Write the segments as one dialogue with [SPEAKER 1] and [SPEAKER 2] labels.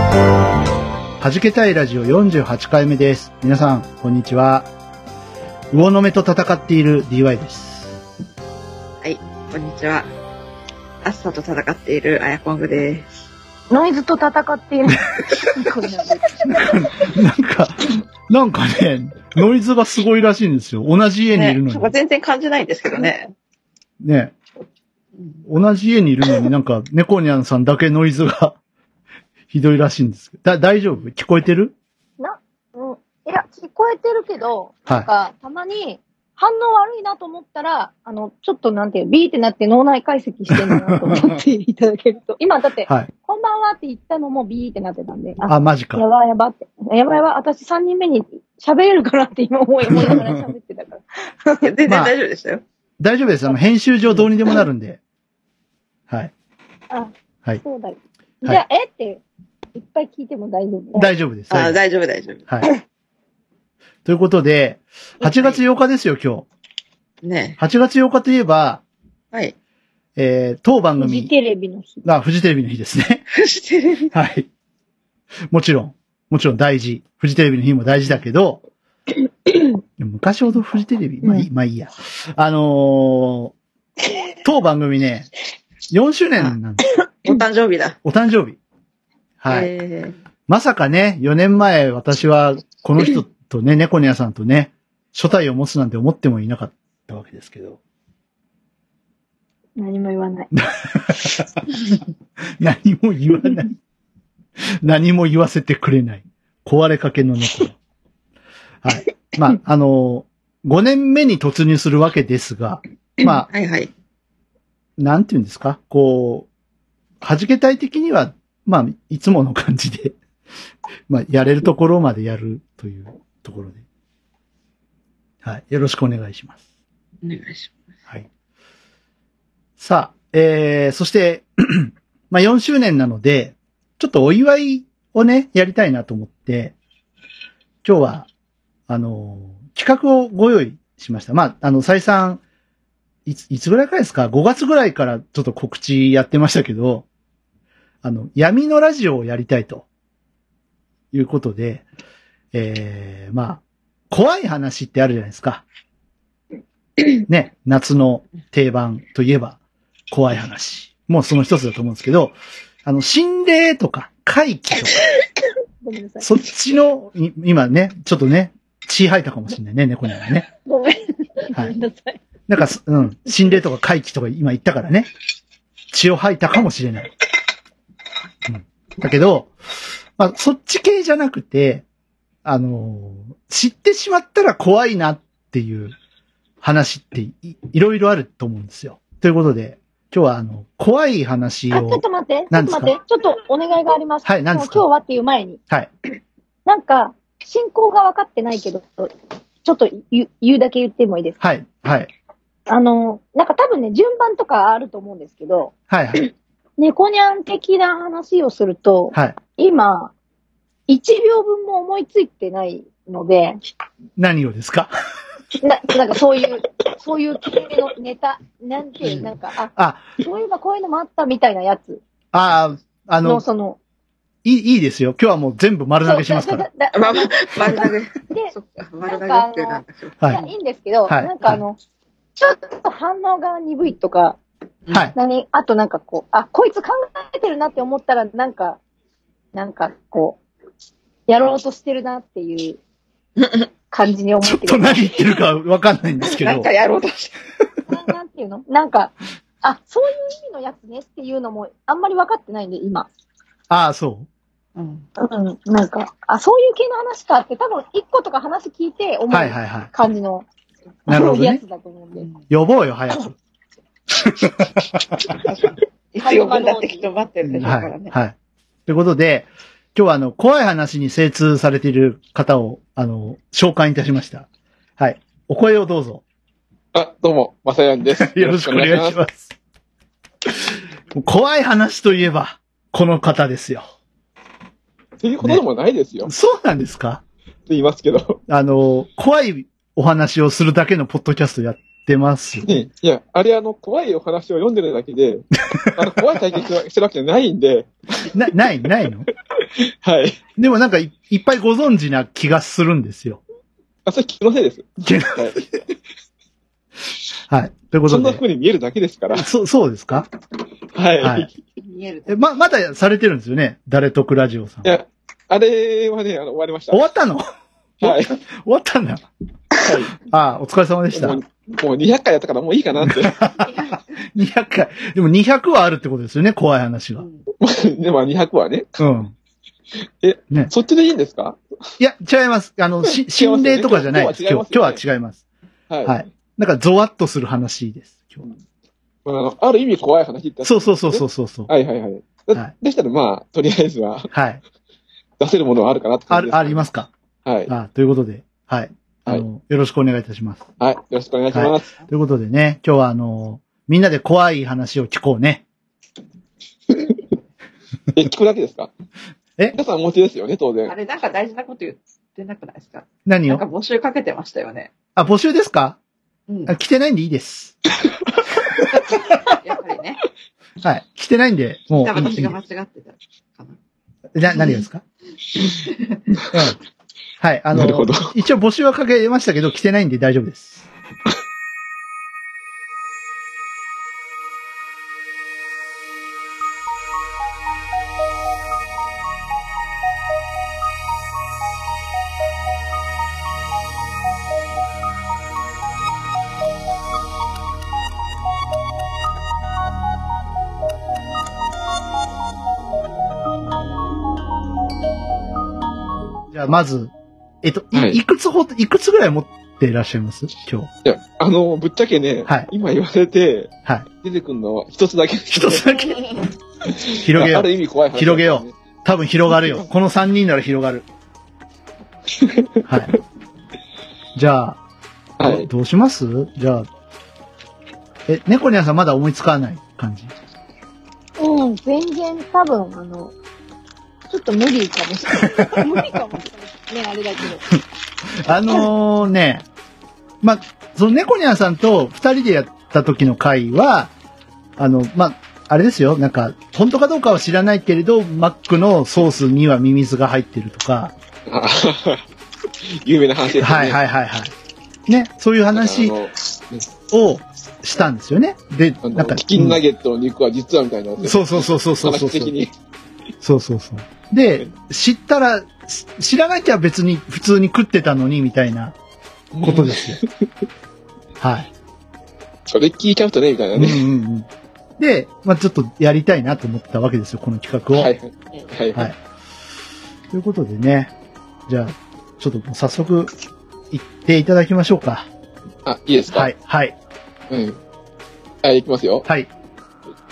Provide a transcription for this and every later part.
[SPEAKER 1] はじけたいラジオ48回目です。皆さん、こんにちは。魚の目と戦っている DY です。
[SPEAKER 2] こんにちは。暑さと戦っているアヤコングです。
[SPEAKER 3] ノイズと戦って いる。
[SPEAKER 1] なんか、なんかね、ノイズがすごいらしいんですよ。同じ家にいるの
[SPEAKER 2] ね、そこ
[SPEAKER 1] に。
[SPEAKER 2] 全然感じないんですけどね。
[SPEAKER 1] ね、同じ家にいるのになんか、猫ニャンさんだけノイズが ひどいらしいんですけど。だ、大丈夫聞こえてる
[SPEAKER 3] うんいや、聞こえてるけど、なん
[SPEAKER 1] は
[SPEAKER 3] か、たまに、反応悪いなと思ったら、あの、ちょっとなんていう、ビーってなって脳内解析してるなと思っていただけると。今だっ
[SPEAKER 1] い。
[SPEAKER 3] て、
[SPEAKER 1] はい。
[SPEAKER 3] こんばんはって言ったのもビーってなってたんで、あ、
[SPEAKER 1] あ、マジ
[SPEAKER 3] や
[SPEAKER 1] か。
[SPEAKER 3] ばいやばって、やばいやばい、私3人目に喋れるかなって今思い思いながら喋ってたから。
[SPEAKER 2] い や全然
[SPEAKER 1] まあ
[SPEAKER 2] 大丈夫でしたよ。
[SPEAKER 1] 大丈夫です。あの、編集上どうにでもなるんで。はい。
[SPEAKER 3] あ、
[SPEAKER 1] はい
[SPEAKER 3] そうだよ。
[SPEAKER 1] い
[SPEAKER 3] じゃあ、えって、いっぱい聞いても大丈夫。
[SPEAKER 1] 大丈夫です。
[SPEAKER 2] あ
[SPEAKER 1] 大丈夫です
[SPEAKER 2] 大丈夫、大丈夫。
[SPEAKER 1] はい。ということで、8月8日ですよ、今
[SPEAKER 2] ね
[SPEAKER 1] 日。8月8日といえば、
[SPEAKER 2] はい。
[SPEAKER 1] えー、当番
[SPEAKER 3] フジ
[SPEAKER 1] 組、
[SPEAKER 3] テレビの日。
[SPEAKER 1] あ、フジテレビの日ですね。
[SPEAKER 2] フジテレビ。
[SPEAKER 1] はい。もちろん、もちろん大事。フジテレビの日も大事だけ ど、でも昔ほどフジテレビ、まあいい、まあいいや。あのー、当番組ね、4周年なんです。
[SPEAKER 2] お誕生日だ。
[SPEAKER 1] お誕生日。はい。
[SPEAKER 2] え
[SPEAKER 1] まさかね、4年前私はこの人とね、猫ニャさんとね、初対を持つなんて思ってもいなかったわけですけど。
[SPEAKER 3] 何も言わない。
[SPEAKER 1] 何も言わない。何も言わせてくれない。壊れかけの猫。はい。まあ、あの5年目に突入するわけですが、まあ、
[SPEAKER 2] ーはいはい。
[SPEAKER 1] なんて言うんですかこう、弾けたい的には、まあ、いつもの感じで、まあ、やれるところまでやるというところで。はい。よろしくお願いします。
[SPEAKER 2] お願いし
[SPEAKER 1] はい。さあ、えー、そして、 まあ4周年なので、ちょっとお祝いをね、やりたいなと思って、今日は、あのー企画をご用意しました。まあ、あの、再三、いつ、いつぐらいからですか ?5 月ぐらいからちょっと告知やってましたけど、あの、闇のラジオをやりたいと、いうことで、えー、まあ、怖い話ってあるじゃないですか。ね、夏の定番といえば、怖い話。もうその一つだと思うんですけど、あの、心霊とか、怪奇とか、
[SPEAKER 3] ごめんなさい。
[SPEAKER 1] そっちの、い今ね、ちょっとね、血吐いたかもしれないね、猫にはね。
[SPEAKER 3] ごめん。ご
[SPEAKER 1] は
[SPEAKER 3] め
[SPEAKER 1] い
[SPEAKER 3] ん。なさい。
[SPEAKER 1] なんかす、うん、心霊とか怪奇とか今言ったからね。血を吐いたかもしれない。うん。だけど、まあ、そっち系じゃなくて、あのー知ってしまったら怖いなっていう話っていいろいろあると思うんですよ。ということで、今日はあの、怖い話
[SPEAKER 3] あ、ちょっ
[SPEAKER 1] を
[SPEAKER 3] と、待って。ちょっ
[SPEAKER 1] 何で
[SPEAKER 3] と
[SPEAKER 1] すか
[SPEAKER 3] 待って。ちょっとお願いがあります。
[SPEAKER 1] はい何ですか
[SPEAKER 3] もう今日はっていう前に。
[SPEAKER 1] はい。
[SPEAKER 3] なんか、進行が分かってないけど、ちょっと言う言うだけ言ってもいいですか
[SPEAKER 1] はい、はい、
[SPEAKER 3] あの、なんか多分ね、順番とかあると思うんですけど、
[SPEAKER 1] はい、はい、
[SPEAKER 3] 猫ニャン的な話をすると、
[SPEAKER 1] はい。
[SPEAKER 3] 今、1秒分も思いついてないので、
[SPEAKER 1] 何をですか
[SPEAKER 3] ななんかそういう、そういう系のネタ、なんていう、なんか、
[SPEAKER 1] あ、
[SPEAKER 3] あ、そういえばこういうのもあったみたいなやつ
[SPEAKER 1] あー、あ
[SPEAKER 3] の、
[SPEAKER 1] の、
[SPEAKER 3] その、
[SPEAKER 1] いい、いいですよ。今日はもう全部丸投げしますか
[SPEAKER 3] そ
[SPEAKER 1] ら。
[SPEAKER 3] うだだ
[SPEAKER 2] ます。
[SPEAKER 3] だ
[SPEAKER 2] まあまあ、丸投 げ。
[SPEAKER 3] で
[SPEAKER 2] そっか、丸投げってなんだけど。
[SPEAKER 1] はい
[SPEAKER 3] や、いいんですけど、
[SPEAKER 1] はい
[SPEAKER 3] なんかあの、ちょっと反応が鈍いとか、
[SPEAKER 1] い。はい。
[SPEAKER 3] 何、あとなんかこう、あ、こいつ考えてるなって思ったら、なんか、なんかこう、やろうとしてるなっ ていう感じに思
[SPEAKER 1] ちょ
[SPEAKER 3] っ
[SPEAKER 1] ってと
[SPEAKER 3] る。な
[SPEAKER 1] 何言ってるかわかんないんですけ
[SPEAKER 2] なん
[SPEAKER 1] ど
[SPEAKER 2] か。やろうとして。
[SPEAKER 3] なんていうのなんか、あ、そういう意味のやつねっていうのも、あんまり分かってないんで、今。
[SPEAKER 1] ああ、そう。
[SPEAKER 2] うん。
[SPEAKER 3] うん、なんか、あ、そういう系の話かって、多分、一個とか話聞いて思う
[SPEAKER 1] はいはいは
[SPEAKER 3] 感じの、
[SPEAKER 1] い。なるほど
[SPEAKER 3] や
[SPEAKER 1] ね。
[SPEAKER 3] つだと思うんで。
[SPEAKER 1] 呼ぼうよ、早く。
[SPEAKER 2] いつ呼ぶんだってきっと待ってるんでしょう
[SPEAKER 1] は
[SPEAKER 2] から
[SPEAKER 1] い。
[SPEAKER 2] ね。
[SPEAKER 1] はい。ということで、今日はあの、怖い話に精通されている方を、あの、紹介いたしました。はい。お声をどうぞ。
[SPEAKER 4] あ、どうも、まさやんです。
[SPEAKER 1] よろしくお願いし
[SPEAKER 4] す。
[SPEAKER 1] ます。もう怖い話といえば、この方ですよ。
[SPEAKER 4] っていうことでもないですよ。って
[SPEAKER 1] そうなんですか
[SPEAKER 4] 言いますけど。
[SPEAKER 1] あの、怖いお話をするだけのポッドキャストやってますよ。
[SPEAKER 4] ねいや、あれあの、怖いお話を読んでるだけ で、あの、怖い体験してるわけじゃないんで、
[SPEAKER 1] な、ない、ないの
[SPEAKER 4] はい。
[SPEAKER 1] でもなんかいいっぱいご存知な気がするんですよ。
[SPEAKER 4] あ、それ気のせいです。
[SPEAKER 1] 気の
[SPEAKER 4] はい。
[SPEAKER 1] はい。というこ
[SPEAKER 4] そ
[SPEAKER 1] と
[SPEAKER 4] んな
[SPEAKER 1] で。
[SPEAKER 4] 風に見えるだけですから。
[SPEAKER 1] そ、そうですか
[SPEAKER 4] はい。、
[SPEAKER 1] はいい。
[SPEAKER 2] 見える。
[SPEAKER 1] え、ま、まだされてるんですよね誰とくラジオさん。
[SPEAKER 4] や、あれはね、あの、終わりました。
[SPEAKER 1] 終わったの
[SPEAKER 4] はい。
[SPEAKER 1] 終わったんだ。
[SPEAKER 4] は
[SPEAKER 1] ああ、お疲れ様でし
[SPEAKER 4] い。も
[SPEAKER 1] た
[SPEAKER 4] う、。もう200回やったからもういいかなって。
[SPEAKER 1] 200回。でも200はあるってことですよね、怖い話が。
[SPEAKER 4] で、まあ200はね。
[SPEAKER 1] うん。
[SPEAKER 4] そっちでいいんですか
[SPEAKER 1] いや、違います。あの、し、心霊とかじゃないです。今
[SPEAKER 4] 今
[SPEAKER 1] 日
[SPEAKER 4] 日
[SPEAKER 1] は
[SPEAKER 4] は違いますよ
[SPEAKER 1] 違い
[SPEAKER 4] ね
[SPEAKER 1] ます。
[SPEAKER 4] はい。
[SPEAKER 1] はい。なんか、ゾワッとする話です。今日
[SPEAKER 4] まあ、あの、ある意味怖い話って。
[SPEAKER 1] そうそうそうそうそうそう。
[SPEAKER 4] はいはいはい。
[SPEAKER 1] はい
[SPEAKER 4] だでしたら、まあ、とりあえずは、
[SPEAKER 1] はい。
[SPEAKER 4] 出せるものはあるかなって
[SPEAKER 1] あ
[SPEAKER 4] 感じです、
[SPEAKER 1] る、ありますか。
[SPEAKER 4] はい。
[SPEAKER 1] ああということで、はい。あの、よろしくお願いいたします。
[SPEAKER 4] はい。よろしくお願いします。
[SPEAKER 1] ということでね、今日はあの、みんなで怖い話を聞こうね。
[SPEAKER 4] え、聞くだけですか
[SPEAKER 1] え
[SPEAKER 4] 皆さんお持ちですよね、当
[SPEAKER 2] あ
[SPEAKER 4] 然。
[SPEAKER 2] れ、なんか大事なこと言ってなくないですか
[SPEAKER 1] 何
[SPEAKER 2] なんか
[SPEAKER 1] を
[SPEAKER 2] 募集かけてましたよね。
[SPEAKER 1] あ、募集ですか
[SPEAKER 2] うん。
[SPEAKER 1] あ
[SPEAKER 2] やっ
[SPEAKER 1] 来てないんでいいです。
[SPEAKER 2] ぱりね。
[SPEAKER 1] はい。来てないんで、もう
[SPEAKER 2] 多分
[SPEAKER 1] いい。
[SPEAKER 2] 私が間違ってたかな。
[SPEAKER 1] な、何がです かうん。はい。あの
[SPEAKER 4] なるほど、
[SPEAKER 1] 一応募集はかけましたけど、来てないんで大丈夫です。じゃあ、まず、えっと、い,、
[SPEAKER 4] はい
[SPEAKER 1] い、くつほど、いくつぐらい持っていらっしゃいます今日。
[SPEAKER 4] いや、あの、ぶっちゃけね、
[SPEAKER 1] はい
[SPEAKER 4] 今言われて、
[SPEAKER 1] はい
[SPEAKER 4] 出てくるのは一つだけですね、
[SPEAKER 1] 一つだ け。広げよ
[SPEAKER 4] ある
[SPEAKER 1] う。
[SPEAKER 4] 意味怖い話、
[SPEAKER 1] 広げよ多分広がるよ。この3人なら広がる。はい。じゃあ、
[SPEAKER 4] う。はい。
[SPEAKER 1] どうしますじゃあ、え、猫ニャンさんまだ思いつかない感じ
[SPEAKER 3] うん、全然多分、あの、ちょっと無理かもしれ ない。無理かもしれない。ね、あれだけど。
[SPEAKER 1] あのーね、まあ、その猫ニャンさんと二人でやった時の回は、あの、まあ、あれですよ、なんか、本当かどうかは知らないけれど、マックのソースにはミミズが入ってるとか、
[SPEAKER 4] あ 有名な話ですよね。
[SPEAKER 1] はいはいはいはい。ね、そういう話
[SPEAKER 4] あの
[SPEAKER 1] をしたんですよね。で、
[SPEAKER 4] あの
[SPEAKER 1] なんか、
[SPEAKER 4] チキンナゲットの肉は実はみたいな。
[SPEAKER 1] うんそうそうそうそうそうそう
[SPEAKER 4] 話的に。
[SPEAKER 1] そうそうそう。で、知ったら、し知らなきゃ別に普通に食ってたのにみたいなことですよ。はい。
[SPEAKER 4] それ聞いちゃうとね、みたいな
[SPEAKER 1] うんう
[SPEAKER 4] ね。
[SPEAKER 1] んうん。で、まあちょっとやりたいなと思ってたわけですよ、この企画を。
[SPEAKER 4] はいはい。
[SPEAKER 1] は
[SPEAKER 4] はいい。
[SPEAKER 1] ということでね、じゃあ、ちょっともう早速、行っていただきましょうか。
[SPEAKER 4] あ、いいですか
[SPEAKER 1] はい、はい、
[SPEAKER 4] うん。はい、いきますよ。
[SPEAKER 1] はい。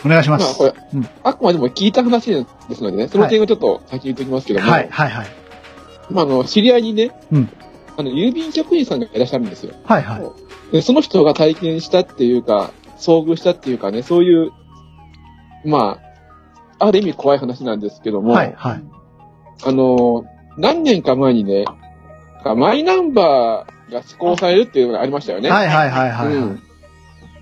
[SPEAKER 1] お願いしま
[SPEAKER 4] まあ、
[SPEAKER 1] す。
[SPEAKER 4] これ
[SPEAKER 1] うん、
[SPEAKER 4] あくまでも聞いた話ですのでね、その点をちょっと先に言っておきますけども、
[SPEAKER 1] はい、はい、はい。
[SPEAKER 4] まあ、あの、知り合いにね、
[SPEAKER 1] うん
[SPEAKER 4] あの、郵便局員さんがいらっしゃるんですよ。
[SPEAKER 1] はい、はい。
[SPEAKER 4] で、その人が体験したっていうか、遭遇したっていうかね、そういう、まあ、ある意味怖い話なんですけども、
[SPEAKER 1] はい、はい。
[SPEAKER 4] あの、何年か前にね、マイナンバーが施行されるっていうのがありましたよね。
[SPEAKER 1] はい、はい、はい、はい。
[SPEAKER 4] うん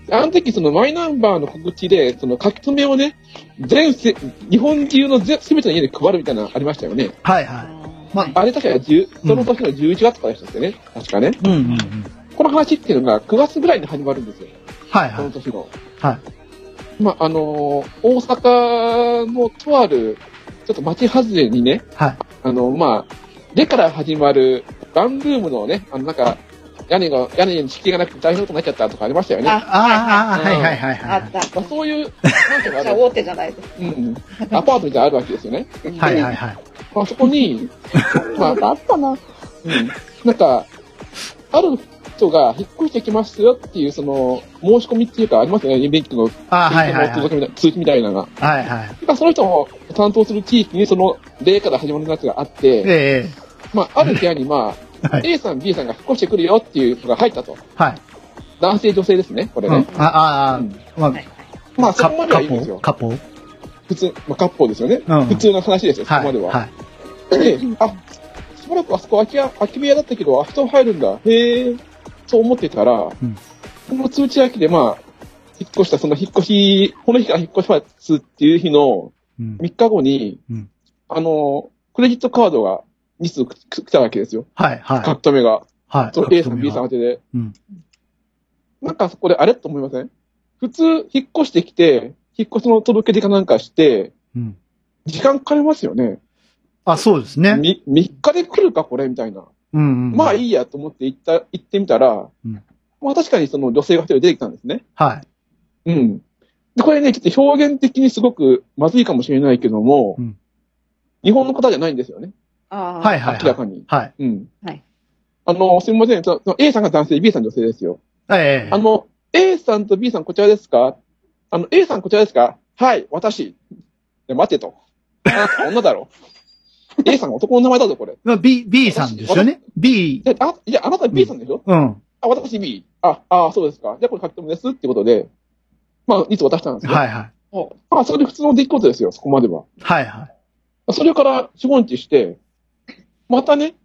[SPEAKER 4] あの時、そのマイナンバーの告知で、その書き留めをね、全せ、日本中のぜ全ての家で配るみたいなのありましたよね。
[SPEAKER 1] はい、はい。ま
[SPEAKER 4] あれ確か10その年の11月からでしたっけね、確かね。
[SPEAKER 1] うん、うん、うん。
[SPEAKER 4] この話っていうのが9月ぐらいに始まるんですよ、
[SPEAKER 1] はい、
[SPEAKER 4] そ
[SPEAKER 1] は
[SPEAKER 4] の
[SPEAKER 1] い。
[SPEAKER 4] 年の。
[SPEAKER 1] は
[SPEAKER 4] まあ、あのー大阪のとある、ちょっと町外れにね、
[SPEAKER 1] はい
[SPEAKER 4] あのまあ、でから始まるワンルームのね、あの、なんか、屋根が、屋根に敷きがなくて大変なことになっちゃったとかありましたよね。
[SPEAKER 2] あ
[SPEAKER 1] ああ、はい、はい、はい、
[SPEAKER 2] あ
[SPEAKER 1] は
[SPEAKER 2] っ
[SPEAKER 1] い。
[SPEAKER 2] た。
[SPEAKER 4] まあ、そういう、なんて
[SPEAKER 2] じ
[SPEAKER 4] いうのか
[SPEAKER 2] ゃあ
[SPEAKER 4] な
[SPEAKER 2] 大手じゃないです。
[SPEAKER 4] うんうん、アパートみたいなのあるわけですよね。
[SPEAKER 1] はい、はい、はい。
[SPEAKER 4] まあ、そこに、
[SPEAKER 3] なん、
[SPEAKER 4] まあ
[SPEAKER 3] かあったな。
[SPEAKER 4] うん、なんか、ある人が引っ越してきますよっていう、その、申し込みっていうか、ありますよね、イベントの、
[SPEAKER 1] ああ、はいはいはい。
[SPEAKER 4] 届けみたい通知みたいなのが。
[SPEAKER 1] はいはい。
[SPEAKER 4] まあその人も担当する地域にその例から始まるやつがあって、
[SPEAKER 1] え
[SPEAKER 4] まあ、ある部屋にまあ、
[SPEAKER 1] はい
[SPEAKER 4] A さん、B さんが引っ越してくるよっていうのが入ったと。
[SPEAKER 1] えはい。
[SPEAKER 4] 男性、女性ですね、これ
[SPEAKER 1] うん。あ
[SPEAKER 4] ね。
[SPEAKER 1] あ
[SPEAKER 4] うん
[SPEAKER 1] ー、まあ、
[SPEAKER 4] まあ、そ
[SPEAKER 1] カ
[SPEAKER 4] こまではいいんで
[SPEAKER 1] ッ
[SPEAKER 4] す
[SPEAKER 1] ポ
[SPEAKER 4] よ。
[SPEAKER 1] カポ
[SPEAKER 4] 普通、まあ、割烹ですよね。
[SPEAKER 1] うん
[SPEAKER 4] 普通の話ですよ、そこ
[SPEAKER 1] は
[SPEAKER 4] ま
[SPEAKER 1] い。
[SPEAKER 4] では。
[SPEAKER 1] はい。
[SPEAKER 4] で あ、しばらくあそこ空き家、空き部屋だったけど、あ、人入るんだ。へえ、そう思ってたら、
[SPEAKER 1] ん
[SPEAKER 4] この通知空きで、まあ、引っ越した、その引っ越し、この日から引っ越しますっていう日の
[SPEAKER 1] うん
[SPEAKER 4] 3日後に、
[SPEAKER 1] うん
[SPEAKER 4] あの、クレジットカードが2通くく来たわけですよ。
[SPEAKER 1] はいは
[SPEAKER 4] 書
[SPEAKER 1] い。
[SPEAKER 4] き留めが。
[SPEAKER 1] はい。
[SPEAKER 4] その A さん、B さん
[SPEAKER 1] は
[SPEAKER 4] 宛てで。
[SPEAKER 1] うん
[SPEAKER 4] なんかそこであれと思いません普通、引っ越してきて、引っ越しの届け出かなんかして、
[SPEAKER 1] うん。
[SPEAKER 4] 時間かかりますよね。
[SPEAKER 1] あ、そうですね。
[SPEAKER 4] み3日で来るか、これ、みたいな。
[SPEAKER 1] うんうん。
[SPEAKER 4] まあ
[SPEAKER 1] い。
[SPEAKER 4] いいやと思って行った、行ってみたら、
[SPEAKER 1] うん
[SPEAKER 4] まあ確かにその女性が一人出てきたんですね。
[SPEAKER 1] は
[SPEAKER 4] うん。で、これね、ちょっと表現的にすごくまずいかもしれないけども、
[SPEAKER 1] うん
[SPEAKER 4] 日本の方じゃないんですよね。
[SPEAKER 1] い。
[SPEAKER 2] あ。
[SPEAKER 1] はいいはい
[SPEAKER 4] 明ら
[SPEAKER 1] は
[SPEAKER 4] か
[SPEAKER 1] い。
[SPEAKER 4] に。
[SPEAKER 1] はい。
[SPEAKER 4] うん。
[SPEAKER 2] はい。
[SPEAKER 4] あの、すみません。そのその A さんが男性、B さん女性ですよ。
[SPEAKER 1] ええ
[SPEAKER 4] あの、A さんと B さんこちらですかあの、A さんこちらですかはい、私。いや待てと。あ女 だろ。A さんが男の名前だぞ、これ。
[SPEAKER 1] まあ。B、B さんですよね。B、
[SPEAKER 4] で、あ、いや、あなた B さんでしょ、
[SPEAKER 1] うん。
[SPEAKER 4] あ、私 B。あ、あそうですか。じゃあこれ書き留めですってことで、まあ、いつ渡したんですよ。
[SPEAKER 1] はいはい。
[SPEAKER 4] まあ、それで普通の出来事ですよ、そこまでは。
[SPEAKER 1] はいはい。
[SPEAKER 4] それから4、5日して、またね、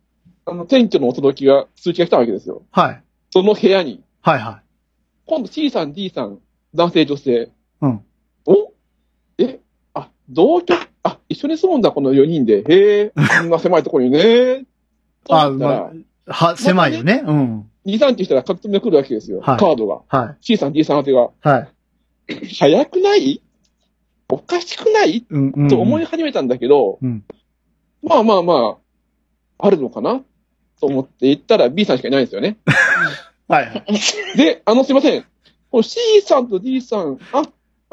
[SPEAKER 4] あの、店長のお届きが、通知が来たわけですよ。
[SPEAKER 1] はい。
[SPEAKER 4] その部屋に。
[SPEAKER 1] はいは
[SPEAKER 4] 今度 C さん、D さん、男性、女性。
[SPEAKER 1] うん。
[SPEAKER 4] おえあ、同居あ、一緒に住むんだ、この4人で。へえ、こんな狭いところにね。と
[SPEAKER 1] あ
[SPEAKER 4] 思ったら
[SPEAKER 1] ま、い。は、狭いよね。うん。
[SPEAKER 4] 2、3日したら書き留めが来るわけですよ。
[SPEAKER 1] はい
[SPEAKER 4] カードが。
[SPEAKER 1] はい。
[SPEAKER 4] C さん、D さん宛てが。
[SPEAKER 1] はい。
[SPEAKER 4] 早くないおかしくない
[SPEAKER 1] うんうんうん。
[SPEAKER 4] と思い始めたんだけど、
[SPEAKER 1] うん
[SPEAKER 4] まあまあまあ、あるのかなと思って行ったら B さんしかいないんですよね。
[SPEAKER 1] はいはい。
[SPEAKER 4] で、あの、すいません。この C さんと D さん、あ、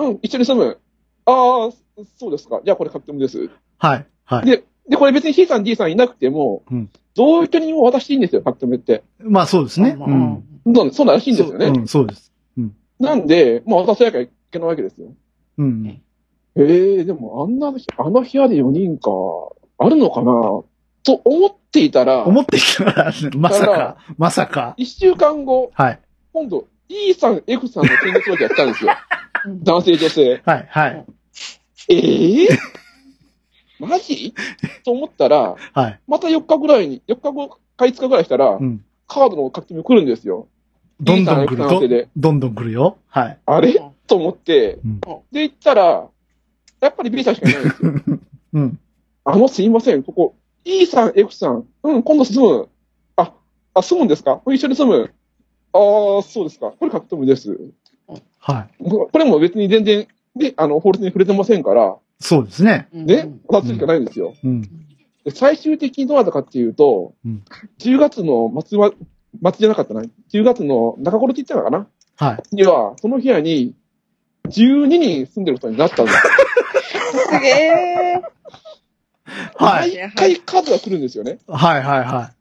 [SPEAKER 4] うん、一緒に住む。ああ、そうですか。じゃあこれ確定です。
[SPEAKER 1] はい。はい。
[SPEAKER 4] で、で、これ別に C さん、D さんいなくても、
[SPEAKER 1] うん
[SPEAKER 4] 同居人を渡していいんですよ、確定って。
[SPEAKER 1] まあそうですね。
[SPEAKER 2] まあ。
[SPEAKER 1] うん。
[SPEAKER 4] そうそうなんらしいんですよね。
[SPEAKER 1] うん、そうです。
[SPEAKER 4] なんで、まあ渡さなきゃいけないわけですよ。
[SPEAKER 1] うん。
[SPEAKER 4] ええでもあんな、あの部屋で4人か、あるのかなと思っていたら、
[SPEAKER 1] 思ってきたら、 まさか、まさか。
[SPEAKER 4] 一週間後、
[SPEAKER 1] はい。
[SPEAKER 4] 今度、E さん、F さんの見学届やったん ですよ
[SPEAKER 2] うん
[SPEAKER 4] 男性、女性。
[SPEAKER 1] はい。はい。
[SPEAKER 4] ええマジと思ったら、
[SPEAKER 1] はい。
[SPEAKER 4] また4日ぐらいに、4日後、か5日ぐらいしたら、
[SPEAKER 1] うん。
[SPEAKER 4] カードの書き込み来るんですよ。
[SPEAKER 1] どんどん来
[SPEAKER 4] E さん、F さん宛て
[SPEAKER 1] る。
[SPEAKER 4] で。
[SPEAKER 1] どんどん来るよ。はい。
[SPEAKER 4] あれ
[SPEAKER 2] うん
[SPEAKER 4] と思って、
[SPEAKER 1] うん
[SPEAKER 4] で、行ったら、やっぱり B さんしかいないんですよ。
[SPEAKER 1] うん。
[SPEAKER 4] あの、すいません、ここ、E さん、F さん、うん、今度住む。あ、あ、住むんですか一緒に住む。ああ、そうですか。これ書き込みです。
[SPEAKER 1] はい。
[SPEAKER 4] これも別に全然、で、あの、法律に触れてませんから、
[SPEAKER 1] そうですね。
[SPEAKER 4] ね、渡すしかないんですよ。
[SPEAKER 1] うん。
[SPEAKER 4] で最終的にどうなったかっていうと、
[SPEAKER 1] うん
[SPEAKER 4] 10月の末は、末じゃなかったな、10月の中頃って言ったのかな
[SPEAKER 1] はい。
[SPEAKER 4] には、その部屋に、12人住んでることになったんです。
[SPEAKER 2] すげえ。
[SPEAKER 1] はい。
[SPEAKER 4] 毎回カードが来るんですよね。
[SPEAKER 1] はいはいは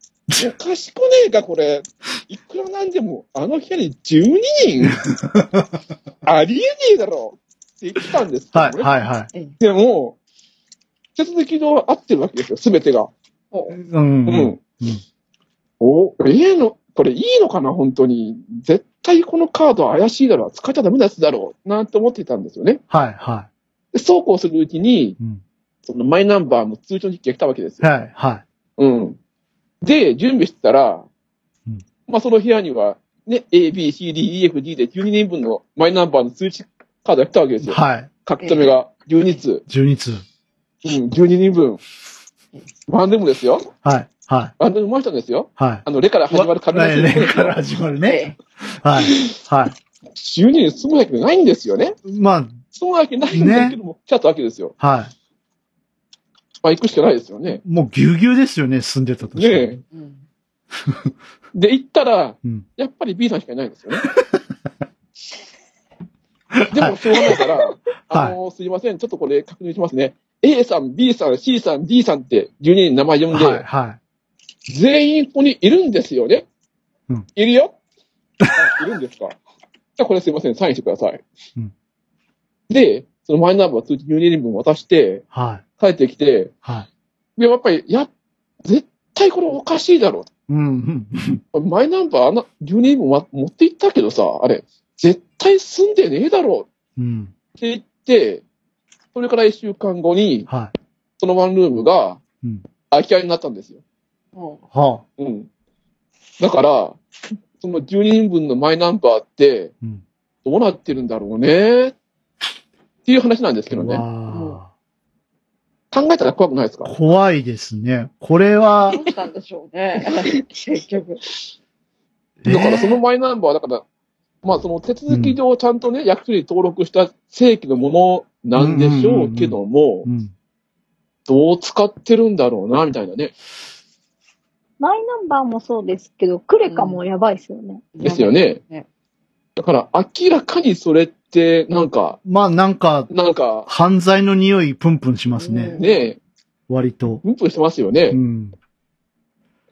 [SPEAKER 4] おかしくねえか、これ。いくらなんでも、あの部屋に12人 ありえねえだろって言ってたんです
[SPEAKER 1] い。
[SPEAKER 4] けど
[SPEAKER 1] は
[SPEAKER 4] ね
[SPEAKER 1] いはいはい。
[SPEAKER 4] でも、手続き上合ってるわけですよ、すべてが。
[SPEAKER 1] うん。
[SPEAKER 4] う
[SPEAKER 1] うん
[SPEAKER 4] ん。お、ええの、これいいのかな、本当に。絶対このカードは怪しいだろう、使っちゃダメなやつだろう、なんて思ってたんですよね。
[SPEAKER 1] はいは
[SPEAKER 4] で、そうこうするうちに、
[SPEAKER 1] い。うん。
[SPEAKER 4] そのマイナンバーの通常日記が来たわけですよ。
[SPEAKER 1] はいは
[SPEAKER 4] うん。で、準備してたら、
[SPEAKER 1] うん
[SPEAKER 4] まあその部屋には、ね、A, B, C, D, E, F, D で12人分のマイナンバーの通知カードが来たわけです
[SPEAKER 1] い。
[SPEAKER 4] よ。
[SPEAKER 1] はい。
[SPEAKER 4] 書き留めが12通。
[SPEAKER 1] 12通。
[SPEAKER 4] うん、12人分。ワンデムですよ。
[SPEAKER 1] はい。はい。
[SPEAKER 4] ワンデムマンションですよ。
[SPEAKER 1] はい。
[SPEAKER 4] あの、レから始まる紙の
[SPEAKER 1] 来
[SPEAKER 4] 通
[SPEAKER 1] 年
[SPEAKER 4] 知
[SPEAKER 1] から始まるね。はい。はい。
[SPEAKER 4] 12人住むわけないんですよね。
[SPEAKER 1] ま
[SPEAKER 4] 住むわけないんだけども、来ちゃったわけですよ。
[SPEAKER 1] あ、はい。
[SPEAKER 4] まあ行くしかないですよね。
[SPEAKER 1] もうぎゅうぎゅうですよね、住んでたとし
[SPEAKER 4] ね
[SPEAKER 1] て。
[SPEAKER 4] え。で、行ったら、
[SPEAKER 1] うん
[SPEAKER 4] やっぱり B さんしかいないんで すよね。でも、しょうがないから、あのすいません、ちょっとこれ確認しますね。A さん、B さん、C さん、D さんって12人名前呼んで、
[SPEAKER 1] はい、は
[SPEAKER 4] 全員ここにいるんですよね。
[SPEAKER 1] うん
[SPEAKER 4] いるよっあいるんですかじゃあこれすいません、サインしてください。
[SPEAKER 1] うん
[SPEAKER 4] で、そのマイナンバー通知入力分渡して、
[SPEAKER 1] はい。
[SPEAKER 4] 帰ってきて、
[SPEAKER 1] はい。
[SPEAKER 4] でやっぱり、やっ、絶対これおかしいだろ
[SPEAKER 1] うん、うん。
[SPEAKER 4] う。マイナンバーあんな、入力分は持って行ったけどさ、あれ、絶対住んでねえだろ
[SPEAKER 1] うん。
[SPEAKER 4] うって言って、それから一週間後に、
[SPEAKER 1] はい。
[SPEAKER 4] そのワンルームが
[SPEAKER 1] うん、
[SPEAKER 4] 空き家になったんですよ。
[SPEAKER 1] は
[SPEAKER 4] うん。だから、その12人分のマイナンバーって、
[SPEAKER 1] あ。うん。
[SPEAKER 4] どうなってるんだろうね。っていう話なんですけど
[SPEAKER 1] う
[SPEAKER 4] ね。
[SPEAKER 1] わ
[SPEAKER 4] 考えたら怖くないですか
[SPEAKER 1] ー怖いですね。これ は、
[SPEAKER 2] どうしたんでしょうね。結局。
[SPEAKER 1] えー
[SPEAKER 4] だからそのマイナンバー、だから、まあその手続き上ちゃんとね、役所に登録した正規のものなんでしょうけども
[SPEAKER 1] う、ん。
[SPEAKER 4] どう使ってるんだろうな、みたいなね。
[SPEAKER 3] マイナンバーもそうですけど、クレカもやばいですよね。
[SPEAKER 4] ですよね
[SPEAKER 2] ね。
[SPEAKER 4] だから明らかにそれって、なんか、
[SPEAKER 1] まあなんか、
[SPEAKER 4] なんか、
[SPEAKER 1] 犯罪の匂いプンプンしますね。
[SPEAKER 4] ねえ、
[SPEAKER 1] 割と。
[SPEAKER 4] うんぷんしてますよね。
[SPEAKER 1] うん。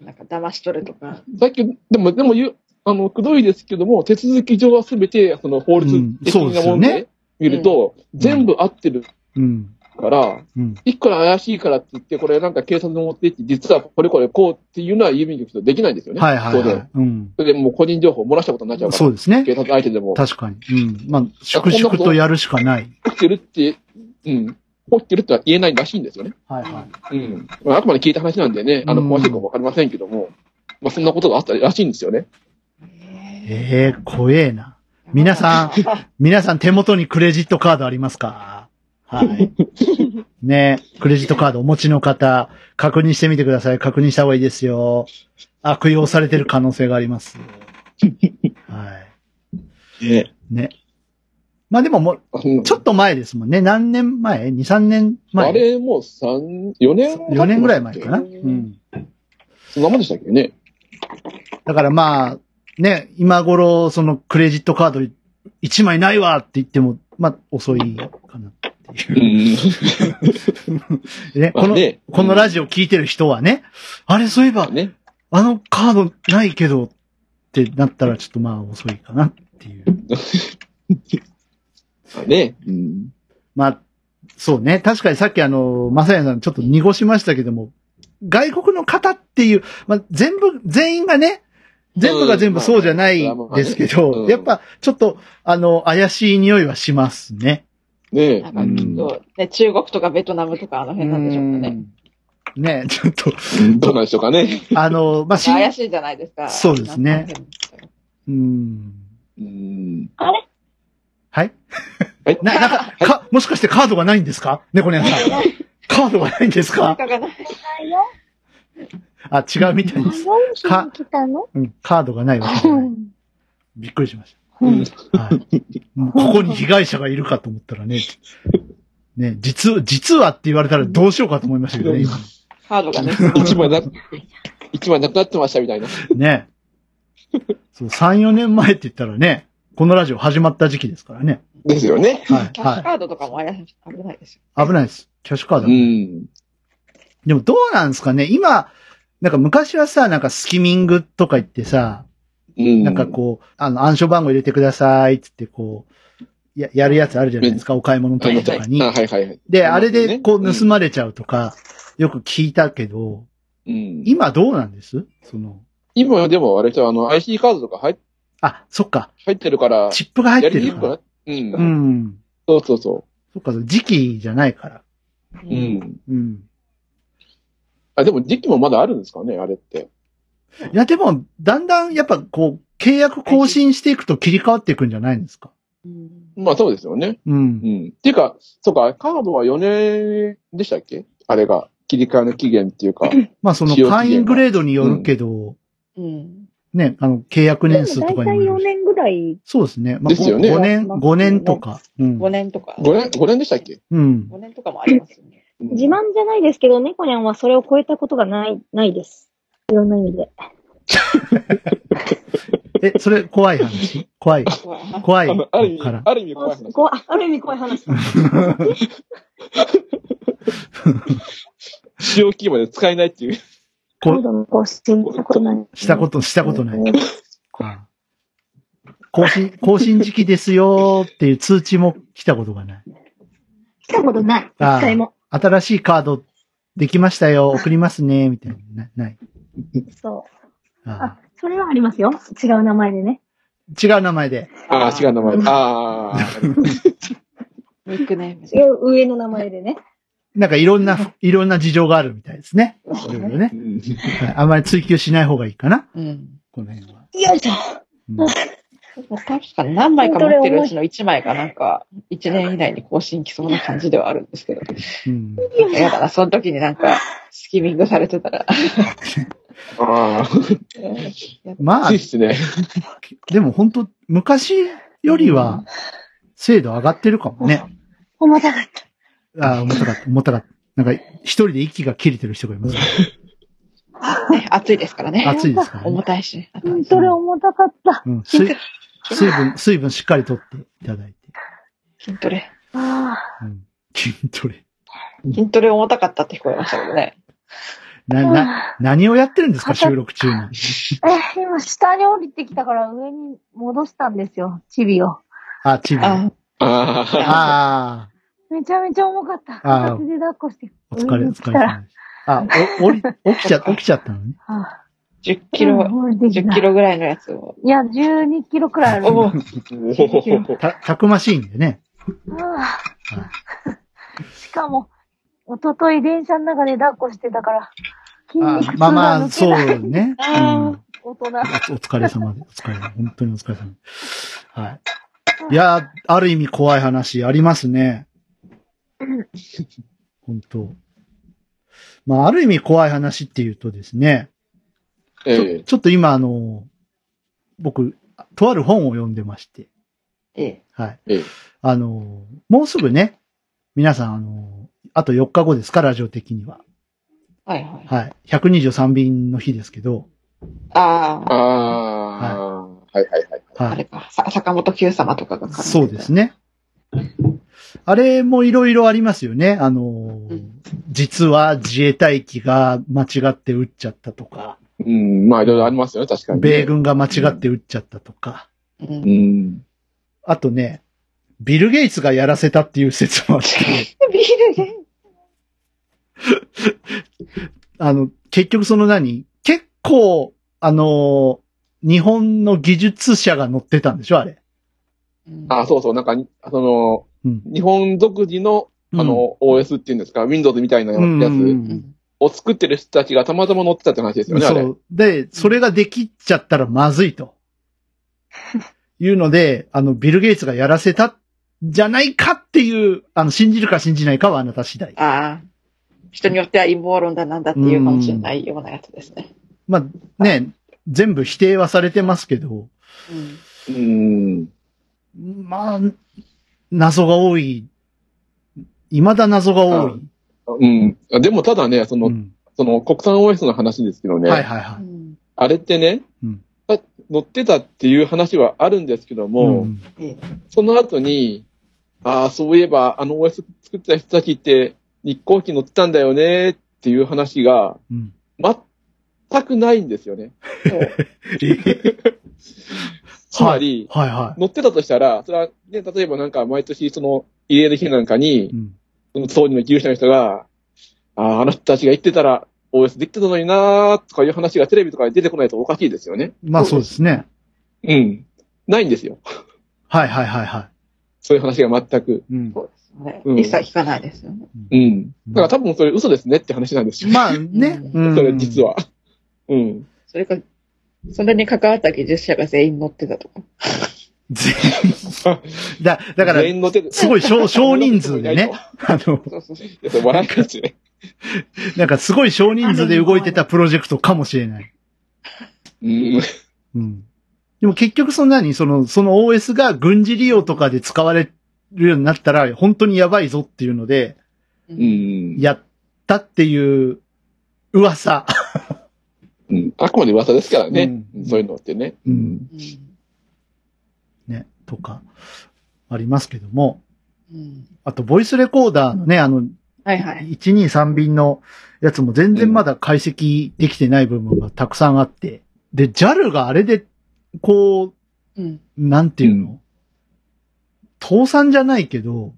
[SPEAKER 2] なんか騙し取るとか。
[SPEAKER 4] だけど、でも、でも言う、あの、くどいですけども、手続き上はすべて、その法律的
[SPEAKER 1] うんそうで
[SPEAKER 4] な
[SPEAKER 1] すよ
[SPEAKER 4] も
[SPEAKER 1] ね
[SPEAKER 4] ので見ると、
[SPEAKER 1] ん
[SPEAKER 4] 全部合ってる
[SPEAKER 1] うん。
[SPEAKER 4] から、
[SPEAKER 1] うん。
[SPEAKER 4] いくら怪しいからって言って、これなんか警察に持って行って、実はこれこれこうっていうのは郵便局とできないんですよね。
[SPEAKER 1] はいはい、
[SPEAKER 4] 当
[SPEAKER 1] は
[SPEAKER 4] 然
[SPEAKER 1] い。うん。
[SPEAKER 4] それでもう個人情報漏らしたことになっちゃうから、
[SPEAKER 1] そうですね
[SPEAKER 4] 警。察相手でも、
[SPEAKER 1] 確かに。うん。まあ、粛々とやるしかない。
[SPEAKER 4] 起きてるって、うん、起きてるっては言えないらしいんですよね。
[SPEAKER 1] はい
[SPEAKER 2] はい
[SPEAKER 4] うん。まあ、あくまで聞いた話なんでね、あの、
[SPEAKER 1] うん
[SPEAKER 4] 詳しいかわかりませんけども、まあ、そんなことがあったらしいんですよね。
[SPEAKER 1] ええ怖えな。皆さん、皆さん手元にクレジットカードありますかはい。ねクレジットカードお持ちの方、確認してみてください。確認した方がいいですよ。悪用されてる可能性があります。は
[SPEAKER 4] ね
[SPEAKER 1] い。ね。まあでももう、ちょっと前ですもんね。何年前 ?2、3年前
[SPEAKER 4] あれ、もう3、4年
[SPEAKER 1] ?4 年ぐらい前かな。うん。
[SPEAKER 4] そんなもんでしたっけね。
[SPEAKER 1] だからまあ、ね、今頃、そのクレジットカード1枚ないわって言っても、まあ、遅いかなって
[SPEAKER 4] う
[SPEAKER 1] いう。
[SPEAKER 4] ん。
[SPEAKER 1] ね、
[SPEAKER 4] ま
[SPEAKER 1] こ
[SPEAKER 4] あ
[SPEAKER 1] の、
[SPEAKER 4] ね
[SPEAKER 1] このラジオ聞いてる人はね、あれ、そういえば、
[SPEAKER 4] ね。
[SPEAKER 1] あのカードないけどってなったら、ちょっとまあ、遅いかなっていう。
[SPEAKER 4] まあね。うん。
[SPEAKER 1] まあ、そうね。確かにさっきあの、まさやさんちょっと濁しましたけども、外国の方っていう、まあ、全部、全員がね、全部が全部そうじゃないですけ
[SPEAKER 4] うんまあまあ
[SPEAKER 1] ど、
[SPEAKER 4] ね
[SPEAKER 1] やっぱちょっと、あの、怪しい匂いはしますね。
[SPEAKER 4] ね
[SPEAKER 2] なんかきっと、ね、中国とかベトナムとかあの辺なんでしょうかね。
[SPEAKER 1] うんねちょっと、
[SPEAKER 4] うんどうなんでしょうかね。
[SPEAKER 1] あの、まあ、しん
[SPEAKER 2] 怪しいじゃないですか。
[SPEAKER 1] そうですね
[SPEAKER 2] なんかあの辺
[SPEAKER 1] うん。
[SPEAKER 4] うん。
[SPEAKER 1] はい
[SPEAKER 4] はい
[SPEAKER 1] な、なんか、か、もしかしてカードがないんですか猫ねさん。 カードがないんです
[SPEAKER 2] なん
[SPEAKER 1] か
[SPEAKER 2] かがない。
[SPEAKER 1] あ、違うみたいです。
[SPEAKER 3] 4来たの
[SPEAKER 1] うん、カードがないわけじゃない。びっくりしました。
[SPEAKER 4] うん
[SPEAKER 1] はい。もうここに被害者がいるかと思ったらね、ね、実は、実はって言われたらどうしようかと思いましたけどね、今
[SPEAKER 2] カードがね。
[SPEAKER 4] 一枚な、一枚なくなってましたみたいな。
[SPEAKER 1] ね。そう、3、4年前って言ったらね、このラジオ始まった時期ですからね。
[SPEAKER 4] ですよね。
[SPEAKER 1] はい、
[SPEAKER 2] キャッシュ
[SPEAKER 1] は
[SPEAKER 2] カードとかも怪しい。危ないですよ。
[SPEAKER 1] い。危ないです。キャッシュカード。
[SPEAKER 4] うん。
[SPEAKER 1] でもどうなんですかね、今、なんか昔はさ、なんかスキミングとか言ってさ、
[SPEAKER 4] うん。
[SPEAKER 1] なんかこう、あの、暗証番号入れてくださいってってこう、や、やるやつあるじゃないですか、お買い物の
[SPEAKER 4] はい
[SPEAKER 1] 時とかに。
[SPEAKER 4] あはいはいはい。
[SPEAKER 1] で、あれでこ
[SPEAKER 4] ね
[SPEAKER 1] う盗まれちゃうとか、よく聞いたけど、
[SPEAKER 4] うん。
[SPEAKER 1] 今どうなんですその、
[SPEAKER 4] 今でもあれじゃあの IC カードとか入っ
[SPEAKER 1] あ、そっか、
[SPEAKER 4] 入ってるから、
[SPEAKER 1] チップが入
[SPEAKER 4] や
[SPEAKER 1] っ
[SPEAKER 4] り
[SPEAKER 1] て
[SPEAKER 4] に
[SPEAKER 1] る
[SPEAKER 4] く
[SPEAKER 1] か
[SPEAKER 4] く
[SPEAKER 1] ら
[SPEAKER 4] なっ。うん
[SPEAKER 1] う。ん。
[SPEAKER 4] そうそうそ
[SPEAKER 1] そっか、時期じゃないから。
[SPEAKER 4] う。うん。
[SPEAKER 1] うん。
[SPEAKER 4] あ、でも時期もまだあるんですかね、あれって。
[SPEAKER 1] いや、でも、だんだんやっぱこう、契約更新していくと切り替わっていくんじゃないんですか
[SPEAKER 2] うん
[SPEAKER 4] まあそうですよね。
[SPEAKER 1] う。
[SPEAKER 4] うんん。っていうか、そうか、カードは4年でしたっけあれが。切り替えの期限っていう か。
[SPEAKER 1] まあその
[SPEAKER 4] 使用期限が
[SPEAKER 1] 会員グレードによるけど、
[SPEAKER 2] うん。
[SPEAKER 1] ね、あの、契約
[SPEAKER 3] でも
[SPEAKER 1] 年数とか
[SPEAKER 3] 大
[SPEAKER 1] に
[SPEAKER 3] 体
[SPEAKER 1] もよ
[SPEAKER 3] 4
[SPEAKER 1] るし。
[SPEAKER 3] 年ぐらい。
[SPEAKER 1] そうですね。まあ、
[SPEAKER 4] ですよね
[SPEAKER 1] 5年、5年とか。うん
[SPEAKER 2] 5。年とか。
[SPEAKER 4] 5年、5年でしたっけ
[SPEAKER 1] うん
[SPEAKER 2] 五。年とかもありますよね。
[SPEAKER 4] うん
[SPEAKER 3] 自慢じゃないですけど、猫ニャンはそれを超えたことがない、ないです。いろんな意味で。
[SPEAKER 1] え、それ怖い話怖い。
[SPEAKER 2] 怖い
[SPEAKER 1] 怖い
[SPEAKER 4] あのある意
[SPEAKER 1] か
[SPEAKER 4] 味
[SPEAKER 1] ら、。
[SPEAKER 4] ある意味怖い
[SPEAKER 3] あ
[SPEAKER 4] 話。
[SPEAKER 3] こうあある意味怖い話。
[SPEAKER 4] 使用期限まで使えないって いう。
[SPEAKER 1] こ
[SPEAKER 3] どんどん更新したことない。
[SPEAKER 1] したこと、したことない。あ更新、更新時期ですよーっていう通知も来たことがない。
[SPEAKER 3] 来たことない。
[SPEAKER 1] ああ
[SPEAKER 3] 一回も。
[SPEAKER 1] 新しいカードできましたよ、送りますね、みたいな。なない。
[SPEAKER 3] そう。
[SPEAKER 1] あ
[SPEAKER 3] あ、それはありますよ。違う名前でね。
[SPEAKER 1] 違う名前で。
[SPEAKER 4] ああ、違う名前。ああ、
[SPEAKER 2] ニックネーム
[SPEAKER 3] 違う上の名前でね。
[SPEAKER 1] なんかいろんな、いろんな事情があるみたいですね。いろいろね。
[SPEAKER 4] うん
[SPEAKER 1] はいあんまり追求しない方がいいかな。
[SPEAKER 2] うん。
[SPEAKER 1] この辺は。
[SPEAKER 3] よいしょ。
[SPEAKER 1] うん
[SPEAKER 2] もう確かに何枚か持ってるうちの1枚がなんか、1年以内に更新来そうな感じではあるんですけど。
[SPEAKER 1] うん
[SPEAKER 2] なんかやだな、その時になんか、スキミングされてたら。
[SPEAKER 4] あ あ、
[SPEAKER 1] まあ
[SPEAKER 4] つい、っすね。
[SPEAKER 1] でも本当昔よりは、精度上がってるかもね。
[SPEAKER 3] 重たかった。
[SPEAKER 1] ああ、重たかった、重たかった。なんか、一人で息が切れてる人がい ます。
[SPEAKER 2] ね暑いですからね。
[SPEAKER 1] 暑いですからね
[SPEAKER 2] 重。たいし。
[SPEAKER 3] うんそれ重たかった。
[SPEAKER 1] うん、水水分、水分しっかりとっていただいて。
[SPEAKER 2] 筋トレ。
[SPEAKER 3] あ
[SPEAKER 1] うん、筋トレ。
[SPEAKER 2] 筋トレ重たかったって聞こえましたけどね。
[SPEAKER 1] な、な、何をやってるんですか、収録中に。
[SPEAKER 3] あ。え、今下に降りてきたから上に戻したんですよ。チビを。
[SPEAKER 1] あ、チビ。あ
[SPEAKER 2] あ
[SPEAKER 4] あ
[SPEAKER 1] あ
[SPEAKER 4] あ、
[SPEAKER 3] めちゃめちゃ重かった。
[SPEAKER 1] ああ
[SPEAKER 3] 片手で抱っこして。
[SPEAKER 1] ー、お疲れ、
[SPEAKER 3] 上
[SPEAKER 1] お
[SPEAKER 3] に来
[SPEAKER 1] 疲
[SPEAKER 3] た
[SPEAKER 1] れ
[SPEAKER 3] ら。
[SPEAKER 1] 様でした。あ、お、おり、起きちゃ、起きちゃったのね。
[SPEAKER 3] あ
[SPEAKER 2] 10キロ、
[SPEAKER 3] うん降りてき
[SPEAKER 2] 10
[SPEAKER 3] た
[SPEAKER 2] キロぐらいのやつを。
[SPEAKER 3] いや、12キロくらいある。
[SPEAKER 2] おお、
[SPEAKER 4] おー
[SPEAKER 1] た、たくましいんでね。
[SPEAKER 3] あ
[SPEAKER 1] は
[SPEAKER 3] あしかも、一昨日電車の中で抱っこしてたから、筋
[SPEAKER 1] いあ
[SPEAKER 3] 肉痛
[SPEAKER 1] まあま
[SPEAKER 3] が
[SPEAKER 1] あ、
[SPEAKER 3] 抜け
[SPEAKER 1] そ
[SPEAKER 3] ないう
[SPEAKER 1] ね。うん
[SPEAKER 2] あ。
[SPEAKER 3] 大人。
[SPEAKER 1] おお疲れ様で、お疲れ様。本当にお疲れ様。はい。いやー、ある意味怖い話ありますね。本当。まあ、ある意味怖い話っていうとですね、ちょ
[SPEAKER 4] ええ
[SPEAKER 1] ちょっと今、あの、僕、とある本を読んでまして、
[SPEAKER 2] ええ。
[SPEAKER 1] はい。
[SPEAKER 4] ええ
[SPEAKER 1] あの、もうすぐね、皆さん、あの、あと4日後ですか、ラジオ的には。
[SPEAKER 2] はいはい。
[SPEAKER 1] はい。123便の日ですけど、
[SPEAKER 2] ああ、
[SPEAKER 4] ああ、はいはいはい。
[SPEAKER 1] はい
[SPEAKER 2] あれ。か、さ坂本九様とかが書いてた
[SPEAKER 1] そうです。ね。あれもいろいろありますよね。あのー
[SPEAKER 2] うん、
[SPEAKER 1] 実は自衛隊機が間違って撃っちゃったとか、
[SPEAKER 4] うん、まあいろいろありますよね、確かにね。
[SPEAKER 1] 米軍が間違って撃っちゃったとか、
[SPEAKER 2] うん
[SPEAKER 4] う。ん。
[SPEAKER 1] あとね、ビル・ゲイツがやらせたっていう説もあって、
[SPEAKER 2] ビールで。
[SPEAKER 1] あの、結局その何結構、あのー日本の技術者が乗ってたんでしょあれ。
[SPEAKER 2] うん
[SPEAKER 4] ああ、そうそう、なんかに、その、
[SPEAKER 1] うん。
[SPEAKER 4] 日本独自の、あの、OS っていうんですか、Windows みたいな
[SPEAKER 1] うん、うん
[SPEAKER 4] や
[SPEAKER 1] うんう
[SPEAKER 4] つ
[SPEAKER 1] ん
[SPEAKER 4] を作ってる人たちがたまたま乗ってたって話ですよね、あ
[SPEAKER 1] そ
[SPEAKER 4] れ。
[SPEAKER 1] う。で、それができちゃったらまずいと。 いうので、あの、ビル・ゲイツがやらせた、じゃないかっていう、あの、信じるか信じないかはあなた次第。
[SPEAKER 2] ああ、人によっては陰謀論だなんだっていうかもしれないようなやつですね。
[SPEAKER 1] まあ、ね、全部否定はされてますけど、
[SPEAKER 2] うん
[SPEAKER 4] うん。
[SPEAKER 1] まあ、謎が多い。未だ謎が多い。
[SPEAKER 4] うん。でもただね、その、
[SPEAKER 1] うん
[SPEAKER 4] その国産 OS の話ですけどね、
[SPEAKER 1] はいはいは
[SPEAKER 2] う
[SPEAKER 1] い。
[SPEAKER 2] ん
[SPEAKER 4] あれってね、
[SPEAKER 1] うん
[SPEAKER 4] あ乗ってたっていう話はあるんですけども、
[SPEAKER 1] ん
[SPEAKER 2] ええ
[SPEAKER 4] その後に、ああ、そういえば、あの OS 作ってた人たちって、日航機乗ってたんだよねっていう話が、
[SPEAKER 1] うん、
[SPEAKER 4] 全くないんですよね。つまり、
[SPEAKER 1] はいはい。
[SPEAKER 4] 乗ってたとしたら、それは、ね、例えばなんか毎年、その、慰霊の日なんかに
[SPEAKER 1] う、ん
[SPEAKER 4] その当時の従者の人が、ああ、あの人たちが言ってたら、OS できてたのになーとかいう話がテレビとかで出てこないとおかしいですよね。
[SPEAKER 1] まあそうですね。
[SPEAKER 4] うん。ないんですよ。
[SPEAKER 1] はいはいはいは
[SPEAKER 4] そういう話が全く。
[SPEAKER 1] い。うん
[SPEAKER 2] そうですね
[SPEAKER 4] うん。
[SPEAKER 2] 一切聞かないですよね。
[SPEAKER 4] うん。だから多分それ嘘ですねって話なんですよ。
[SPEAKER 1] まあね。うん
[SPEAKER 4] それ実。は。うん。
[SPEAKER 2] それか、それに関わった技術者が全員乗ってたとか。
[SPEAKER 1] 全員 だ、だから、
[SPEAKER 4] 全員乗ってる
[SPEAKER 1] すごい少少人数でね。あの、
[SPEAKER 2] そうそうそう。
[SPEAKER 4] いやそれ笑いですね。
[SPEAKER 1] なんかすごい少人数で動いてたプロジェクトかもしれない。
[SPEAKER 4] うん。
[SPEAKER 1] うん。でも結局そんなに、その、その OS が軍事利用とかで使われるようになったら、本当にやばいぞっていうので、
[SPEAKER 4] うん。
[SPEAKER 1] やったっていう噂。
[SPEAKER 4] うんあくまで噂ですからね。
[SPEAKER 1] うん
[SPEAKER 4] そういうのってね。
[SPEAKER 1] うん。
[SPEAKER 2] うん
[SPEAKER 1] ね、とか、ありますけども。
[SPEAKER 2] うん
[SPEAKER 1] あと、ボイスレコーダーのね、あの、
[SPEAKER 2] はいはい。
[SPEAKER 1] 123便のやつも全然まだ解析できてない部分がたくさんあって、で、JAL があれで、こう、
[SPEAKER 2] うん。
[SPEAKER 1] なんていうの、
[SPEAKER 5] うん
[SPEAKER 1] 倒産じゃないけど、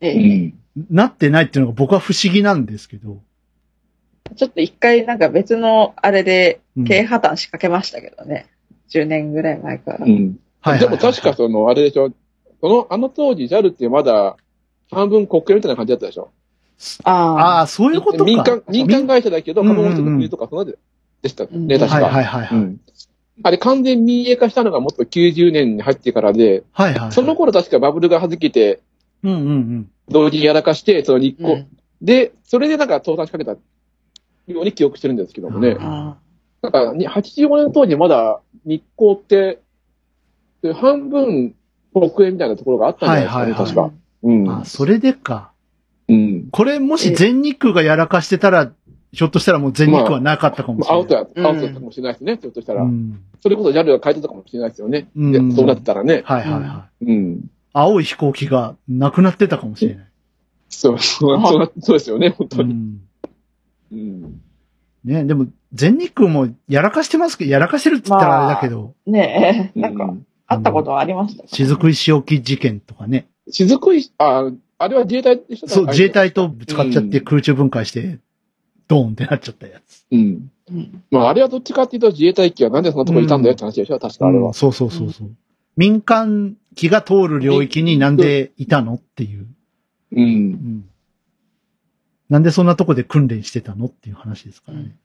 [SPEAKER 2] え
[SPEAKER 5] う
[SPEAKER 2] え
[SPEAKER 5] ん。
[SPEAKER 1] なってないっていうのが僕は不思議なんですけど。
[SPEAKER 2] ちょっと一回なんか別のあれで
[SPEAKER 1] うん
[SPEAKER 2] 経営破綻仕掛けましたけどね。10年ぐらい前から。
[SPEAKER 5] うん。
[SPEAKER 1] はいはい
[SPEAKER 4] で
[SPEAKER 1] はい
[SPEAKER 4] も確かその、あれでしょ。その、あの当時 JAL ってまだ半分国権みたいな感じだったでしょ。
[SPEAKER 1] あ
[SPEAKER 2] ああ。
[SPEAKER 1] あ、そういうことか。
[SPEAKER 4] 民間、民間会社だけど、
[SPEAKER 1] うんうん
[SPEAKER 4] 株
[SPEAKER 1] うん
[SPEAKER 4] 持ちの国とかそんなででした
[SPEAKER 2] うん
[SPEAKER 4] ね、確
[SPEAKER 1] はいは
[SPEAKER 4] か。
[SPEAKER 1] いはいは
[SPEAKER 5] う
[SPEAKER 1] い。
[SPEAKER 5] ん。
[SPEAKER 4] あれ完全民営化したのがもっと90年に入ってからで、
[SPEAKER 1] はいはいはい。
[SPEAKER 4] その頃確かバブルが弾けて、
[SPEAKER 1] うんうんうん。
[SPEAKER 4] 同時にやらかして、その日
[SPEAKER 2] う
[SPEAKER 4] 光、
[SPEAKER 2] ん。
[SPEAKER 4] で、それでなんか倒産しかけたように記憶してるんですけどもね。
[SPEAKER 2] あ
[SPEAKER 4] なんか、に85年当時まだ日光って、で半分国営みたいなところがあったんじゃないです
[SPEAKER 1] はいはいは
[SPEAKER 4] かね、
[SPEAKER 1] い
[SPEAKER 4] 確
[SPEAKER 2] あ
[SPEAKER 4] か。うん。
[SPEAKER 1] あ、それでか。
[SPEAKER 5] うん。
[SPEAKER 1] これもし全日空がやらかしてたら、ひょっとしたらもう全日空はなかったかもし
[SPEAKER 4] まあ、
[SPEAKER 1] れ
[SPEAKER 4] ア
[SPEAKER 1] ない。
[SPEAKER 4] ウトや、アウト
[SPEAKER 2] うん
[SPEAKER 4] だったかもしれないですね、ちょっとしたら。
[SPEAKER 1] うん。
[SPEAKER 4] それこそ JAL が変えてたかもしれないですよね。
[SPEAKER 1] うん
[SPEAKER 4] でそうなってたらね。
[SPEAKER 1] はいはいはい。
[SPEAKER 5] うん。
[SPEAKER 1] 青い飛行機がなくなってたかもしれない。
[SPEAKER 4] そう、そう、そうそうですよね、本
[SPEAKER 1] う
[SPEAKER 4] 当に。
[SPEAKER 1] ん。
[SPEAKER 4] うん。
[SPEAKER 1] ね、でも、全日空もやらかしてますけど、やらかしてるって言ったらあれだけど、
[SPEAKER 2] あ。ねえ。
[SPEAKER 5] な
[SPEAKER 2] なんん
[SPEAKER 5] か
[SPEAKER 2] か、、あったことはありましたか
[SPEAKER 1] 雫石沖事件とかね。
[SPEAKER 4] 雫石、あ、あれは自衛隊でした
[SPEAKER 1] そう、自衛隊と
[SPEAKER 4] と。
[SPEAKER 1] ぶつかっちゃって
[SPEAKER 5] うん
[SPEAKER 1] 空中分解して、ドーンってなっちゃったやつ。
[SPEAKER 5] うん。
[SPEAKER 2] うん。
[SPEAKER 4] まあ、あれはどっちかっていうと自衛隊機はなんでそんなとこいたんだよって話でしょ、確かあれは。
[SPEAKER 1] そうそうそうそう。民間機が通る領域になんでいたのっていう。
[SPEAKER 5] う。
[SPEAKER 1] うんん。なんでそんなとこで訓練してたのっていう話ですからね。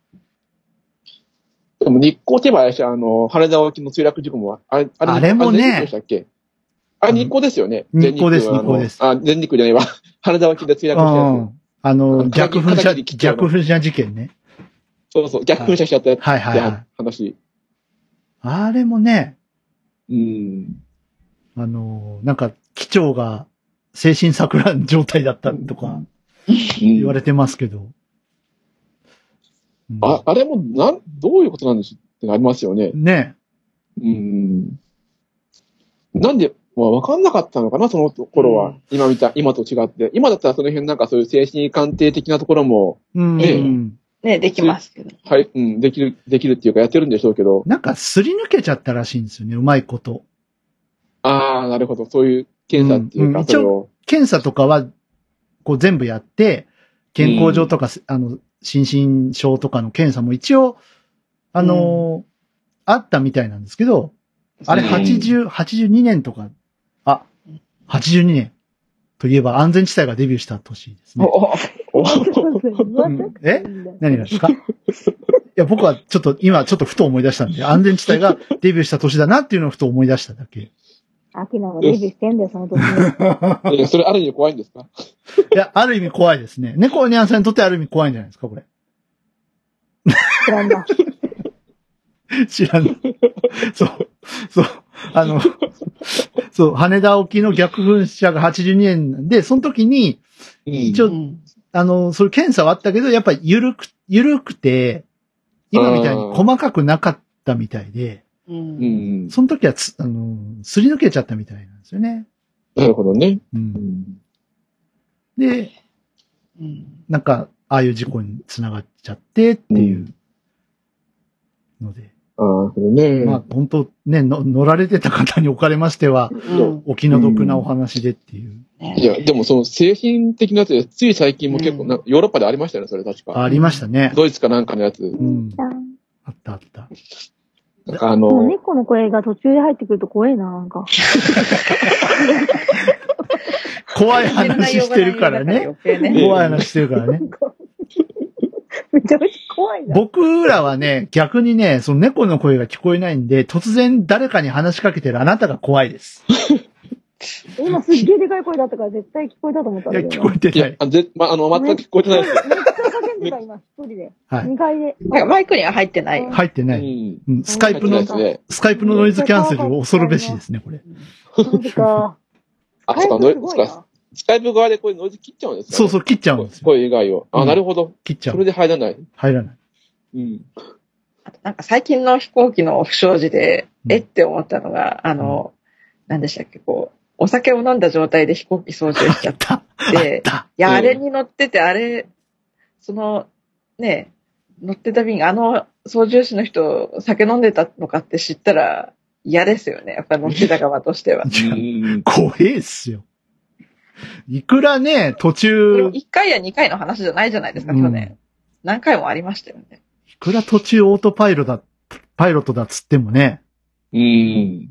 [SPEAKER 4] でも日光手前でしょあの、羽田沖の墜落事故も、あれ、
[SPEAKER 1] あれもね
[SPEAKER 4] あれ全日空でしたっけあ、日光ですよね。
[SPEAKER 1] 日光です
[SPEAKER 4] 全はあの
[SPEAKER 1] 日光です
[SPEAKER 4] あ、全日空じゃないわ。 羽田沖で墜落した
[SPEAKER 1] う
[SPEAKER 4] や
[SPEAKER 1] ん。あの、
[SPEAKER 4] 片
[SPEAKER 1] 逆
[SPEAKER 4] 桐
[SPEAKER 1] 噴射
[SPEAKER 4] 片、桐
[SPEAKER 1] 逆噴射事件ね。
[SPEAKER 4] つ。そうそう、逆噴射しちゃったやつ
[SPEAKER 1] はいはいはい
[SPEAKER 4] って。話。
[SPEAKER 1] あれもね、
[SPEAKER 5] うん。
[SPEAKER 1] あの、なんか、機長が精神錯乱状態だったとか言われてますけど。うん
[SPEAKER 4] あ、あれも、なん、どういうことなんでしょうってなりますよね。
[SPEAKER 1] ね
[SPEAKER 5] うん。
[SPEAKER 4] なんで、まあ、わかんなかったのかな、その頃は。
[SPEAKER 2] う
[SPEAKER 4] 今見た、今と違って。今だったらその辺なんかそういう精神鑑定的なところも、
[SPEAKER 1] うん。
[SPEAKER 4] ええ
[SPEAKER 2] ねえ、できますけど。
[SPEAKER 4] はい、うん、できる、できるっていうかやってるんでしょうけど。
[SPEAKER 1] なんか、すり抜けちゃったらしいんですよね、うまいこと。
[SPEAKER 4] ああ、なるほど。そういう検査っていう
[SPEAKER 1] うんう
[SPEAKER 4] か、
[SPEAKER 1] ん
[SPEAKER 4] それを。
[SPEAKER 1] 検査とかは、こう全部やって、健康上とか、あの、心身症とかの検査も一応、あのーあったみたいなんですけど、あれ
[SPEAKER 5] うん
[SPEAKER 1] 80、82年とか、あ、82年といえば安全地帯がデビューした年ですね。
[SPEAKER 2] おお
[SPEAKER 4] お
[SPEAKER 1] うん え何がですかいや、僕はちょっと、今ちょっとふと思い出したんで、安全地帯がデビューした年だなっていうのをふと思い出しただけ。
[SPEAKER 3] アキナがデビューしてんだよ、その時に。
[SPEAKER 4] えそれある意味怖いんですか
[SPEAKER 1] いや、ある意味怖いですね。猫ニャンさんにとってある意味怖いんじゃないですか、これ。
[SPEAKER 3] 知らんな。
[SPEAKER 1] 知らん。そう。そう。あの、そう、羽田沖の逆噴射が82年なんで、その時に、一
[SPEAKER 5] 応、
[SPEAKER 1] 応、
[SPEAKER 2] うん
[SPEAKER 1] あの、そういう検査はあったけど、やっぱり緩く、緩くて、今みたいに細かくなかったみたいで、
[SPEAKER 2] う。
[SPEAKER 5] うんん。
[SPEAKER 1] その時はつ、あの、すり抜けちゃったみたいなんですよね。
[SPEAKER 4] なるほどね。
[SPEAKER 1] うん。で、
[SPEAKER 2] うん。
[SPEAKER 1] なんか、ああいう事故につながっちゃってっていうので、
[SPEAKER 4] ああ、なるほどね。
[SPEAKER 1] まあ本当ねの、乗られてた方におかれましては、
[SPEAKER 2] うん。
[SPEAKER 1] お気の毒なお話でっていう、
[SPEAKER 2] ね
[SPEAKER 4] いや、でもその精神的なやつで、つい最近も結構、
[SPEAKER 2] うん
[SPEAKER 4] なんかヨーロッパでありましたよね、それ確か。
[SPEAKER 1] ありましたね。
[SPEAKER 4] ドイツかなんかのやつ。
[SPEAKER 1] うん。
[SPEAKER 3] あー
[SPEAKER 1] あったあった。
[SPEAKER 4] なんかあ
[SPEAKER 3] でも
[SPEAKER 4] の、
[SPEAKER 3] 猫の声が途中で入ってくると怖いな、なん か。
[SPEAKER 1] 怖い話してるからね。
[SPEAKER 2] 余計ね。
[SPEAKER 4] 容
[SPEAKER 1] 怖い
[SPEAKER 4] がない
[SPEAKER 1] 話してるから ね。
[SPEAKER 3] めちゃめちゃ怖いな。
[SPEAKER 1] 僕らはね、逆にね、その猫の声が聞こえないんで、突然誰かに話しかけてるあなたが怖いです。
[SPEAKER 3] 今すっげえでかい声だったから絶対聞こえたと思ったん
[SPEAKER 1] い
[SPEAKER 3] だ
[SPEAKER 1] や、
[SPEAKER 3] けど。
[SPEAKER 1] 聞こえて
[SPEAKER 4] い
[SPEAKER 1] な
[SPEAKER 4] や
[SPEAKER 1] い、。
[SPEAKER 4] あぜまあ、あの、全く聞こえてないです
[SPEAKER 3] めっちゃ叫んでた、今、一人で。
[SPEAKER 1] はい。
[SPEAKER 3] 2 階で。
[SPEAKER 2] なんかマイクには入ってない。
[SPEAKER 1] 入って
[SPEAKER 4] う
[SPEAKER 1] ない。
[SPEAKER 4] ん。
[SPEAKER 1] うん、スカイ
[SPEAKER 4] 入って
[SPEAKER 1] プ
[SPEAKER 4] ない
[SPEAKER 1] の
[SPEAKER 4] で、すね。
[SPEAKER 1] スカイプのノイズキャンセル恐るべしですね、これ。
[SPEAKER 3] マジか。
[SPEAKER 4] あ、そうか、
[SPEAKER 3] す
[SPEAKER 4] ノイ
[SPEAKER 3] ごい
[SPEAKER 4] そうか
[SPEAKER 3] な。
[SPEAKER 4] スカイプ側でこれノイズ切っちゃうんですか、ね、
[SPEAKER 1] そうそう、切っちゃうんですよ。
[SPEAKER 4] 声以外を。
[SPEAKER 1] う
[SPEAKER 4] あ、
[SPEAKER 1] ん
[SPEAKER 4] なるほど。
[SPEAKER 1] 切っちゃ
[SPEAKER 4] それ
[SPEAKER 1] う。
[SPEAKER 4] で入らない。
[SPEAKER 1] 入らない。
[SPEAKER 4] うん。
[SPEAKER 2] なんか最近の飛行機の不祥事で、
[SPEAKER 1] うん
[SPEAKER 2] えって思ったのが、あの、何でしたっけ、こう、お酒を飲んだ状態で飛行機操縦しちゃっ
[SPEAKER 1] だ、 あ
[SPEAKER 2] て
[SPEAKER 1] っ、た。
[SPEAKER 2] いや、
[SPEAKER 4] うん
[SPEAKER 2] あれに乗ってて、あれ、その、ね、乗ってた便、あの操縦士の人、酒飲んでたのかって知ったら、嫌ですよね。やっぱ乗ってた側としては。
[SPEAKER 1] じゃあ
[SPEAKER 5] うん
[SPEAKER 1] 怖えっすよ。いくらね、途
[SPEAKER 2] これ
[SPEAKER 1] 中、
[SPEAKER 2] 1回や2回の話じゃないじゃないですか、
[SPEAKER 1] うん
[SPEAKER 2] 去年。何回もありましたよね。
[SPEAKER 1] いくら途中オートパイロだ、パイロットだっつってもね、
[SPEAKER 5] うん。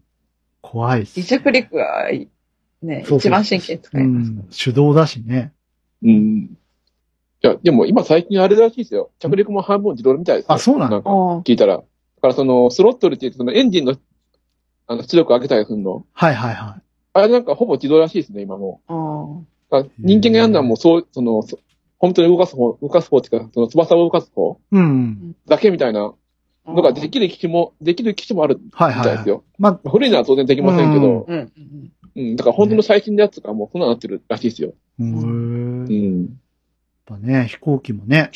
[SPEAKER 1] 怖いっす。
[SPEAKER 2] 離着陸は、ね、
[SPEAKER 1] そうそう
[SPEAKER 2] 一番神経使
[SPEAKER 1] う
[SPEAKER 2] います。
[SPEAKER 1] ん、手動だしね。
[SPEAKER 5] うん。
[SPEAKER 4] いや、でも今最近あれらしいですよ。着陸も半分自動みたいですよ。
[SPEAKER 1] あそうなの
[SPEAKER 4] なんか
[SPEAKER 2] ああ
[SPEAKER 4] 聞いたら。だからその、スロットルって言って、そのエンジンの、あの、出力上げたりするの。
[SPEAKER 1] はいはいは
[SPEAKER 4] あれなんかほぼ自動らしいですね、今も
[SPEAKER 2] ああ
[SPEAKER 4] う。だから人間がやるのはもうそう、その、そ本当に動かす方、動かす方っていうか、その翼を動かす方
[SPEAKER 1] い。うん。
[SPEAKER 4] だけみたいな
[SPEAKER 2] ああ
[SPEAKER 4] のができる機種も、できる機種もあるみ
[SPEAKER 1] はい
[SPEAKER 4] た
[SPEAKER 1] はいい、
[SPEAKER 4] です
[SPEAKER 1] はい。
[SPEAKER 4] よ。
[SPEAKER 1] まあ、
[SPEAKER 4] 古いのは当然できませんけど、
[SPEAKER 2] うんうんうん。
[SPEAKER 4] うん、だから本当の最新のやつがもうそんなになってるらしいですよ。
[SPEAKER 1] うん、
[SPEAKER 5] う
[SPEAKER 1] やっ
[SPEAKER 5] ん。
[SPEAKER 1] ぱね、飛行機もね。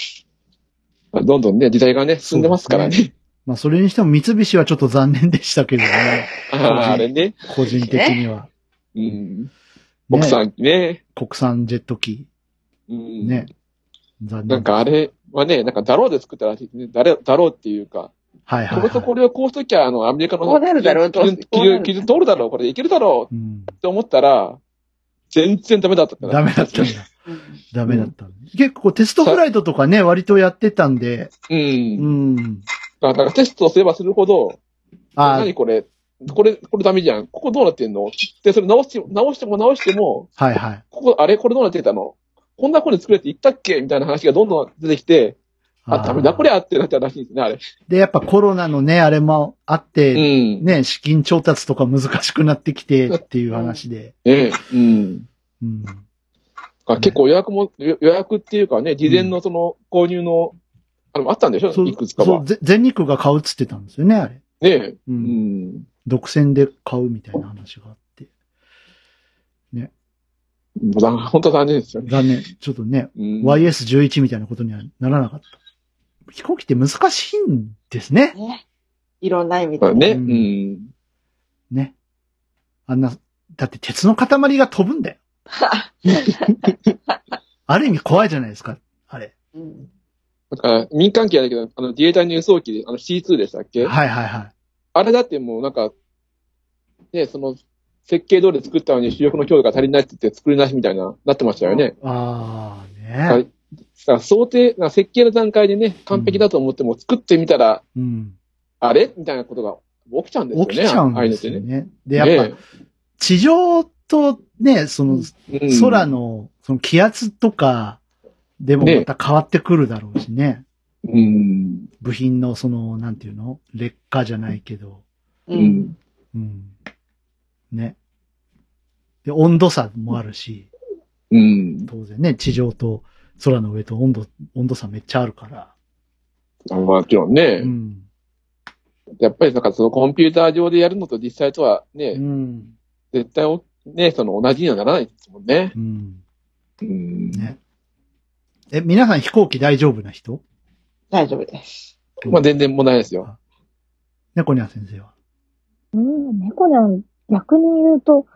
[SPEAKER 4] まあどんどんね、時代がね、進んでますからね。
[SPEAKER 1] まあ、それにしても三菱はちょっと残念でしたけど ね。
[SPEAKER 4] ああ、あれね。
[SPEAKER 1] 個人的には。
[SPEAKER 4] うん。
[SPEAKER 1] ね
[SPEAKER 4] 国。産機ね。
[SPEAKER 1] 国産ジェット機。
[SPEAKER 4] うん。
[SPEAKER 1] ね。残念。
[SPEAKER 4] なん、かあれはね、なんかだろうで作ったらしいですね。だれだろうっていうか、
[SPEAKER 1] はいはい、
[SPEAKER 4] これと
[SPEAKER 1] は
[SPEAKER 4] これをこうしときゃ、あの、アメリカの
[SPEAKER 2] こうなるだろう
[SPEAKER 4] 基準
[SPEAKER 2] どうこうなる
[SPEAKER 4] 基準通るだろう、これいけるだろ
[SPEAKER 1] い。うん
[SPEAKER 4] う。って思ったら、全然ダメだったから。
[SPEAKER 1] ダメだったんだ。
[SPEAKER 2] うん
[SPEAKER 1] ダメだったんだ。結構テストフライトとかね、割とやってたんで。
[SPEAKER 4] う。
[SPEAKER 1] うんん。
[SPEAKER 4] だからテストすればするほど、
[SPEAKER 1] あ
[SPEAKER 4] 何これ、これ、これダメじゃん。ここどうなってんので、それ直して、直しても直しても、
[SPEAKER 1] はいはい。
[SPEAKER 4] ここ、あれこれどうなってたのこんな風に作れって言ったっけみたいな話がどんどん出てきて、あ、ダメだこ
[SPEAKER 1] れ。
[SPEAKER 4] りゃってなっちゃうらしいですね、あれ。
[SPEAKER 1] で、やっぱコロナのね、あれもあって、
[SPEAKER 4] うん。ね
[SPEAKER 1] ね、資金調達とか難しくなってきてっていう話で。
[SPEAKER 4] えうん。
[SPEAKER 1] うん。
[SPEAKER 4] あ結構予約も、予予約っていうかね、事前のその購入の、あの、あったんでしょ
[SPEAKER 1] そう
[SPEAKER 4] いくつか
[SPEAKER 1] そ
[SPEAKER 4] は
[SPEAKER 1] う。、ぜ全日空が買うっつってたんですよね、あれ。
[SPEAKER 4] ねえ。
[SPEAKER 1] う。
[SPEAKER 5] うんん。
[SPEAKER 1] 独占で買うみたいな話があって。
[SPEAKER 4] 残本当残念ですよね。
[SPEAKER 1] 残念。ちょっとね、
[SPEAKER 4] うん。
[SPEAKER 1] YS11 みたいなことにはならなかった。飛行機って難しいんですね。
[SPEAKER 2] ね。いろんな意味
[SPEAKER 4] まあ
[SPEAKER 2] で。
[SPEAKER 4] ね、
[SPEAKER 1] う
[SPEAKER 4] うんん。
[SPEAKER 1] ね。あんな、だって鉄の塊が飛ぶん だよ。ある意味怖いじゃないですか。あれ。
[SPEAKER 2] うん
[SPEAKER 4] だから、民間機やだけど、あの、自衛隊の輸送機で、あの、C2 でしたっけ
[SPEAKER 1] はいはいはい。
[SPEAKER 4] あれだってもうなんか、ねその、設計通り作ったのに主力の強度が足りないって言って作りなしみたいな、なってましたよね。
[SPEAKER 1] ああ、ね。
[SPEAKER 4] はいだから想定、だから設計の段階でね、完璧だと思っても作ってみたら、
[SPEAKER 1] うん。
[SPEAKER 4] あれみたいなことが起きちゃうんですよね。
[SPEAKER 1] 起きちゃうん
[SPEAKER 4] ああい
[SPEAKER 1] で
[SPEAKER 4] うのっ
[SPEAKER 1] す
[SPEAKER 4] て
[SPEAKER 1] よ
[SPEAKER 4] ね。
[SPEAKER 1] ね。で、やっぱ、地上とね、その、
[SPEAKER 4] ねえうん
[SPEAKER 1] 空の、その気圧とか、でもまた変わってくるだろうしね。
[SPEAKER 5] うん。
[SPEAKER 1] 部品のその、なんていうの劣化じゃないけど。
[SPEAKER 2] う。
[SPEAKER 5] うんん。
[SPEAKER 1] うん。ね。で、温度差もあるし、
[SPEAKER 5] うん。
[SPEAKER 1] 当然ね、地上と空の上と温度、温度差めっちゃあるから。
[SPEAKER 4] あもちろ
[SPEAKER 1] う
[SPEAKER 4] んね、
[SPEAKER 1] ん。
[SPEAKER 4] やっぱりなんかそのコンピューター上でやるのと実際とはね、
[SPEAKER 1] うん。
[SPEAKER 4] 絶対おね、その同じにはならないですもんね。
[SPEAKER 1] うん。
[SPEAKER 5] うん。
[SPEAKER 1] ね。え、皆さん飛行機大丈夫な人
[SPEAKER 2] 大丈夫です。
[SPEAKER 1] うん
[SPEAKER 4] まあ全然問題ないですよ。
[SPEAKER 1] 猫ニャン先生は。
[SPEAKER 3] うん、猫にゃん、逆に言うと、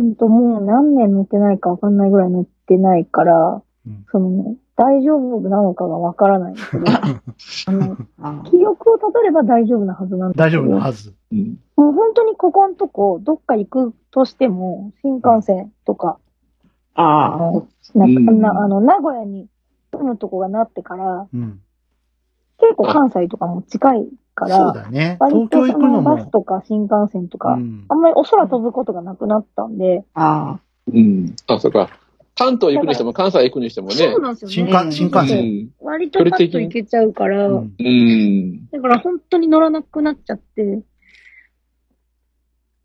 [SPEAKER 3] うんと、もう何年乗ってないかわかんないぐらい乗ってないから、
[SPEAKER 1] うん
[SPEAKER 3] そのね、大丈夫なのかがわからない んですけど、あの、
[SPEAKER 2] ああ
[SPEAKER 3] 記憶をたどれば大丈夫なはずなんです
[SPEAKER 1] 大
[SPEAKER 3] け
[SPEAKER 1] 丈
[SPEAKER 3] ど
[SPEAKER 1] 夫なはず。
[SPEAKER 5] うん。
[SPEAKER 3] もう本当にここんとこ、どっか行くとしても、新幹線とか、あ
[SPEAKER 2] ああ。
[SPEAKER 3] のなんか、
[SPEAKER 5] うん
[SPEAKER 3] なあの、名古屋に住むとこがなってから、
[SPEAKER 1] うん。
[SPEAKER 3] 結構関西とかも近いから、
[SPEAKER 1] そうだね。
[SPEAKER 3] 割
[SPEAKER 1] 東
[SPEAKER 3] と
[SPEAKER 1] 京
[SPEAKER 3] そ
[SPEAKER 1] 行くの
[SPEAKER 3] のバス
[SPEAKER 1] も。
[SPEAKER 3] とか新幹線とか、
[SPEAKER 1] うん
[SPEAKER 3] あんまりお空飛ぶことがなくなったんで、
[SPEAKER 2] あ
[SPEAKER 5] うん。
[SPEAKER 4] あ、そうか。関東行くにしても、関西行くにしてもね
[SPEAKER 3] そう。なんですよね。
[SPEAKER 1] 新幹新幹線。
[SPEAKER 3] 割とパッと行けちゃうから、
[SPEAKER 1] うん
[SPEAKER 5] うん。
[SPEAKER 3] だから本当に乗らなくなっちゃって、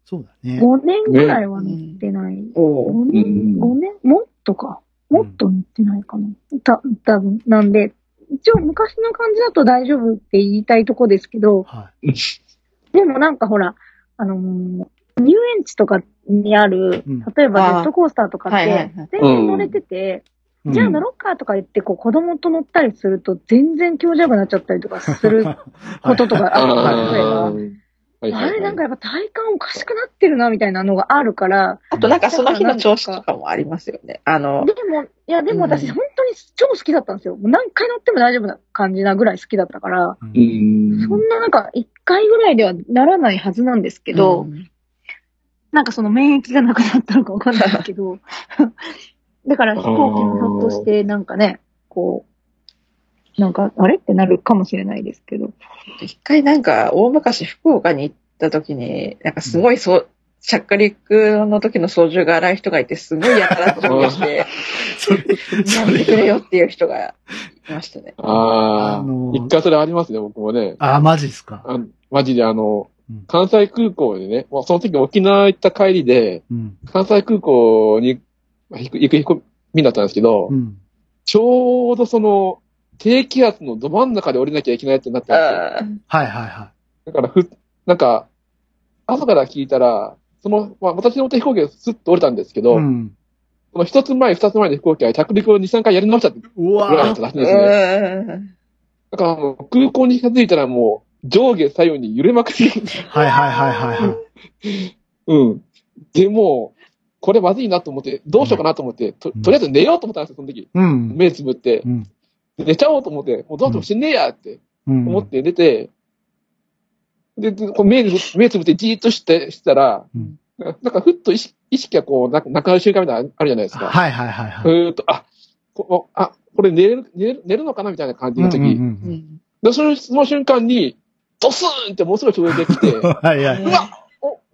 [SPEAKER 1] そうだね。
[SPEAKER 3] 5年ぐらいは乗ってない。
[SPEAKER 2] あ。お
[SPEAKER 5] う
[SPEAKER 2] お。
[SPEAKER 3] 5年、
[SPEAKER 5] ん。
[SPEAKER 3] 5年もっとか。もっと乗ってないかな。た、多分なんで、一応昔の感じだと大丈夫って言いたいとこですけど、
[SPEAKER 1] は
[SPEAKER 3] でもなんかほら、あのー遊園地とかにある
[SPEAKER 1] うん、
[SPEAKER 3] 例えばジ
[SPEAKER 2] あー
[SPEAKER 3] ェットコースターとかっ
[SPEAKER 2] はいはいは
[SPEAKER 3] て
[SPEAKER 2] い、
[SPEAKER 3] 全然乗れてて、
[SPEAKER 1] い。
[SPEAKER 3] じゃあ乗ろうかとか言って、こう子供と乗ったりすると、全然強弱になっちゃったりとかするこ ととか
[SPEAKER 4] あ
[SPEAKER 3] あった
[SPEAKER 4] あ
[SPEAKER 3] りとか
[SPEAKER 4] ー、はい
[SPEAKER 3] あれなんかや
[SPEAKER 4] い
[SPEAKER 3] っぱ体感おかしくなってるなみたいなのがあるから、
[SPEAKER 2] あとなんかその日の調子とかもありますよね。あの、
[SPEAKER 3] でも、いやでも私
[SPEAKER 2] うん
[SPEAKER 3] 本当に超好きだったんですよ。もう何回乗っても大丈夫な感じなぐらい好きだったから、
[SPEAKER 1] う
[SPEAKER 5] うんん。
[SPEAKER 3] そんななんか一回ぐらいではならないはずなんですけ
[SPEAKER 2] う
[SPEAKER 3] ど、
[SPEAKER 2] ん
[SPEAKER 3] なんかその免疫がなくなったのかわかんないんだけ ど、だから飛行機もひょっとしてなんかね、こう、なんかあれってなるかもしれないですけど。
[SPEAKER 2] 一回なんか、大昔福岡に行った時に、なんかすごいそう、着陸の時の操縦が荒い人がいて、すごいやたらと思して、
[SPEAKER 1] それ、
[SPEAKER 2] やめてくれよっていう人がいました ね。
[SPEAKER 4] あ
[SPEAKER 1] あ
[SPEAKER 4] あ
[SPEAKER 1] の、ー
[SPEAKER 4] 一回それありますね、僕もね。
[SPEAKER 1] あ、マジっすか。
[SPEAKER 4] あのマジであの
[SPEAKER 1] うん、
[SPEAKER 4] 関西空港でね、まあその時沖縄行った帰りで、
[SPEAKER 1] うん。
[SPEAKER 4] 関西空港にまあ行く行く飛行便だったんですけど、
[SPEAKER 1] うん。
[SPEAKER 4] ちょうどその、低気圧のど真ん中で降りなきゃいけないってなったんですよ。
[SPEAKER 2] あー
[SPEAKER 1] はいはいは
[SPEAKER 4] だからふ、なんか、朝から聞いたら、その、まあ、私の手飛行機がスッと降りたんですけ
[SPEAKER 1] い。
[SPEAKER 4] ど、
[SPEAKER 1] うん。
[SPEAKER 4] その一つ前、二つ前の飛行機は着陸を2、3回やり直したって
[SPEAKER 1] う
[SPEAKER 4] ぐらいだ
[SPEAKER 1] わ
[SPEAKER 4] った
[SPEAKER 1] ぁ。
[SPEAKER 4] らしいですね。
[SPEAKER 2] うん
[SPEAKER 4] だからあの、空港に近づいたらもう、上下左右に揺れまくり。
[SPEAKER 1] はいはいはいはいはい。
[SPEAKER 4] うん。で、もう、これまずいなと思って、どうしようかなと思って、と、
[SPEAKER 1] うん
[SPEAKER 4] とりあえず寝ようと思ったんですよ、その時。
[SPEAKER 1] うん。
[SPEAKER 4] 目つぶって
[SPEAKER 1] う。ん。
[SPEAKER 4] で寝ちゃおうと思って、もうどうしても死ねえやって
[SPEAKER 1] うん。
[SPEAKER 4] 思って寝て、で、でこう目に目つぶってじーっとして、したら、
[SPEAKER 1] うん
[SPEAKER 4] ななんかふっと意識意識がこう、ななくなる瞬間みたいなのあるじゃないですか。
[SPEAKER 1] はいはいはい
[SPEAKER 4] ふ
[SPEAKER 1] はい。
[SPEAKER 4] ーっと、あ、こあ、これ寝れる、寝れる、寝るのかなみたいな感じの時。
[SPEAKER 1] うんうん
[SPEAKER 2] う
[SPEAKER 1] うん
[SPEAKER 2] ん
[SPEAKER 4] で、そのその瞬間に、ドスーンってもうすぐ衝撃が来 て
[SPEAKER 1] う、んはいはい。
[SPEAKER 4] うわ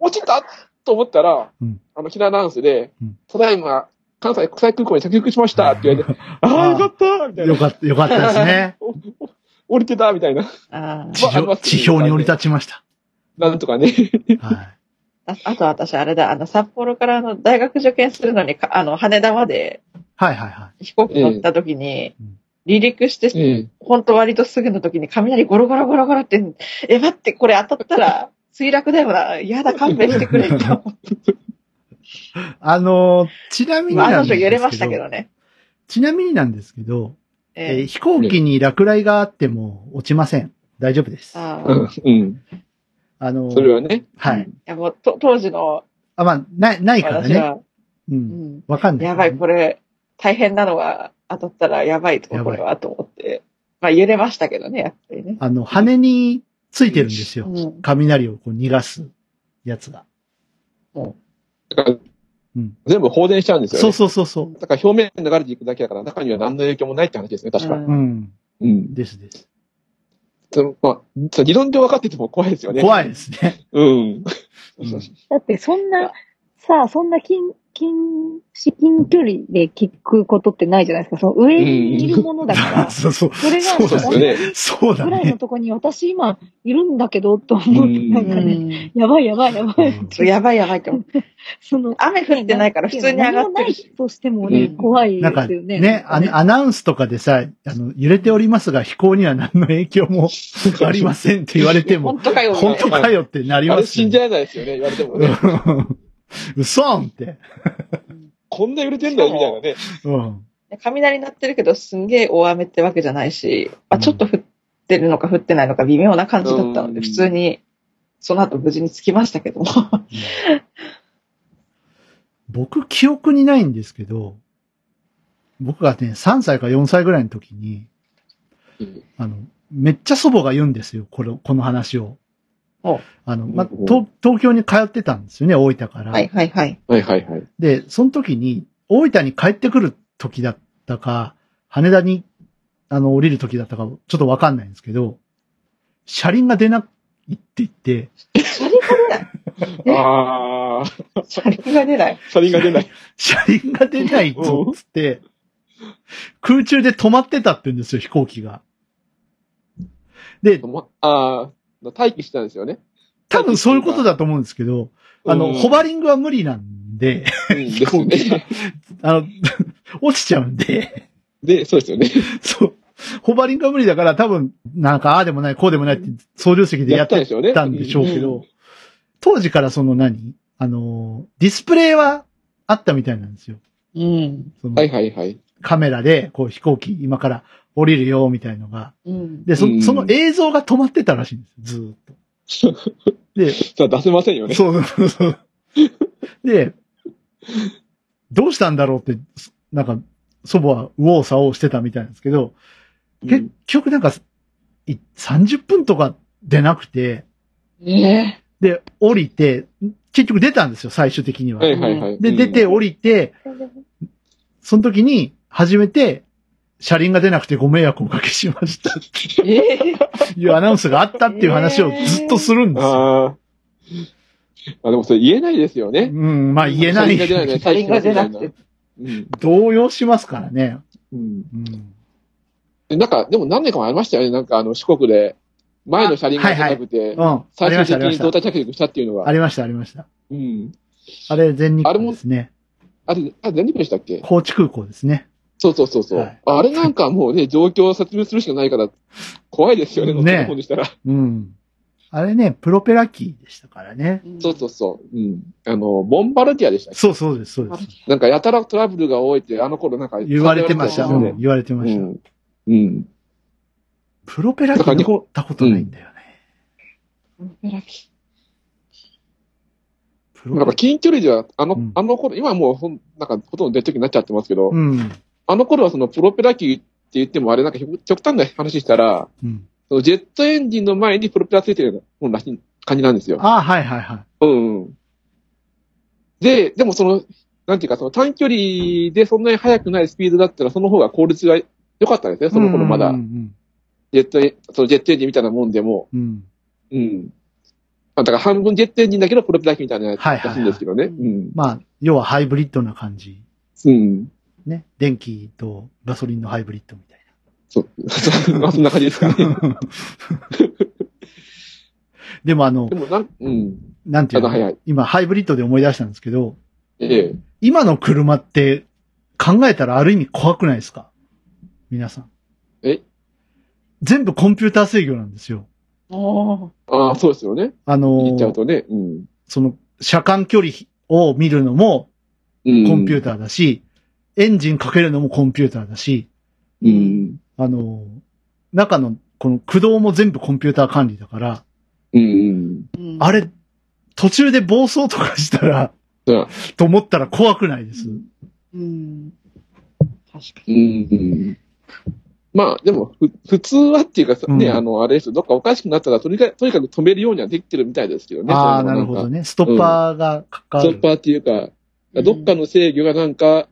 [SPEAKER 4] お落ちたと思ったら、
[SPEAKER 1] うん
[SPEAKER 4] あの、ひなアナウンスで、
[SPEAKER 1] うん
[SPEAKER 4] ただいま、関西国際空港に着陸しましたって言われ て、ああ、よかったみたい
[SPEAKER 1] よ
[SPEAKER 4] な。
[SPEAKER 1] かった、よかったですね。
[SPEAKER 4] おお降りてたみたいな。
[SPEAKER 2] あー
[SPEAKER 1] 地
[SPEAKER 4] まああ
[SPEAKER 1] 上、
[SPEAKER 4] りますけど
[SPEAKER 1] 地表に降り立ちました。
[SPEAKER 4] なんとかね。
[SPEAKER 1] は
[SPEAKER 2] ああと私、あれだ、あの、札幌からあの大学受験するのにか、あの、羽田まで
[SPEAKER 1] い。はいはいは
[SPEAKER 2] 飛行機乗った時に
[SPEAKER 1] うん、
[SPEAKER 2] 離陸して、
[SPEAKER 4] ええ
[SPEAKER 2] ほんと割とすぐの時に雷ゴロゴロゴロゴロって、え、待って、これ当たっ たら墜落だよな。やだ、勘弁してくれって思って。
[SPEAKER 1] い。あのー、ちなみに
[SPEAKER 2] まあ、あ
[SPEAKER 1] な
[SPEAKER 2] の
[SPEAKER 1] んで
[SPEAKER 2] 人
[SPEAKER 1] す
[SPEAKER 2] 揺れました
[SPEAKER 1] け
[SPEAKER 2] け
[SPEAKER 1] ど、
[SPEAKER 2] どね。
[SPEAKER 1] ちなみになんですけど、えー
[SPEAKER 2] ええ
[SPEAKER 1] 飛行機に落雷があっても落ちません。大丈夫です。あ
[SPEAKER 2] あ
[SPEAKER 4] う
[SPEAKER 2] あ。い
[SPEAKER 4] んうん。
[SPEAKER 1] のー、
[SPEAKER 4] それはね。
[SPEAKER 1] はい。
[SPEAKER 2] や、もう、と当時の
[SPEAKER 1] あ、まあ、ない、ないから
[SPEAKER 2] 私
[SPEAKER 1] ね。
[SPEAKER 2] は、
[SPEAKER 1] う。
[SPEAKER 2] うんん。
[SPEAKER 1] わかんない、
[SPEAKER 2] やばい、これ、大変なのは当たったらやばいと、
[SPEAKER 1] やば
[SPEAKER 2] こ
[SPEAKER 1] い
[SPEAKER 2] れは、と思って。まあ、揺れましたけどね、やっぱりね。
[SPEAKER 1] あの、羽についてるんです
[SPEAKER 2] う
[SPEAKER 1] よ。
[SPEAKER 2] ん。
[SPEAKER 1] 雷をこう逃がすやつが。
[SPEAKER 4] だから
[SPEAKER 1] うん
[SPEAKER 4] 全部放電しちゃうんですよ、ね。
[SPEAKER 1] そうそうそうそう。
[SPEAKER 4] だから表面に流れていくだけだから、中には何の影響もないって話ですね、確か。
[SPEAKER 2] うん
[SPEAKER 1] うん。
[SPEAKER 4] うん。
[SPEAKER 1] ですです。
[SPEAKER 4] そのまあ、理論上分かってても怖いですよね。い。
[SPEAKER 1] 怖いです ね。
[SPEAKER 4] うん。
[SPEAKER 1] うん
[SPEAKER 3] だってそんな、さあ、そんな近、近、至近距離で聞くことってないじゃないですか。その上にいるものだから、
[SPEAKER 1] そうそう。
[SPEAKER 3] それが
[SPEAKER 1] そう
[SPEAKER 4] そうですよね。
[SPEAKER 1] そうだ
[SPEAKER 3] ぐらい
[SPEAKER 1] ね
[SPEAKER 3] の。とこに私今いるんだけど、と思って、
[SPEAKER 5] うん
[SPEAKER 3] なんかね、やばいやばいやばい。
[SPEAKER 1] うん
[SPEAKER 2] そうやばいやばいって思って。
[SPEAKER 3] その、
[SPEAKER 2] 雨降ってないから普通に上がってる
[SPEAKER 3] 何もな
[SPEAKER 2] し
[SPEAKER 3] い。としてもね、
[SPEAKER 4] うん
[SPEAKER 3] 怖い
[SPEAKER 1] なんか
[SPEAKER 3] ですよね。
[SPEAKER 1] ね、あのアナウンスとかでさ、あの、揺れておりますが、飛行には何の影響もありませんって言われても、
[SPEAKER 2] 本当かよ。
[SPEAKER 1] 本当かよってなり
[SPEAKER 4] あ
[SPEAKER 1] ま
[SPEAKER 4] れ
[SPEAKER 1] すよ
[SPEAKER 4] 信じ
[SPEAKER 1] ね。
[SPEAKER 4] られないですよね、言われてもね。
[SPEAKER 1] うそんって。
[SPEAKER 4] こんな揺れてんだよ、みたいなね。
[SPEAKER 1] うん。
[SPEAKER 2] 雷鳴ってるけど、すんげえ大雨ってわけじゃないし、まあ、ちょっと降ってるのか降ってないのか微妙な感じだったの
[SPEAKER 4] うん
[SPEAKER 2] で、普通に、その後無事に着きましたけども。
[SPEAKER 1] 僕、記憶にないんですけど、僕がね、3歳か4歳ぐらいの時に、あの、めっちゃ祖母が言うんですよ、これ、この話を
[SPEAKER 2] お。
[SPEAKER 1] あの、ま、
[SPEAKER 4] おお
[SPEAKER 1] 東東京に通ってたんですよね、大分から。
[SPEAKER 2] はいはいはい。
[SPEAKER 4] はいはいはい。
[SPEAKER 1] で、その時に、大分に帰ってくる時だったか、羽田に、あの、降りる時だったか、ちょっとわかんないんですけど、車輪が出ないって言って、
[SPEAKER 2] 車輪が出ない。え
[SPEAKER 4] ああ、
[SPEAKER 2] 車輪が出ない。
[SPEAKER 4] 車輪が出ない。
[SPEAKER 1] 車輪が出ないぞ、つって、空中で止まってたって言うんですよ、飛行機が。で、
[SPEAKER 4] まああ、待機してたんですよね。
[SPEAKER 1] 多分そういうことだと思うんですけど、あの、ホバリングは無理なんで、
[SPEAKER 4] うんうんですよ
[SPEAKER 1] 飛行
[SPEAKER 4] ね。
[SPEAKER 1] あの、 落ちちゃうんで、
[SPEAKER 4] で、そうですよね。
[SPEAKER 1] そう、ホバリングは無理だから多分、なんか、ああでもない、こうでもないって、操縦席でや
[SPEAKER 4] や
[SPEAKER 1] っ
[SPEAKER 4] ってたんでしょうね。
[SPEAKER 1] ったんでしょうけど、
[SPEAKER 4] うん
[SPEAKER 1] 当時からその何あのー、ディスプレイはあったみたいなんですよ。
[SPEAKER 2] うん。
[SPEAKER 1] その
[SPEAKER 4] はいはいはい。
[SPEAKER 1] カメラで、こう飛行機今から降りるよ、みたいのが。
[SPEAKER 2] うん。
[SPEAKER 1] で、そ
[SPEAKER 4] うん
[SPEAKER 1] その映像が止まってたらしいんですずーっと。で、
[SPEAKER 4] さあ出せませんよね。
[SPEAKER 1] そうそうそう。で、どうしたんだろうって、なんか、祖母は右往左往してたみたいなんですけど、
[SPEAKER 5] うん
[SPEAKER 1] 結局なんか、い30分とか出なくて、
[SPEAKER 2] ね
[SPEAKER 1] で、降りて、結局出たんですよ、最終的には。
[SPEAKER 4] はいはいはい。
[SPEAKER 1] で、
[SPEAKER 5] うん
[SPEAKER 1] 出て降りて、その時に初めて、車輪が出なくてご迷惑をおかけしましたって
[SPEAKER 2] え。ええ
[SPEAKER 1] いうアナウンスがあったっていう話をずっとするんですよ。
[SPEAKER 4] あーあ。でもそれ言えないですよね。
[SPEAKER 1] うん、まあ言えな
[SPEAKER 4] 車輪が出な
[SPEAKER 1] い。
[SPEAKER 4] い ね。
[SPEAKER 2] 車輪が出なくて
[SPEAKER 4] うん。
[SPEAKER 1] 動揺しますからね。
[SPEAKER 4] うん。
[SPEAKER 1] うん。
[SPEAKER 4] でなんか、でも何年かもありましたよね。なんかあの四国で、前の車輪が出なくて、
[SPEAKER 1] うん。あ
[SPEAKER 4] 最
[SPEAKER 1] りました、
[SPEAKER 4] 終
[SPEAKER 1] あ
[SPEAKER 4] 的に
[SPEAKER 1] りまし
[SPEAKER 4] 胴体着陸したっていうの
[SPEAKER 1] た。あ
[SPEAKER 4] が。
[SPEAKER 1] りました、ありました。
[SPEAKER 4] うん。
[SPEAKER 1] あれ、全日空ですね。
[SPEAKER 4] あれ、あれ何日でしたっけ
[SPEAKER 1] 高知空港ですね。
[SPEAKER 4] そうそうそうそう、
[SPEAKER 1] はい
[SPEAKER 4] あれなんかもうね、状況を説明するしかないから、怖いですよね、乗
[SPEAKER 1] ね
[SPEAKER 4] ってる方でしたら。
[SPEAKER 1] うん。あれね、プロペラ機でしたからね。
[SPEAKER 4] そうそうそう。うん。あの、ボンバルディアでしたっけ
[SPEAKER 1] そうそうです、そうです。
[SPEAKER 4] なんかやたらトラブルが多いって、あの頃なんか
[SPEAKER 1] 言われてました。
[SPEAKER 4] 言
[SPEAKER 1] う
[SPEAKER 4] われて
[SPEAKER 1] ん言われて
[SPEAKER 4] ま
[SPEAKER 1] ま
[SPEAKER 4] し
[SPEAKER 1] した
[SPEAKER 4] よ
[SPEAKER 1] た。
[SPEAKER 4] ねうん。うん。
[SPEAKER 1] プロペラ機
[SPEAKER 4] だから日
[SPEAKER 1] 乗
[SPEAKER 4] 本
[SPEAKER 1] ったことないんだよね。プ
[SPEAKER 4] なん
[SPEAKER 1] ロペ
[SPEAKER 4] か
[SPEAKER 1] ラ機。
[SPEAKER 4] 近距離では、あの、
[SPEAKER 1] うん
[SPEAKER 4] あの頃、今はもうほん、なんかほとんどデッド機になっちゃってますけど、
[SPEAKER 1] うん。
[SPEAKER 4] あの頃はそのプロペラ機って言っても、あれなんか極極端な話したら、
[SPEAKER 1] うん。
[SPEAKER 4] そのジェットエンジンの前にプロペラついてるようなもんらしい感じなんですよ。
[SPEAKER 1] ああ、はいはいはい。
[SPEAKER 4] うんうん。で、でもその、なんていうか、その短距離でそんなに速くないスピードだったら、その方が効率が良かったんですね、その頃まだ
[SPEAKER 1] うん。うん
[SPEAKER 4] ジェットエン、そのジェットエンジンみたいなもんでも、
[SPEAKER 1] うん。うん
[SPEAKER 4] うん。あだから半分ジェットエンジンだけどプロペラ機みたいなやつ
[SPEAKER 1] はいはいはい
[SPEAKER 4] らしいんですけどね。うん。
[SPEAKER 1] まあ、要はハイブリッドな感じ。
[SPEAKER 4] うん。
[SPEAKER 1] ね。電気とガソリンのハイブリッド みたいな。
[SPEAKER 4] そう。まあそんな感じですかね。
[SPEAKER 1] でもあの
[SPEAKER 4] で、もなん、うん。
[SPEAKER 1] なんて
[SPEAKER 4] た
[SPEAKER 1] いうの
[SPEAKER 4] だ早い。
[SPEAKER 1] 今、ハイブリッドで思い出したんですけど、
[SPEAKER 4] ええ。
[SPEAKER 1] 今の車って考えたらある意味怖くないですか皆さん。
[SPEAKER 4] え
[SPEAKER 1] 全部コンピューター制御なんですよ。
[SPEAKER 2] お
[SPEAKER 4] ああ、そうですよね。
[SPEAKER 1] あ
[SPEAKER 4] 言
[SPEAKER 1] の
[SPEAKER 4] っちゃう、とね。うん。
[SPEAKER 1] その、車間距離を見るのも
[SPEAKER 5] うん
[SPEAKER 1] コンピュー
[SPEAKER 5] ー。
[SPEAKER 1] ターだし、エンジンかけるのもコンピューターだし、
[SPEAKER 5] うん。
[SPEAKER 1] あの、中のこの駆動も全部コンピューター管理だから、
[SPEAKER 5] うん。
[SPEAKER 2] ー
[SPEAKER 1] あれ、途中で暴走とかしたら
[SPEAKER 4] うん、
[SPEAKER 1] と思ったら怖くないです。
[SPEAKER 2] うん。確か
[SPEAKER 5] う
[SPEAKER 2] に。
[SPEAKER 5] ん。
[SPEAKER 4] まあ、でも、ふ、普通はっていうかさ、ね、
[SPEAKER 1] うん
[SPEAKER 4] あの、あれですよ、どっかおかしくなったら、とにかく、とにかく止めるようにはできてるみたいですけどね。
[SPEAKER 1] ああ、
[SPEAKER 4] そ
[SPEAKER 1] な
[SPEAKER 4] ういう
[SPEAKER 1] る
[SPEAKER 4] の
[SPEAKER 1] ほ
[SPEAKER 4] もん
[SPEAKER 1] ど
[SPEAKER 4] か
[SPEAKER 1] ね。ストッパーがかか
[SPEAKER 4] スト
[SPEAKER 1] る
[SPEAKER 4] ッ。パーっていうか、どっかの制御がなんか、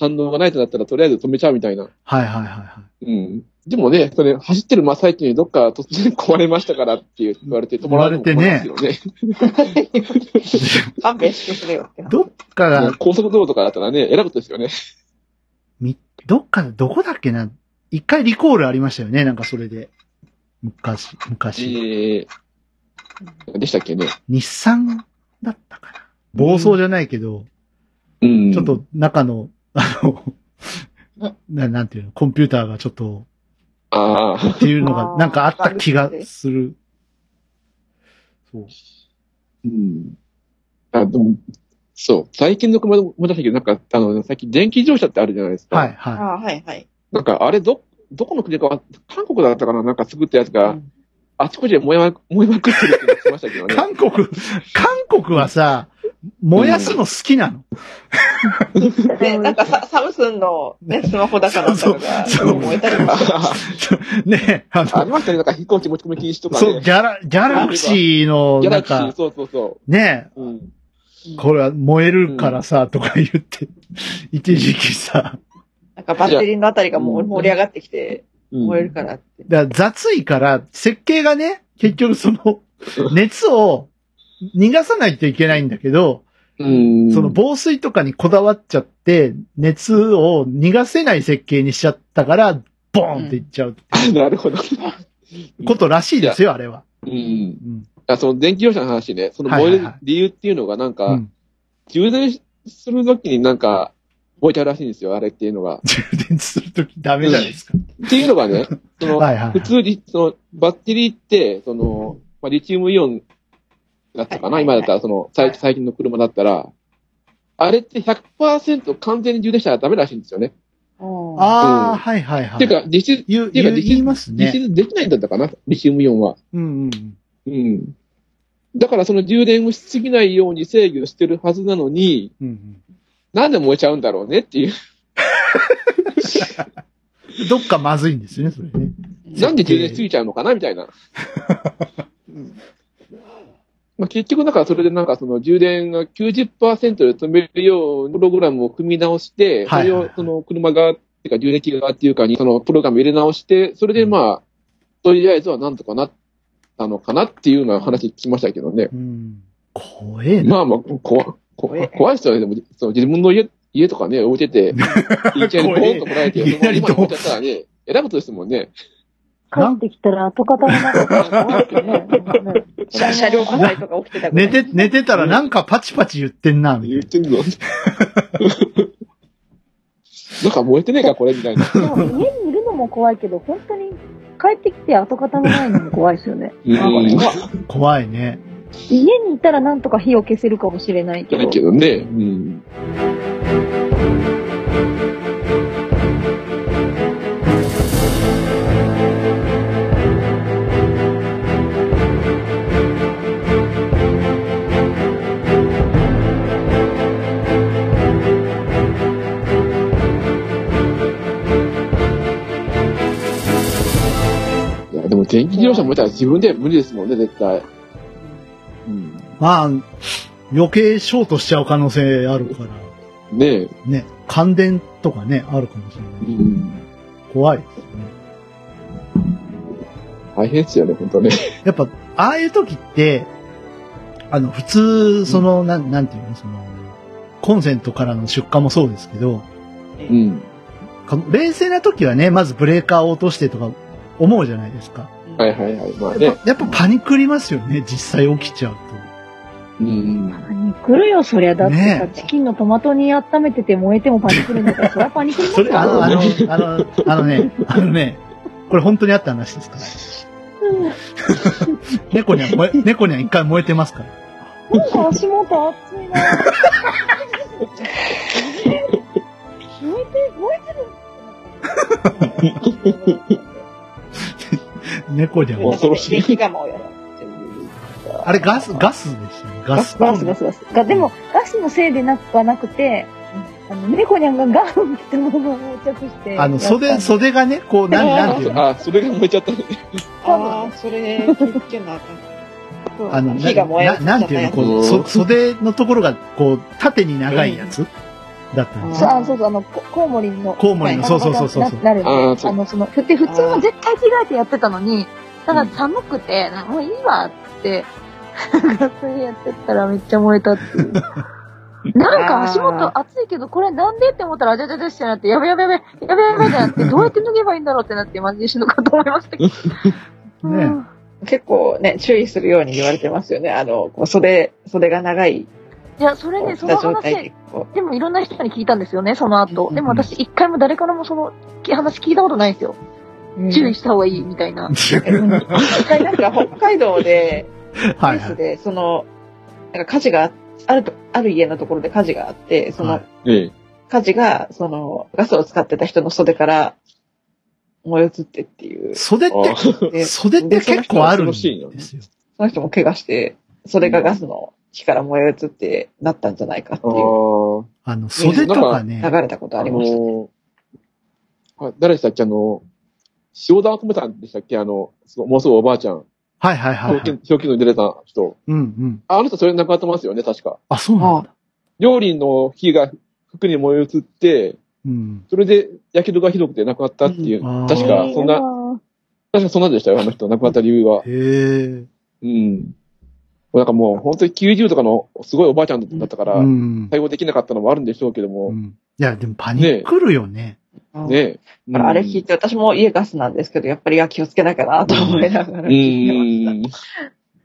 [SPEAKER 4] 反応がないとなったら、とりあえず止めちゃうみたいな。
[SPEAKER 1] はいはいはいはい。
[SPEAKER 4] うん。でもね、それ、走ってる真っ最中にどっか突然 壊れましたからっていう言われて、止まられても困りますよね。
[SPEAKER 2] 勘弁してくれよって。
[SPEAKER 1] どっか
[SPEAKER 4] も
[SPEAKER 1] が
[SPEAKER 4] う、 高速道路とかだったらね、えらいことですよね。
[SPEAKER 1] み、どっかの、どこだっけな一回リコールありましたよねなんかそれで。昔、昔。
[SPEAKER 4] えー、でしたっけね。
[SPEAKER 1] 日産だったかな暴走じゃないけど、
[SPEAKER 5] うん。
[SPEAKER 1] ちょっと中の、あの、ななんていうの、コンピューターがちょっと、
[SPEAKER 4] ああ、
[SPEAKER 1] っていうのが
[SPEAKER 2] あ、ー
[SPEAKER 1] なんかあった気がする。そう。
[SPEAKER 5] うん。
[SPEAKER 4] あ、でも、そう、最近の車でも思い出したけど、なんか、あの、最近電気自動車ってあるじゃないですか。
[SPEAKER 1] はい、
[SPEAKER 2] あ
[SPEAKER 1] は
[SPEAKER 2] あ、はいはい。
[SPEAKER 4] なんか、あれ、ど、どこの国かわ、韓国だったかななんか作ったやつが、
[SPEAKER 2] うん
[SPEAKER 4] あちこちで燃えまく燃えまくってるって聞きましたけど
[SPEAKER 1] い。
[SPEAKER 4] ね。
[SPEAKER 1] 韓国、韓国はさ、燃やすの好きなの。
[SPEAKER 2] ね、なんかさ、サムスンの、ね、スマホだからとか
[SPEAKER 1] そうそう
[SPEAKER 2] 燃えたりとか。
[SPEAKER 1] ねあ
[SPEAKER 4] あり
[SPEAKER 1] の、
[SPEAKER 4] ましたね。なんか飛行機持ち込み禁止とか
[SPEAKER 1] そう、
[SPEAKER 4] ね。
[SPEAKER 1] ギャラ、ギャラクシーの、
[SPEAKER 4] ギャ
[SPEAKER 1] な
[SPEAKER 4] ラ
[SPEAKER 1] ん
[SPEAKER 4] クシー、
[SPEAKER 1] か、
[SPEAKER 4] そうそうそ
[SPEAKER 1] ね
[SPEAKER 4] う。うん。
[SPEAKER 1] これは燃えるからさ、とか言って、 一時期さ、
[SPEAKER 2] なんかバッテリーのあたりがもう盛り上がってきて、
[SPEAKER 4] うん
[SPEAKER 2] 燃えるからって。
[SPEAKER 1] だから雑いから、設計がね、結局そ の、熱を逃がさないといけないんだけど、
[SPEAKER 5] うん。
[SPEAKER 1] その防水とかにこだわっちゃって、熱を逃がせない設計にしちゃったから、ボーンっていっちゃう
[SPEAKER 4] あなる ほど。
[SPEAKER 1] ことらしいですよ、あれは。
[SPEAKER 5] うん。
[SPEAKER 1] うん。
[SPEAKER 4] あその電気自動車の話ね。その燃え
[SPEAKER 1] はいはい
[SPEAKER 4] る
[SPEAKER 1] はい
[SPEAKER 4] 理由っていうのが、なんか、
[SPEAKER 1] うん
[SPEAKER 4] 充電するときになんか、燃えちゃうらしいんですよ、あれっていうのが。
[SPEAKER 1] 充電するときダメじゃないですか。
[SPEAKER 4] っていうの がね、その、
[SPEAKER 1] はいはいは
[SPEAKER 4] 普
[SPEAKER 1] い。
[SPEAKER 4] 通に、その、バッテリーって、その、まあ、リチウムイオンだったかな、
[SPEAKER 2] はい
[SPEAKER 4] 今だったら、その、最最近の車だったら、あれって100%完全に充電したらダメらしいんですよね。
[SPEAKER 2] あ
[SPEAKER 1] あ
[SPEAKER 4] う
[SPEAKER 1] あ、
[SPEAKER 4] ん
[SPEAKER 1] はいはいはい。
[SPEAKER 4] っていうか、実質、
[SPEAKER 1] 言う、
[SPEAKER 4] てい
[SPEAKER 1] 言
[SPEAKER 4] うか
[SPEAKER 1] う
[SPEAKER 4] リチ
[SPEAKER 1] 言います
[SPEAKER 4] 実
[SPEAKER 1] ね。
[SPEAKER 4] 質できないんだったかな、リチウムイオンは。
[SPEAKER 1] うんうん。
[SPEAKER 4] うん。だから、その充電をしすぎないように制御してるはずなのに、
[SPEAKER 1] うんうん。
[SPEAKER 4] なんで燃えちゃうんだろうねっていう。
[SPEAKER 1] どっかまずいんですよね、それね。
[SPEAKER 4] なんで充電しすぎちゃうのかなみたいな。うん まあ、結局、だからそれでなんかその充電が90%で止めるようなプログラムを組み直して、そ
[SPEAKER 1] はい
[SPEAKER 4] れをその車側っていうか充電器側っていうかにそのプログラム入れ直して、それでまあ、とりあえずはなんとかなったのかなっていうような話聞きましたけどね。
[SPEAKER 1] うん。怖えな。
[SPEAKER 4] まあまあ、怖怖い怖いですよね。でも、その自分の家、家とかね、置い てて、いきなりボーンと来られて、
[SPEAKER 1] 怖いいきなり
[SPEAKER 4] 今に置いちゃったらね、えらいことですもんね。
[SPEAKER 3] 帰ってきたら跡形もなく怖いですね。
[SPEAKER 2] 車車両火災とか起きてたぐら
[SPEAKER 1] 寝
[SPEAKER 2] い。
[SPEAKER 1] て、寝てたらなんかパチパチ言ってんな、み
[SPEAKER 4] 言ったてる のなんか燃えてねえか、これ、みたいな。
[SPEAKER 3] でも家にいるのも怖いけど、本当に帰ってきて跡形もないのも怖いですよ ね。
[SPEAKER 4] うん怖
[SPEAKER 1] いな。怖いね。
[SPEAKER 3] 家にいたらなんとか火を消せるかもしれないけ
[SPEAKER 4] い
[SPEAKER 3] ど。
[SPEAKER 4] けどね。うん。いや、でも電気自動車もいたら自分では無理ですもんね、絶対。うん。
[SPEAKER 1] まあ、余計ショートしちゃう可能性あるから。
[SPEAKER 4] ねえ。
[SPEAKER 1] ね、感電とかね、あるかもしれない。
[SPEAKER 4] うん
[SPEAKER 1] 怖いですね。
[SPEAKER 4] 大変ですよね、本当ね。
[SPEAKER 1] やっぱ、ああいう時って、あの、普通、その、なん、なんていうの、その、コンセントからの出荷もそうですけど、
[SPEAKER 4] うん。
[SPEAKER 1] か冷静な時はね、まずブレーカーを落としてとか思うじゃないですか。
[SPEAKER 4] はいはいはい。まあ
[SPEAKER 1] やっ
[SPEAKER 4] ね。
[SPEAKER 1] ぱやっぱパニクりますよね、実際起きちゃうと。
[SPEAKER 4] うん。
[SPEAKER 3] パニクるよ、そりゃ。だってさ、
[SPEAKER 1] ねえ
[SPEAKER 3] チキンのトマト煮温めてて燃えてもパニクるんだから、 そりゃパニクりま
[SPEAKER 1] そ
[SPEAKER 3] す
[SPEAKER 1] れ、
[SPEAKER 3] よ。
[SPEAKER 1] あの、あ
[SPEAKER 3] あ
[SPEAKER 1] の、あの、あのね、あのね、これ本当にあった話ですから。猫には燃え、猫には一回燃えてますから。
[SPEAKER 3] なんか足元熱い な燃えて、燃えてる
[SPEAKER 1] 猫には燃え
[SPEAKER 4] 恐ろしい
[SPEAKER 2] 電気がもうよ。
[SPEAKER 1] あれガス、ガスでしたね。ガス。
[SPEAKER 3] ガスガスガス。がでも、ガスのせいでなくはなくて、あの、猫ニャンがガウン着たまま横着して。
[SPEAKER 1] あの、袖、袖がね、こう、なん、なんていうの
[SPEAKER 4] あ、それが燃えちゃったね。
[SPEAKER 2] ああ、それ、気をつけなあかん。
[SPEAKER 1] あの、
[SPEAKER 2] 火が燃え
[SPEAKER 1] なななんていうの、こう、
[SPEAKER 4] うん
[SPEAKER 1] そ袖のところが、こう、縦に長いやつだったんです
[SPEAKER 3] そう、
[SPEAKER 1] よ。
[SPEAKER 3] あそうそう、あの、ココウモリの。
[SPEAKER 1] コウモリの、そうそうそうそう
[SPEAKER 3] な
[SPEAKER 1] そう。
[SPEAKER 3] なる
[SPEAKER 4] あーそう
[SPEAKER 3] あの、その、ふで、普通は絶対着替えてやってたのに、ただ寒くて、なもういいわって、ガスにやってったらめっちゃ燃えたって いう。なんか足元暑いけど、これなんでって思ったら、あじゃじゃじゃしてなって、やべやべやべ、やべやべやべってなって、どうやって脱げばいいんだろうってなって、マジで死ぬかと思いましたけど。
[SPEAKER 1] ね
[SPEAKER 3] うん
[SPEAKER 2] 結構ね、注意するように言われてますよね。あの、こう袖、袖が長い、
[SPEAKER 3] いや、それね、その
[SPEAKER 2] 状態
[SPEAKER 3] 話
[SPEAKER 2] で、、こ
[SPEAKER 3] でもいろんな人に聞いたんですよね、その後。でも
[SPEAKER 1] うん
[SPEAKER 3] 私、一回も誰からもそのき話聞いたことないんですよ。
[SPEAKER 2] う。
[SPEAKER 3] 注意した方がいいみたいな。
[SPEAKER 2] 一回なんか北海道で、
[SPEAKER 1] は
[SPEAKER 2] ニ
[SPEAKER 1] い
[SPEAKER 2] ュ
[SPEAKER 1] は
[SPEAKER 2] ース
[SPEAKER 1] い。
[SPEAKER 2] で、その、なんか火事が、あると、ある家のところで火事があって、そ
[SPEAKER 1] は
[SPEAKER 2] の
[SPEAKER 1] い
[SPEAKER 4] ええ。
[SPEAKER 2] 火事が、その、ガスを使ってた人の袖から燃え移ってっていう。
[SPEAKER 1] 袖っ
[SPEAKER 2] で
[SPEAKER 1] て、袖って結構あるんですよ。
[SPEAKER 2] その人も怪我して、それがガスの火から燃え移ってなったんじゃないかって
[SPEAKER 4] あ
[SPEAKER 2] いう
[SPEAKER 4] ー
[SPEAKER 1] あの、袖とかね
[SPEAKER 2] 流、れたことあ
[SPEAKER 4] あ
[SPEAKER 2] りました。
[SPEAKER 4] のー、あ誰でしたっけあの、塩田智さんでしたっけあの、すごいもうすぐおばあちゃん。
[SPEAKER 1] はいはいはいは
[SPEAKER 4] 表
[SPEAKER 1] い。
[SPEAKER 4] 記表記の出れた人。
[SPEAKER 1] うんうん。
[SPEAKER 4] ああの人それ亡くなってますよね、確か。
[SPEAKER 1] あ、そうなんだ。
[SPEAKER 4] 料理の火が服に燃え移って、
[SPEAKER 1] うん。
[SPEAKER 4] それで火傷がひどくて亡くなったっていう
[SPEAKER 1] うんあ。ー
[SPEAKER 4] 確か、そんな、確かそんなんでしたよ、あの人。亡くなった理由は。
[SPEAKER 1] へえ。
[SPEAKER 4] うん。なんかもう本当に90とかのすごいおばあちゃんだったから、
[SPEAKER 1] うん。
[SPEAKER 4] 対応できなかったのもあるんでしょうけど
[SPEAKER 1] う
[SPEAKER 4] も、
[SPEAKER 1] んいや、でもパニックるよね。
[SPEAKER 2] うん
[SPEAKER 4] ねえ。
[SPEAKER 2] だからあれ聞いて、私も家ガスなんですけど、やっぱりいや気をつけなきゃなと思いながら
[SPEAKER 4] うん
[SPEAKER 2] 聞いてまし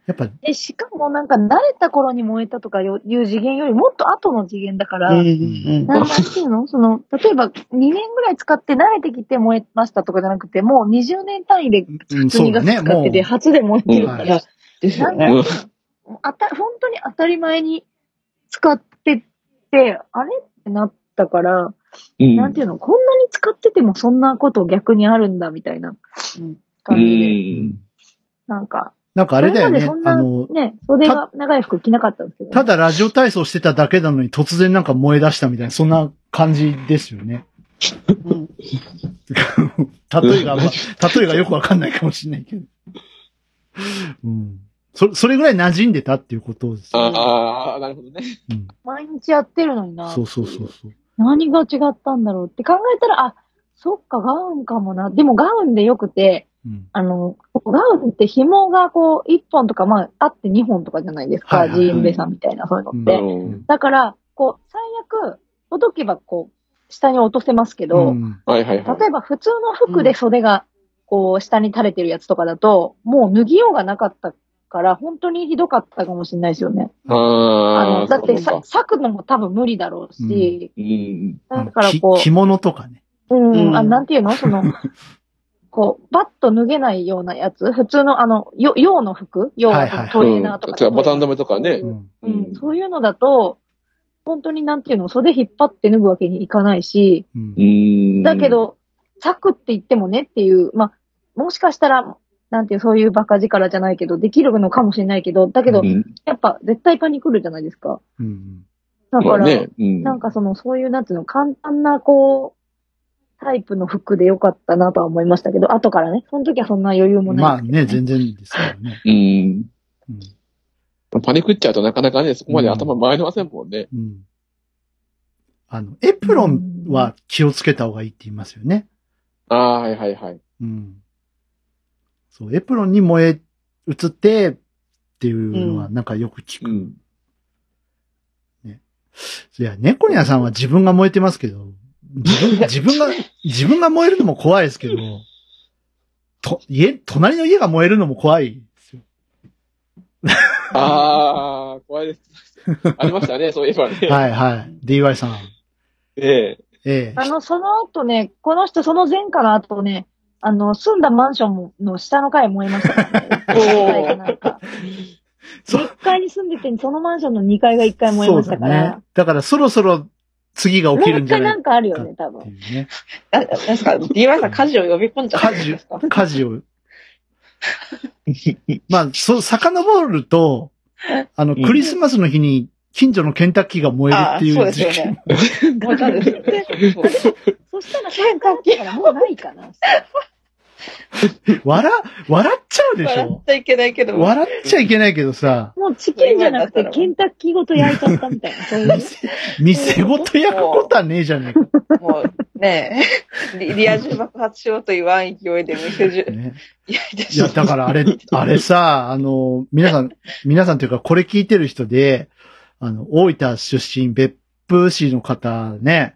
[SPEAKER 1] やっぱ、
[SPEAKER 3] で、しかもなんか慣れた頃に燃えたとかいう次元よりもっと後の次元だか
[SPEAKER 2] た。
[SPEAKER 3] ら、
[SPEAKER 2] うんうん
[SPEAKER 3] なんなんていうの その、例えば2年ぐらい使って慣れてきて燃えましたとかじゃなくて、もう20年単位で
[SPEAKER 1] うん、
[SPEAKER 3] 普通
[SPEAKER 1] そう
[SPEAKER 3] に
[SPEAKER 1] だ
[SPEAKER 3] ガス
[SPEAKER 1] ね、
[SPEAKER 3] 使っ
[SPEAKER 1] も
[SPEAKER 3] てて、
[SPEAKER 1] う。
[SPEAKER 3] 初で燃えてる
[SPEAKER 2] う
[SPEAKER 3] か
[SPEAKER 2] ん。い
[SPEAKER 3] ら
[SPEAKER 2] や、、ですよ
[SPEAKER 3] なん
[SPEAKER 2] ね。
[SPEAKER 4] か
[SPEAKER 3] あた、本当に当たり前に使ってて、あれってなったから、
[SPEAKER 4] うん。
[SPEAKER 3] なんていうの、こんなに使っててもそんなこと逆にあるんだみたいな
[SPEAKER 2] うん
[SPEAKER 3] 感じで、
[SPEAKER 1] うん
[SPEAKER 3] なんか、
[SPEAKER 1] なんかあれだよね
[SPEAKER 3] それ、
[SPEAKER 1] あ
[SPEAKER 3] まで
[SPEAKER 1] の
[SPEAKER 3] そ、んな、ね、袖が長い服着なかったんですけど、
[SPEAKER 1] ただラジオ体操してただけなのに突然なんか燃え出したみたいな、そんな感じですよね。
[SPEAKER 2] うん
[SPEAKER 1] 例えが、 ま、例えがよくわかんないかもしれないけど。うん。そ、それぐらい馴染んでたっていうことですよ。
[SPEAKER 4] ああ、なるほどね。
[SPEAKER 1] うん。
[SPEAKER 3] 毎日やってるのにな
[SPEAKER 1] そ。うそうそうそう。
[SPEAKER 3] 何が違ったんだろうって考えたら、あ、そっか、ガウンかもな。でもガウンでよくて、
[SPEAKER 1] うん。
[SPEAKER 3] あの、ガウンって紐がこう、1本とか、まあ、あって2本とかじゃないです
[SPEAKER 1] は
[SPEAKER 3] か。
[SPEAKER 1] いはいはい
[SPEAKER 3] ジーンベさんみたいな、そういうのっ
[SPEAKER 1] う
[SPEAKER 3] て。
[SPEAKER 4] うん
[SPEAKER 3] だから、こう、最悪、ほどけばこう、下に落とせますけど、
[SPEAKER 1] うん
[SPEAKER 4] はいはいはい。
[SPEAKER 3] 例えば普通の服で袖が、こう、下に垂れてるやつとかだと、もう脱ぎようがなかったから、本当にひどかったかもしれないですよね。あ
[SPEAKER 4] ああ、
[SPEAKER 3] の、だって
[SPEAKER 4] そう
[SPEAKER 3] さ
[SPEAKER 4] か
[SPEAKER 3] 裂くのも多分無理だろうし、
[SPEAKER 5] うん。
[SPEAKER 3] だからこ
[SPEAKER 1] き着物とかね。
[SPEAKER 3] う、うん、
[SPEAKER 2] うん
[SPEAKER 3] あ、なんていうのその、こう、バッと脱げないようなやつ普通の、あの、よ洋の服洋
[SPEAKER 1] はい
[SPEAKER 3] の
[SPEAKER 1] はい
[SPEAKER 3] トレーナーと
[SPEAKER 4] うん
[SPEAKER 3] か。
[SPEAKER 4] とかボタン留めとかね
[SPEAKER 1] うん。
[SPEAKER 3] うん、そういうのだと、本当になんていうの袖引っ張って脱ぐわけにいかないし、
[SPEAKER 1] うん
[SPEAKER 5] うん。
[SPEAKER 3] だけ、ど、サクって言ってもねっていう、まあ、もしかしたら、なんていう、そういうバカ力じゃないけど、できるのかもしれないけど、だけど、
[SPEAKER 5] うん。
[SPEAKER 3] やっぱ絶対パニクるじゃないですか。
[SPEAKER 1] うん。
[SPEAKER 3] だ
[SPEAKER 4] ま
[SPEAKER 3] か
[SPEAKER 4] あ
[SPEAKER 3] ら、
[SPEAKER 4] ね。
[SPEAKER 5] うん。
[SPEAKER 3] なんかその、そういう、なんていうの、簡単な、こう、タイプの服でよかったなとは思いましたけど、後からね、その時はそんな余裕も
[SPEAKER 1] ま
[SPEAKER 3] な
[SPEAKER 1] あ
[SPEAKER 3] い。
[SPEAKER 1] ね、全然ですからね。
[SPEAKER 5] うん。
[SPEAKER 1] うん
[SPEAKER 4] パニックっちゃうとなかなかね、そこまで頭回りませんもんね。
[SPEAKER 1] うん。あの、エプロンは気をつけた方がいいって言いますよね。
[SPEAKER 4] ああ、はいはいはい。
[SPEAKER 1] うん。そう、エプロンに燃え移ってっていうのはなんかよく聞く。
[SPEAKER 4] うん。
[SPEAKER 1] いや、猫ニャさんは自分が燃えてますけど、自分自分が、自分が燃えるのも怖いですけど、と、家、隣の家が燃えるのも怖いですよ。
[SPEAKER 4] ああ、怖いです。ありましたね、そういえばね。
[SPEAKER 1] はいはい。DY さん。
[SPEAKER 4] ええ
[SPEAKER 1] ええ
[SPEAKER 3] あの、その後ね、この人、その前科の後ね、あの、住んだマンションもの下の階燃えましたね、
[SPEAKER 4] おー
[SPEAKER 3] なんか
[SPEAKER 1] そう
[SPEAKER 3] 1階に住んでて、そのマンションの2階が1階燃えました
[SPEAKER 1] そ
[SPEAKER 3] か
[SPEAKER 1] う
[SPEAKER 3] ら
[SPEAKER 1] だね。。だからそろそろ次が起きるんじゃ
[SPEAKER 3] もう一回
[SPEAKER 1] な
[SPEAKER 3] ないん
[SPEAKER 1] か
[SPEAKER 3] かあるよね、多
[SPEAKER 1] って
[SPEAKER 3] 分。
[SPEAKER 1] いうね。
[SPEAKER 2] あなんですか、DY さん家事を呼び込んじゃったんですか
[SPEAKER 1] 火事を。まあ、そう、遡ると、あの、
[SPEAKER 5] うん
[SPEAKER 1] クリスマスの日に近所のケンタッキーが燃える
[SPEAKER 2] あ
[SPEAKER 1] っ
[SPEAKER 2] あ
[SPEAKER 1] てい
[SPEAKER 2] そう
[SPEAKER 1] う
[SPEAKER 2] です
[SPEAKER 1] 事
[SPEAKER 2] よ
[SPEAKER 1] 件。
[SPEAKER 2] ね。 もうちゃんですよね。そう
[SPEAKER 3] そしたら、喧嘩ってからもうないかな。
[SPEAKER 1] 笑、笑っちゃうでし
[SPEAKER 2] 笑
[SPEAKER 1] ょ
[SPEAKER 2] っちゃいけないけど。
[SPEAKER 1] 笑っちゃいけないけどさ、
[SPEAKER 3] もうチキンじゃなくて、ケンタッキーごと焼いちゃったみたいな、そう いう。
[SPEAKER 1] 店ごと焼くことはねえじゃねえか。
[SPEAKER 2] もうねえ、リリア充爆発しようと言わん勢いで店中、
[SPEAKER 1] ね、
[SPEAKER 2] いや、い
[SPEAKER 1] いや、だからあれ、あれさ、あの、皆さん、皆さんというかこれ聞いてる人で、あの、大分出身、別府市の方ね、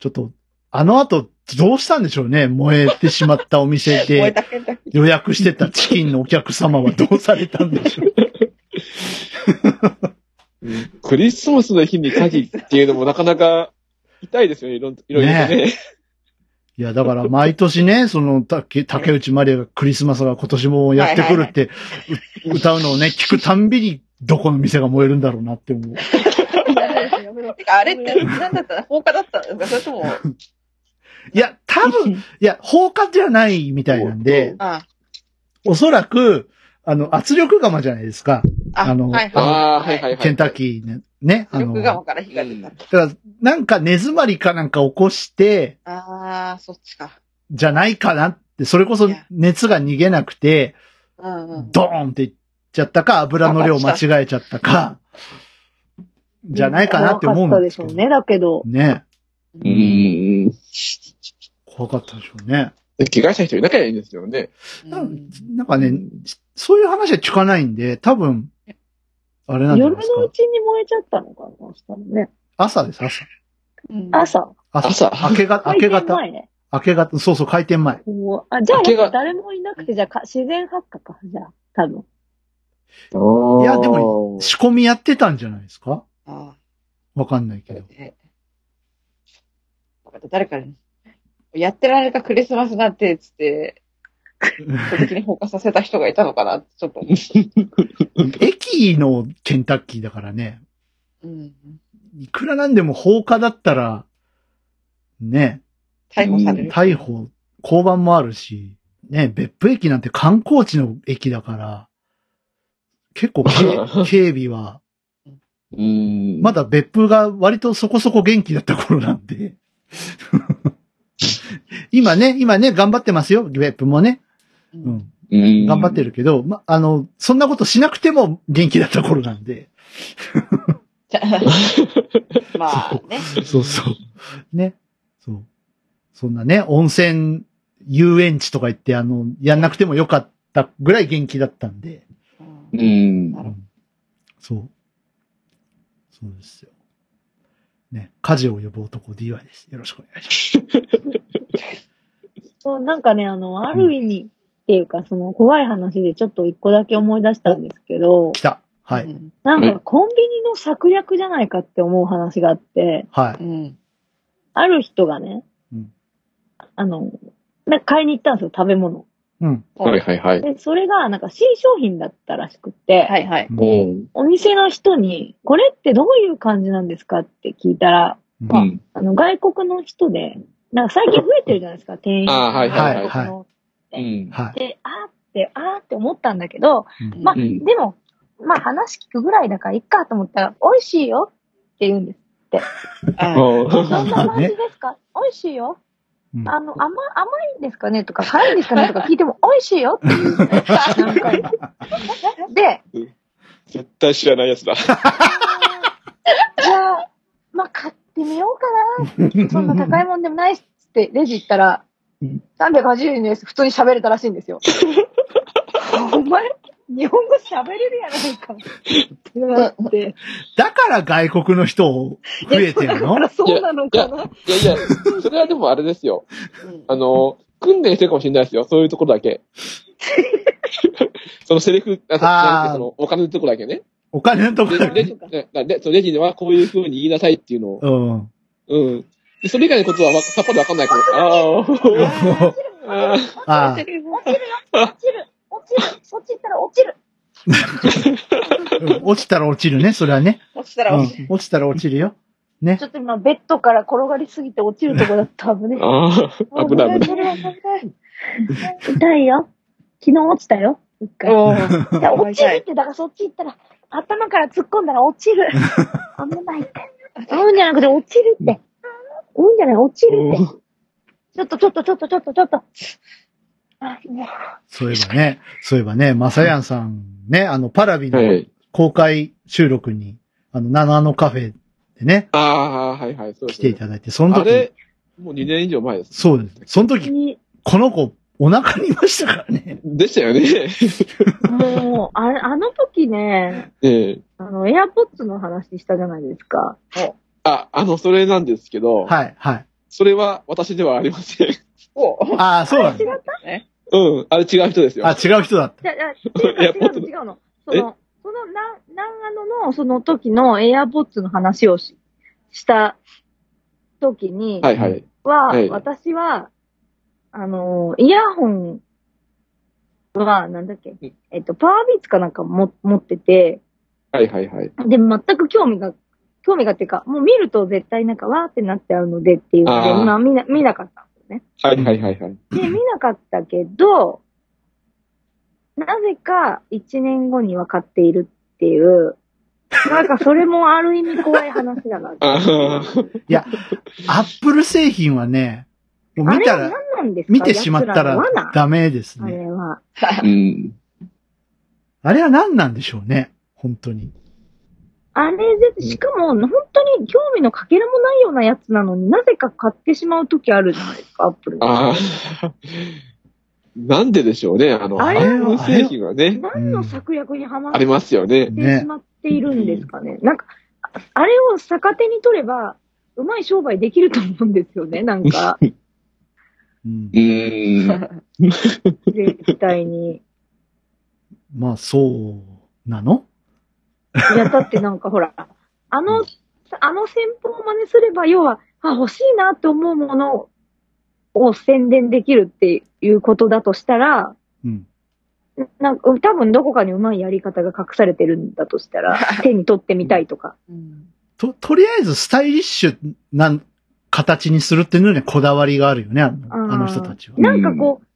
[SPEAKER 1] ちょっと、あの後、どうしたんでしょうね燃えてしまったお店で。
[SPEAKER 2] 燃えたけんだ
[SPEAKER 1] 予約してたチキンのお客様はどうされたんでしょう
[SPEAKER 4] クリスマスの日に火事っていうのもなかなか痛いですよね、いろんいろいろとね。
[SPEAKER 1] いや、だから毎年ね、 その、竹竹内まりやがクリスマスが今年もやってくるって、う歌うのをね、聞くたんびに、どこの店が燃えるんだろうなって思う。
[SPEAKER 2] てか、あれって何だったの放火だったんですかそれとも、
[SPEAKER 1] いや、多分、いや、放火じゃないみたいなんで、
[SPEAKER 2] あ
[SPEAKER 1] おそらく、あの、圧力釜じゃないですか。
[SPEAKER 2] あ、
[SPEAKER 1] あの
[SPEAKER 2] はい
[SPEAKER 4] あ
[SPEAKER 2] は
[SPEAKER 4] あ、はいはいはい。
[SPEAKER 1] ケンタッキーね。ね、
[SPEAKER 2] い。
[SPEAKER 1] あの、
[SPEAKER 2] 力
[SPEAKER 1] だ
[SPEAKER 2] 釜から火が出た。
[SPEAKER 1] から、なんか根詰まりかなんか起こして、
[SPEAKER 2] ああ、そっちか。
[SPEAKER 1] じゃないかなって、それこそ
[SPEAKER 2] いや
[SPEAKER 1] 熱が逃げなくて、
[SPEAKER 2] うんうん。
[SPEAKER 1] ドーンっていっちゃったか、油の量間違えちゃった か、じゃないかなって思うん
[SPEAKER 3] 怖かった
[SPEAKER 1] で
[SPEAKER 3] です
[SPEAKER 1] けど
[SPEAKER 3] しょうね、だけど。
[SPEAKER 1] ね。
[SPEAKER 5] うん。
[SPEAKER 1] 怖かったでしょうね。
[SPEAKER 4] 怪我した人いなきゃいいんですよね。
[SPEAKER 2] うん
[SPEAKER 1] なんかね、そういう話は聞かないんで、多分、あれなんじゃ
[SPEAKER 3] 夜
[SPEAKER 1] ないで
[SPEAKER 3] の
[SPEAKER 1] すか
[SPEAKER 3] う。ちに燃えちゃったのかな、したらね。
[SPEAKER 1] 朝です、朝。
[SPEAKER 2] うん
[SPEAKER 3] 朝。
[SPEAKER 1] 朝。
[SPEAKER 4] 朝
[SPEAKER 1] 明け が、明け
[SPEAKER 3] 開店
[SPEAKER 1] 方。
[SPEAKER 3] 前ね。
[SPEAKER 1] 明け方、そうそう、開店前。
[SPEAKER 3] こうあ、じゃあ
[SPEAKER 4] 明けが
[SPEAKER 3] やっぱ誰もいなくて、じゃあか自然発火か、じゃあ、多分。
[SPEAKER 1] い
[SPEAKER 4] い
[SPEAKER 1] や、でも、仕込みやってたんじゃないですか
[SPEAKER 2] あ
[SPEAKER 1] わかんないけ
[SPEAKER 2] あ
[SPEAKER 1] ど。
[SPEAKER 2] え誰かに、やってられたクリスマスなんて、つって、時に放火させた人がいたのかな、ちょっと思
[SPEAKER 1] 駅のケンタッキーだからね、
[SPEAKER 2] う。うん。
[SPEAKER 1] いくらなんでも放火だったら、ね、
[SPEAKER 2] 逮捕される。
[SPEAKER 1] 逮捕、交番もあるし、ね、別府駅なんて観光地の駅だから、結 構け警備は、
[SPEAKER 5] うん。
[SPEAKER 1] まだ別府が割とそこそこ元気だった頃なんで、今ね、今ね、頑張ってますよ、ゲップもね。うん。
[SPEAKER 6] 頑
[SPEAKER 1] 頑張ってるけど、ま、あの、そんなことしなくても元気だった頃なんで。
[SPEAKER 2] まあね。
[SPEAKER 1] そうそう。ね。そう。そんなね、温泉、遊園地とか行って、あの、やんなくてもよかったぐらい元気だったんで。
[SPEAKER 2] うん
[SPEAKER 6] うん。
[SPEAKER 1] そう。そうですよ。ね、火事を呼ぶ男 DY です。よろしくお願いします。
[SPEAKER 3] そう、なんかね、あの、ある意味っていうか、その怖い話でちょっと一個だけ思い出したんですけど
[SPEAKER 1] 来、た。は
[SPEAKER 2] う
[SPEAKER 1] い。
[SPEAKER 2] ん
[SPEAKER 3] なんかコンビニの策略じゃないかって思う話があって、
[SPEAKER 1] は
[SPEAKER 2] う
[SPEAKER 1] い。
[SPEAKER 2] ん。
[SPEAKER 3] ある人がね、
[SPEAKER 1] うん
[SPEAKER 3] あの、なんか買いに行ったんですよ、食べ物。
[SPEAKER 1] うん。
[SPEAKER 4] はいはいはい。
[SPEAKER 3] で、それがなんか新商品だったらしくって、
[SPEAKER 2] はいはい。
[SPEAKER 6] おう
[SPEAKER 3] お店の人に、これってどういう感じなんですかって聞いたら、
[SPEAKER 1] うん
[SPEAKER 6] うん
[SPEAKER 3] あの、外国の人で、なんか最近増えてるじゃないですか、店員
[SPEAKER 4] あ
[SPEAKER 3] さん。
[SPEAKER 4] あはい
[SPEAKER 1] はいはい
[SPEAKER 3] 外国の
[SPEAKER 6] うん。
[SPEAKER 1] はい。
[SPEAKER 3] で、あーって、あーって思ったんだけど、
[SPEAKER 1] うん
[SPEAKER 3] まあ、
[SPEAKER 6] うん
[SPEAKER 3] でも、まあ話聞くぐらいだからいっかと思ったら、美味しいよって言うんです。
[SPEAKER 2] あ
[SPEAKER 4] おう
[SPEAKER 3] どんな
[SPEAKER 1] まあ
[SPEAKER 3] 感
[SPEAKER 1] ね
[SPEAKER 3] じですか、 美味しいよ。
[SPEAKER 1] うん
[SPEAKER 3] あの、甘、甘いんですかねとか、辛いんですかねとか聞いても、美味しい よっていう。何回もで、
[SPEAKER 4] 絶対知らないやつだ。
[SPEAKER 3] じゃあ、まあ買ってみようかな。そんな高いもんでもないっつって、レジ行ったら、380円です。普通に喋れたらしいんですよ。お前、日本語喋れるやない か。ってなって。
[SPEAKER 1] だから外国の人を増えてる
[SPEAKER 3] だか
[SPEAKER 1] の
[SPEAKER 3] ら そうなのかない
[SPEAKER 4] やいや、それはでもあれですよ。あの、訓練してるかもしれないですよ。そういうところ だけ。そのセリフ、あ、そ
[SPEAKER 1] あー
[SPEAKER 4] そのお金のところだけね。
[SPEAKER 1] お金のとこ
[SPEAKER 4] で、
[SPEAKER 1] ろだ
[SPEAKER 4] レ
[SPEAKER 1] け。
[SPEAKER 4] ジ、ねでそのレジではこういう風に言いなさいっていうのを。
[SPEAKER 1] うん。
[SPEAKER 4] うん。でそれ以外のことはわさっぱりわかんないから。ああ。
[SPEAKER 1] ああ、
[SPEAKER 3] 落ちる落ちるそっち行ったら落ちる
[SPEAKER 1] うん落ちたら落ちるね、それはね。
[SPEAKER 2] そした
[SPEAKER 1] う
[SPEAKER 2] ら、
[SPEAKER 1] ん落ちたら落ちるよ。ね
[SPEAKER 3] ちょ。っと今、ベッドから転がりすぎて落ちるとこだった。危ねえ。
[SPEAKER 4] ああ、危ない危な
[SPEAKER 3] 危
[SPEAKER 4] い。
[SPEAKER 3] ない危ない痛いよ。昨日落ちたよ。一回。
[SPEAKER 2] お
[SPEAKER 3] いや、落ちるっ
[SPEAKER 2] ー
[SPEAKER 3] て、だからそっち行ったら、頭から突っ込んだら落ち る。危ないって。うんじゃなくて落ちるって。うんじゃない、落ちるって。ちょっとちょっとちょっとちょっとちょっと。あもう
[SPEAKER 1] そういえばね、そういえばね、まさやんさんね、あの、パラビ
[SPEAKER 4] は
[SPEAKER 1] の
[SPEAKER 4] い。
[SPEAKER 1] 公開収録に、あの、ナのカフェでね、
[SPEAKER 4] ああ、はいはい。そうで
[SPEAKER 1] 来
[SPEAKER 4] す
[SPEAKER 1] て
[SPEAKER 4] ね
[SPEAKER 1] いただいて、その
[SPEAKER 4] あ
[SPEAKER 1] 時、
[SPEAKER 4] れ、もう2年以上前です。
[SPEAKER 1] そうです。その時、
[SPEAKER 3] に
[SPEAKER 1] この子、お腹にいましたからね。
[SPEAKER 4] でしたよね。
[SPEAKER 3] もう、ああの時ね、
[SPEAKER 4] ええ。
[SPEAKER 3] あの、エアポッツの話したじゃないですか。
[SPEAKER 4] あ、あの、それなんですけど、
[SPEAKER 1] はい、はい。
[SPEAKER 4] それは私ではありません。
[SPEAKER 2] おー
[SPEAKER 1] ああ、そうなんだ。
[SPEAKER 4] うん。あれ違う人ですよ。
[SPEAKER 1] あ、違う人だった。
[SPEAKER 3] じゃ、じゃ、違
[SPEAKER 4] エア
[SPEAKER 3] う
[SPEAKER 4] ポッツ
[SPEAKER 3] の、違うの。そ
[SPEAKER 4] え
[SPEAKER 3] の、その、な、南アノの、その時のエアポッツの話をしした時に、
[SPEAKER 4] はいはい。
[SPEAKER 3] は、
[SPEAKER 4] はい
[SPEAKER 3] 私は、あのー、イヤホンは、なんだっけ
[SPEAKER 4] うん、
[SPEAKER 3] えっと、パワービーツかなんかも持ってて、
[SPEAKER 4] はいはいはい。
[SPEAKER 3] で、全く興味が、興味がっていうか、もう見ると絶対なんか、わーってなっちゃうのでっていうので、
[SPEAKER 4] あー
[SPEAKER 3] まあ、見な、見なかったんですよね。
[SPEAKER 4] はいはいはいはい。。
[SPEAKER 3] で、見なかったけど、なぜか1年後には買っているっていう、なんかそれもある意味怖い話だな
[SPEAKER 4] あ
[SPEAKER 1] ア
[SPEAKER 4] あ。
[SPEAKER 1] ップル製品はね、もう
[SPEAKER 3] あ
[SPEAKER 1] 見
[SPEAKER 3] れ
[SPEAKER 1] た
[SPEAKER 3] は
[SPEAKER 1] ら、
[SPEAKER 3] 何なんですか
[SPEAKER 1] 見てしまった
[SPEAKER 3] 奴ら
[SPEAKER 1] ら
[SPEAKER 3] の罠
[SPEAKER 1] ダメです
[SPEAKER 3] あ
[SPEAKER 1] ね。
[SPEAKER 3] れは。
[SPEAKER 6] うん。
[SPEAKER 1] あれは何なんでしょうね。本当に。
[SPEAKER 3] あれで、しかも、本当に興味のかけらもないようなやつなのになぜか買ってしまうときあるじゃないですか、アップル。
[SPEAKER 4] ああ。なんででしょうね。あの、
[SPEAKER 3] あ
[SPEAKER 4] ハ
[SPEAKER 3] れ
[SPEAKER 4] ング製品はね、
[SPEAKER 3] 何の策略にはまっ
[SPEAKER 4] あり
[SPEAKER 3] て
[SPEAKER 4] ますよね。
[SPEAKER 1] ね
[SPEAKER 3] しまっているんですかね。なんか、ああれを逆手に取れば、うまい商売できると思うんですよね、なんか、
[SPEAKER 1] うん
[SPEAKER 6] う、ん。
[SPEAKER 3] 絶対に。
[SPEAKER 1] まあ、そうなの
[SPEAKER 3] いや、だってなんかほら、あの、あの戦法を真似すれば、要は、あ、欲しいなと思うものを宣伝できるっていうことだとしたら、
[SPEAKER 1] うん。
[SPEAKER 3] なんか、多分どこかにうまいやり方が隠されてるんだとしたら、手に取ってみたいとか。
[SPEAKER 2] うん
[SPEAKER 1] と、とりあえずスタイリッシュな形にするっていうのにはこだわりがあるよね。あの
[SPEAKER 3] あー
[SPEAKER 1] あの人たちは。
[SPEAKER 3] なんかこう、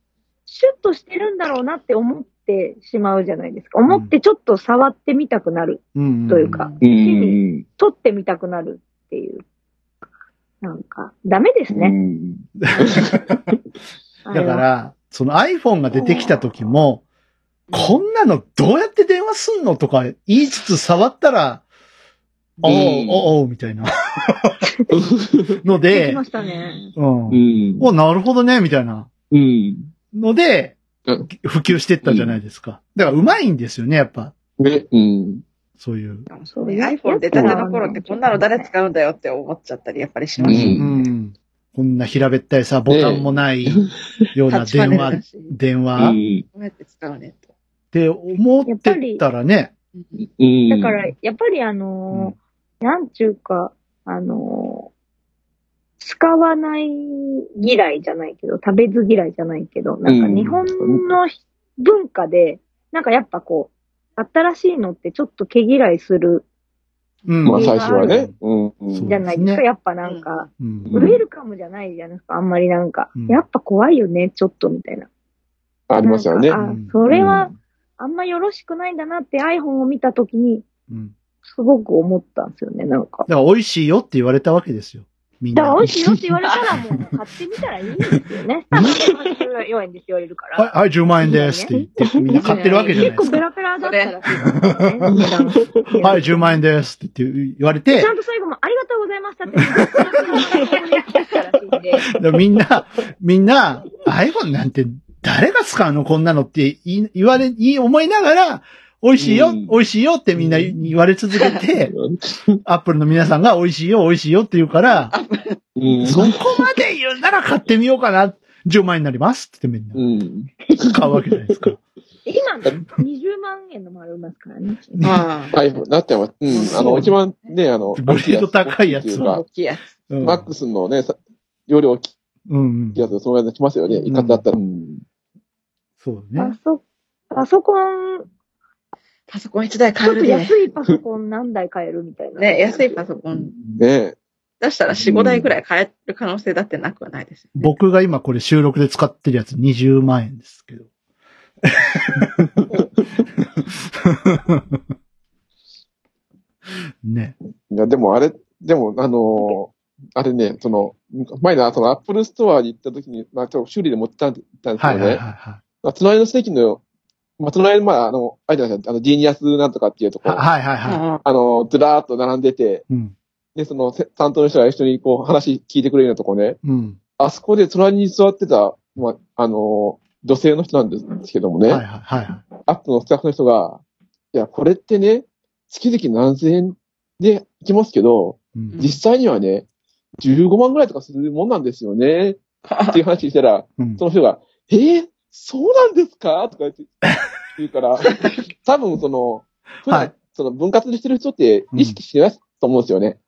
[SPEAKER 3] シュッとしてるんだろうなって思ってしまうじゃないですか。思ってちょっと触ってみたくなる。
[SPEAKER 1] うんんん
[SPEAKER 3] というか
[SPEAKER 6] うん。
[SPEAKER 3] 取ってみたくなるっていうなんか、ダメですね。あれ
[SPEAKER 1] だ
[SPEAKER 3] は
[SPEAKER 1] から、その iPhone が出てきた時も、こんなのどうやって電話すんのとか言いつつ触ったら、おう
[SPEAKER 5] うん
[SPEAKER 1] おうおうみたいな。の
[SPEAKER 3] でき
[SPEAKER 1] で
[SPEAKER 3] ま、したね。
[SPEAKER 1] うん
[SPEAKER 5] う。ん。
[SPEAKER 1] お、なるほどね、みたいな。
[SPEAKER 5] うん。
[SPEAKER 1] ので
[SPEAKER 4] うん、
[SPEAKER 1] 普及してったじゃないですか。だから、うまいんですよね、やっぱ。
[SPEAKER 4] ね。
[SPEAKER 5] うん。
[SPEAKER 1] そういう。
[SPEAKER 3] そう
[SPEAKER 2] iPhone 出たての頃ってこんなの誰使うんだよって思っちゃったりやっぱりします
[SPEAKER 5] う
[SPEAKER 2] ね。
[SPEAKER 1] うん。こんな平べったいさ、ボタンもないよう
[SPEAKER 2] タッ
[SPEAKER 1] な
[SPEAKER 2] チパ
[SPEAKER 1] 電
[SPEAKER 2] ネルだ
[SPEAKER 1] 話、
[SPEAKER 2] し。
[SPEAKER 1] 電
[SPEAKER 5] う
[SPEAKER 1] 話っ
[SPEAKER 5] ん。
[SPEAKER 2] どうやって使うねんと。
[SPEAKER 1] て思ってたらね、
[SPEAKER 5] うん。
[SPEAKER 3] だから、、やっぱりあのーなんちゅうか、あのー使わない嫌いじゃないけど、食べず嫌いじゃないけど、なんか
[SPEAKER 5] うん
[SPEAKER 3] 日本の文化で、なんかやっぱこう、新しいのってちょっと毛嫌いする
[SPEAKER 1] うん。
[SPEAKER 4] まあ最初はね。うん。
[SPEAKER 1] そう
[SPEAKER 3] じゃないです
[SPEAKER 1] そうです
[SPEAKER 3] か。
[SPEAKER 1] ね
[SPEAKER 3] やっぱなんか、
[SPEAKER 1] うん
[SPEAKER 3] ウェルカムじゃないじゃないですか、あんまりなんか
[SPEAKER 1] うん。
[SPEAKER 3] やっぱ怖いよね、ちょっとみたいな。
[SPEAKER 4] あ
[SPEAKER 3] あ
[SPEAKER 4] りますよね。
[SPEAKER 3] あ
[SPEAKER 1] うん、
[SPEAKER 3] それはあんまよろしくないんだなって iPhone を見たときに、
[SPEAKER 1] うん。
[SPEAKER 3] すごく思ったんですよね、なんか。
[SPEAKER 1] だから、美味しいよって言われたわけですよ。みん
[SPEAKER 3] だから
[SPEAKER 1] な
[SPEAKER 3] 美。味しいよって言われたらもう買ってみたらいいんですよ ね。14円ですよ、いるか
[SPEAKER 1] はい、
[SPEAKER 3] ら。
[SPEAKER 1] はい、10万円ですって言って、みんな買ってるわけじゃない
[SPEAKER 3] 結
[SPEAKER 1] で
[SPEAKER 3] 構
[SPEAKER 1] す
[SPEAKER 3] ペ
[SPEAKER 1] か。
[SPEAKER 3] ラペラだったらしいですよね、値段
[SPEAKER 1] はい、10万円ですって言われて
[SPEAKER 3] ちゃ、んと最後もありがとうございましたって。 そ
[SPEAKER 1] でみんな、みんな、iPhone なんて誰が使うのこんなのって言い言われ、言い思いながら、美味しいよ、
[SPEAKER 5] うん
[SPEAKER 1] 美味しいよってみんな言われ続け て、アップルの皆さんが美味しいよ、美味しいよって言うから、
[SPEAKER 5] うん。
[SPEAKER 1] そこまで言うなら買ってみようかな。10万円になりますってみんな
[SPEAKER 5] うん。
[SPEAKER 1] 買うわけじゃないですか。
[SPEAKER 3] 今の20万円のもありますからね。
[SPEAKER 2] まあ、
[SPEAKER 4] はい、なってます。うん。あの、一番ね、あの、
[SPEAKER 1] グレード高いやつ
[SPEAKER 4] 大きってうか
[SPEAKER 2] 大きいやつ。
[SPEAKER 1] うん。
[SPEAKER 4] マックスのね、さ容量大き
[SPEAKER 1] うん
[SPEAKER 4] い。やつ、そのやつしますよね。
[SPEAKER 1] うん
[SPEAKER 4] 一括だったら。
[SPEAKER 1] そうだ
[SPEAKER 3] パ
[SPEAKER 1] ね。
[SPEAKER 3] ソ、パソコン、
[SPEAKER 2] パソコン一台
[SPEAKER 3] ち
[SPEAKER 2] 買
[SPEAKER 3] ょ
[SPEAKER 2] え
[SPEAKER 3] っ
[SPEAKER 2] る
[SPEAKER 3] と
[SPEAKER 2] ね。
[SPEAKER 3] 安いパソコン何台買えるみたいな。
[SPEAKER 2] ね、安いパソコン
[SPEAKER 4] ね
[SPEAKER 2] 出したら4、5台ぐらい買える可能性だってなくはないですよね。
[SPEAKER 1] 僕が今これ収録で使ってるやつ20万円です けど。ね。
[SPEAKER 4] いや、でもあれ、でも、あのーあれね、その、前の、その、アップルストアに行った時に、まあ、ちょっと修理で持ってたんですけどね、
[SPEAKER 1] はいはいはいは
[SPEAKER 4] まあ、隣の席の、まあ、隣の、まあ、あの、あれじゃないですか、あの、ジーニアスなんとかっていうと
[SPEAKER 1] い。
[SPEAKER 4] ころ、あ
[SPEAKER 1] はいはいは
[SPEAKER 2] あ
[SPEAKER 4] の、ずらーっと並んでて、
[SPEAKER 1] い。うん。
[SPEAKER 4] で、その、せ担当の人が一緒にこう、話聞いてくれるようなとこね、
[SPEAKER 1] うん。
[SPEAKER 4] あそこで隣に座ってた、まあ、あのー女性の人なんですけどもね、
[SPEAKER 1] はいはいはいはい。
[SPEAKER 4] アップのスタッフの人が、いや、これってね、月々何千円で行きますけど、
[SPEAKER 1] うん
[SPEAKER 4] 実際にはね、15万ぐらいとかするもんなんですよね、っていう話したら、
[SPEAKER 1] うん
[SPEAKER 4] その人が、えー、そうなんですかとか言って、言う から、多分その、普段、
[SPEAKER 1] はい
[SPEAKER 4] その分割してる人って意識してないと思うんですよね。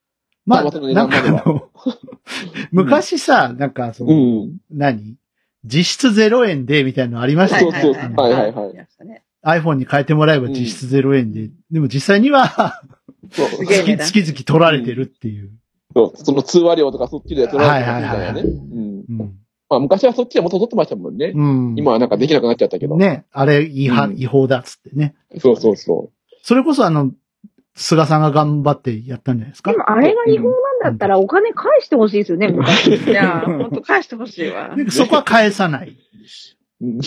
[SPEAKER 1] まあ、
[SPEAKER 4] たまたま
[SPEAKER 1] なんかあの、 昔さ、なんかその、
[SPEAKER 4] うん。
[SPEAKER 1] 何実質0円でみたいなのありました
[SPEAKER 4] そ
[SPEAKER 1] よ
[SPEAKER 4] う
[SPEAKER 1] ね。
[SPEAKER 4] そう。
[SPEAKER 2] はい
[SPEAKER 4] はいはい
[SPEAKER 2] あ
[SPEAKER 4] は
[SPEAKER 2] り
[SPEAKER 4] い。
[SPEAKER 2] ましたね
[SPEAKER 1] iPhone に変えてもらえば実質0円で。でも実際には
[SPEAKER 4] そう
[SPEAKER 2] すげえ
[SPEAKER 1] 月、
[SPEAKER 2] 値段
[SPEAKER 1] 月々取られてるっていう。
[SPEAKER 4] そうその通話料とかそっちで取られてるみたいなね。
[SPEAKER 1] はいはいはいはい
[SPEAKER 4] うん。
[SPEAKER 1] うん。
[SPEAKER 4] まあ昔はそっちでもっと取ってましたもんね。
[SPEAKER 1] うん。
[SPEAKER 4] 今はなんかできなくなっちゃったけど。
[SPEAKER 1] ね、あれ違反、
[SPEAKER 4] うん
[SPEAKER 1] 違法だっつってね。
[SPEAKER 4] そうそうそ
[SPEAKER 1] それこそあの、菅さんが頑張ってやったんじゃないですか
[SPEAKER 3] で。もあれが違法なんだったらお金返してほしいですよね、昔。
[SPEAKER 2] いや、ほんと返してほしいわ。
[SPEAKER 1] でそこは返さない。
[SPEAKER 4] う。うん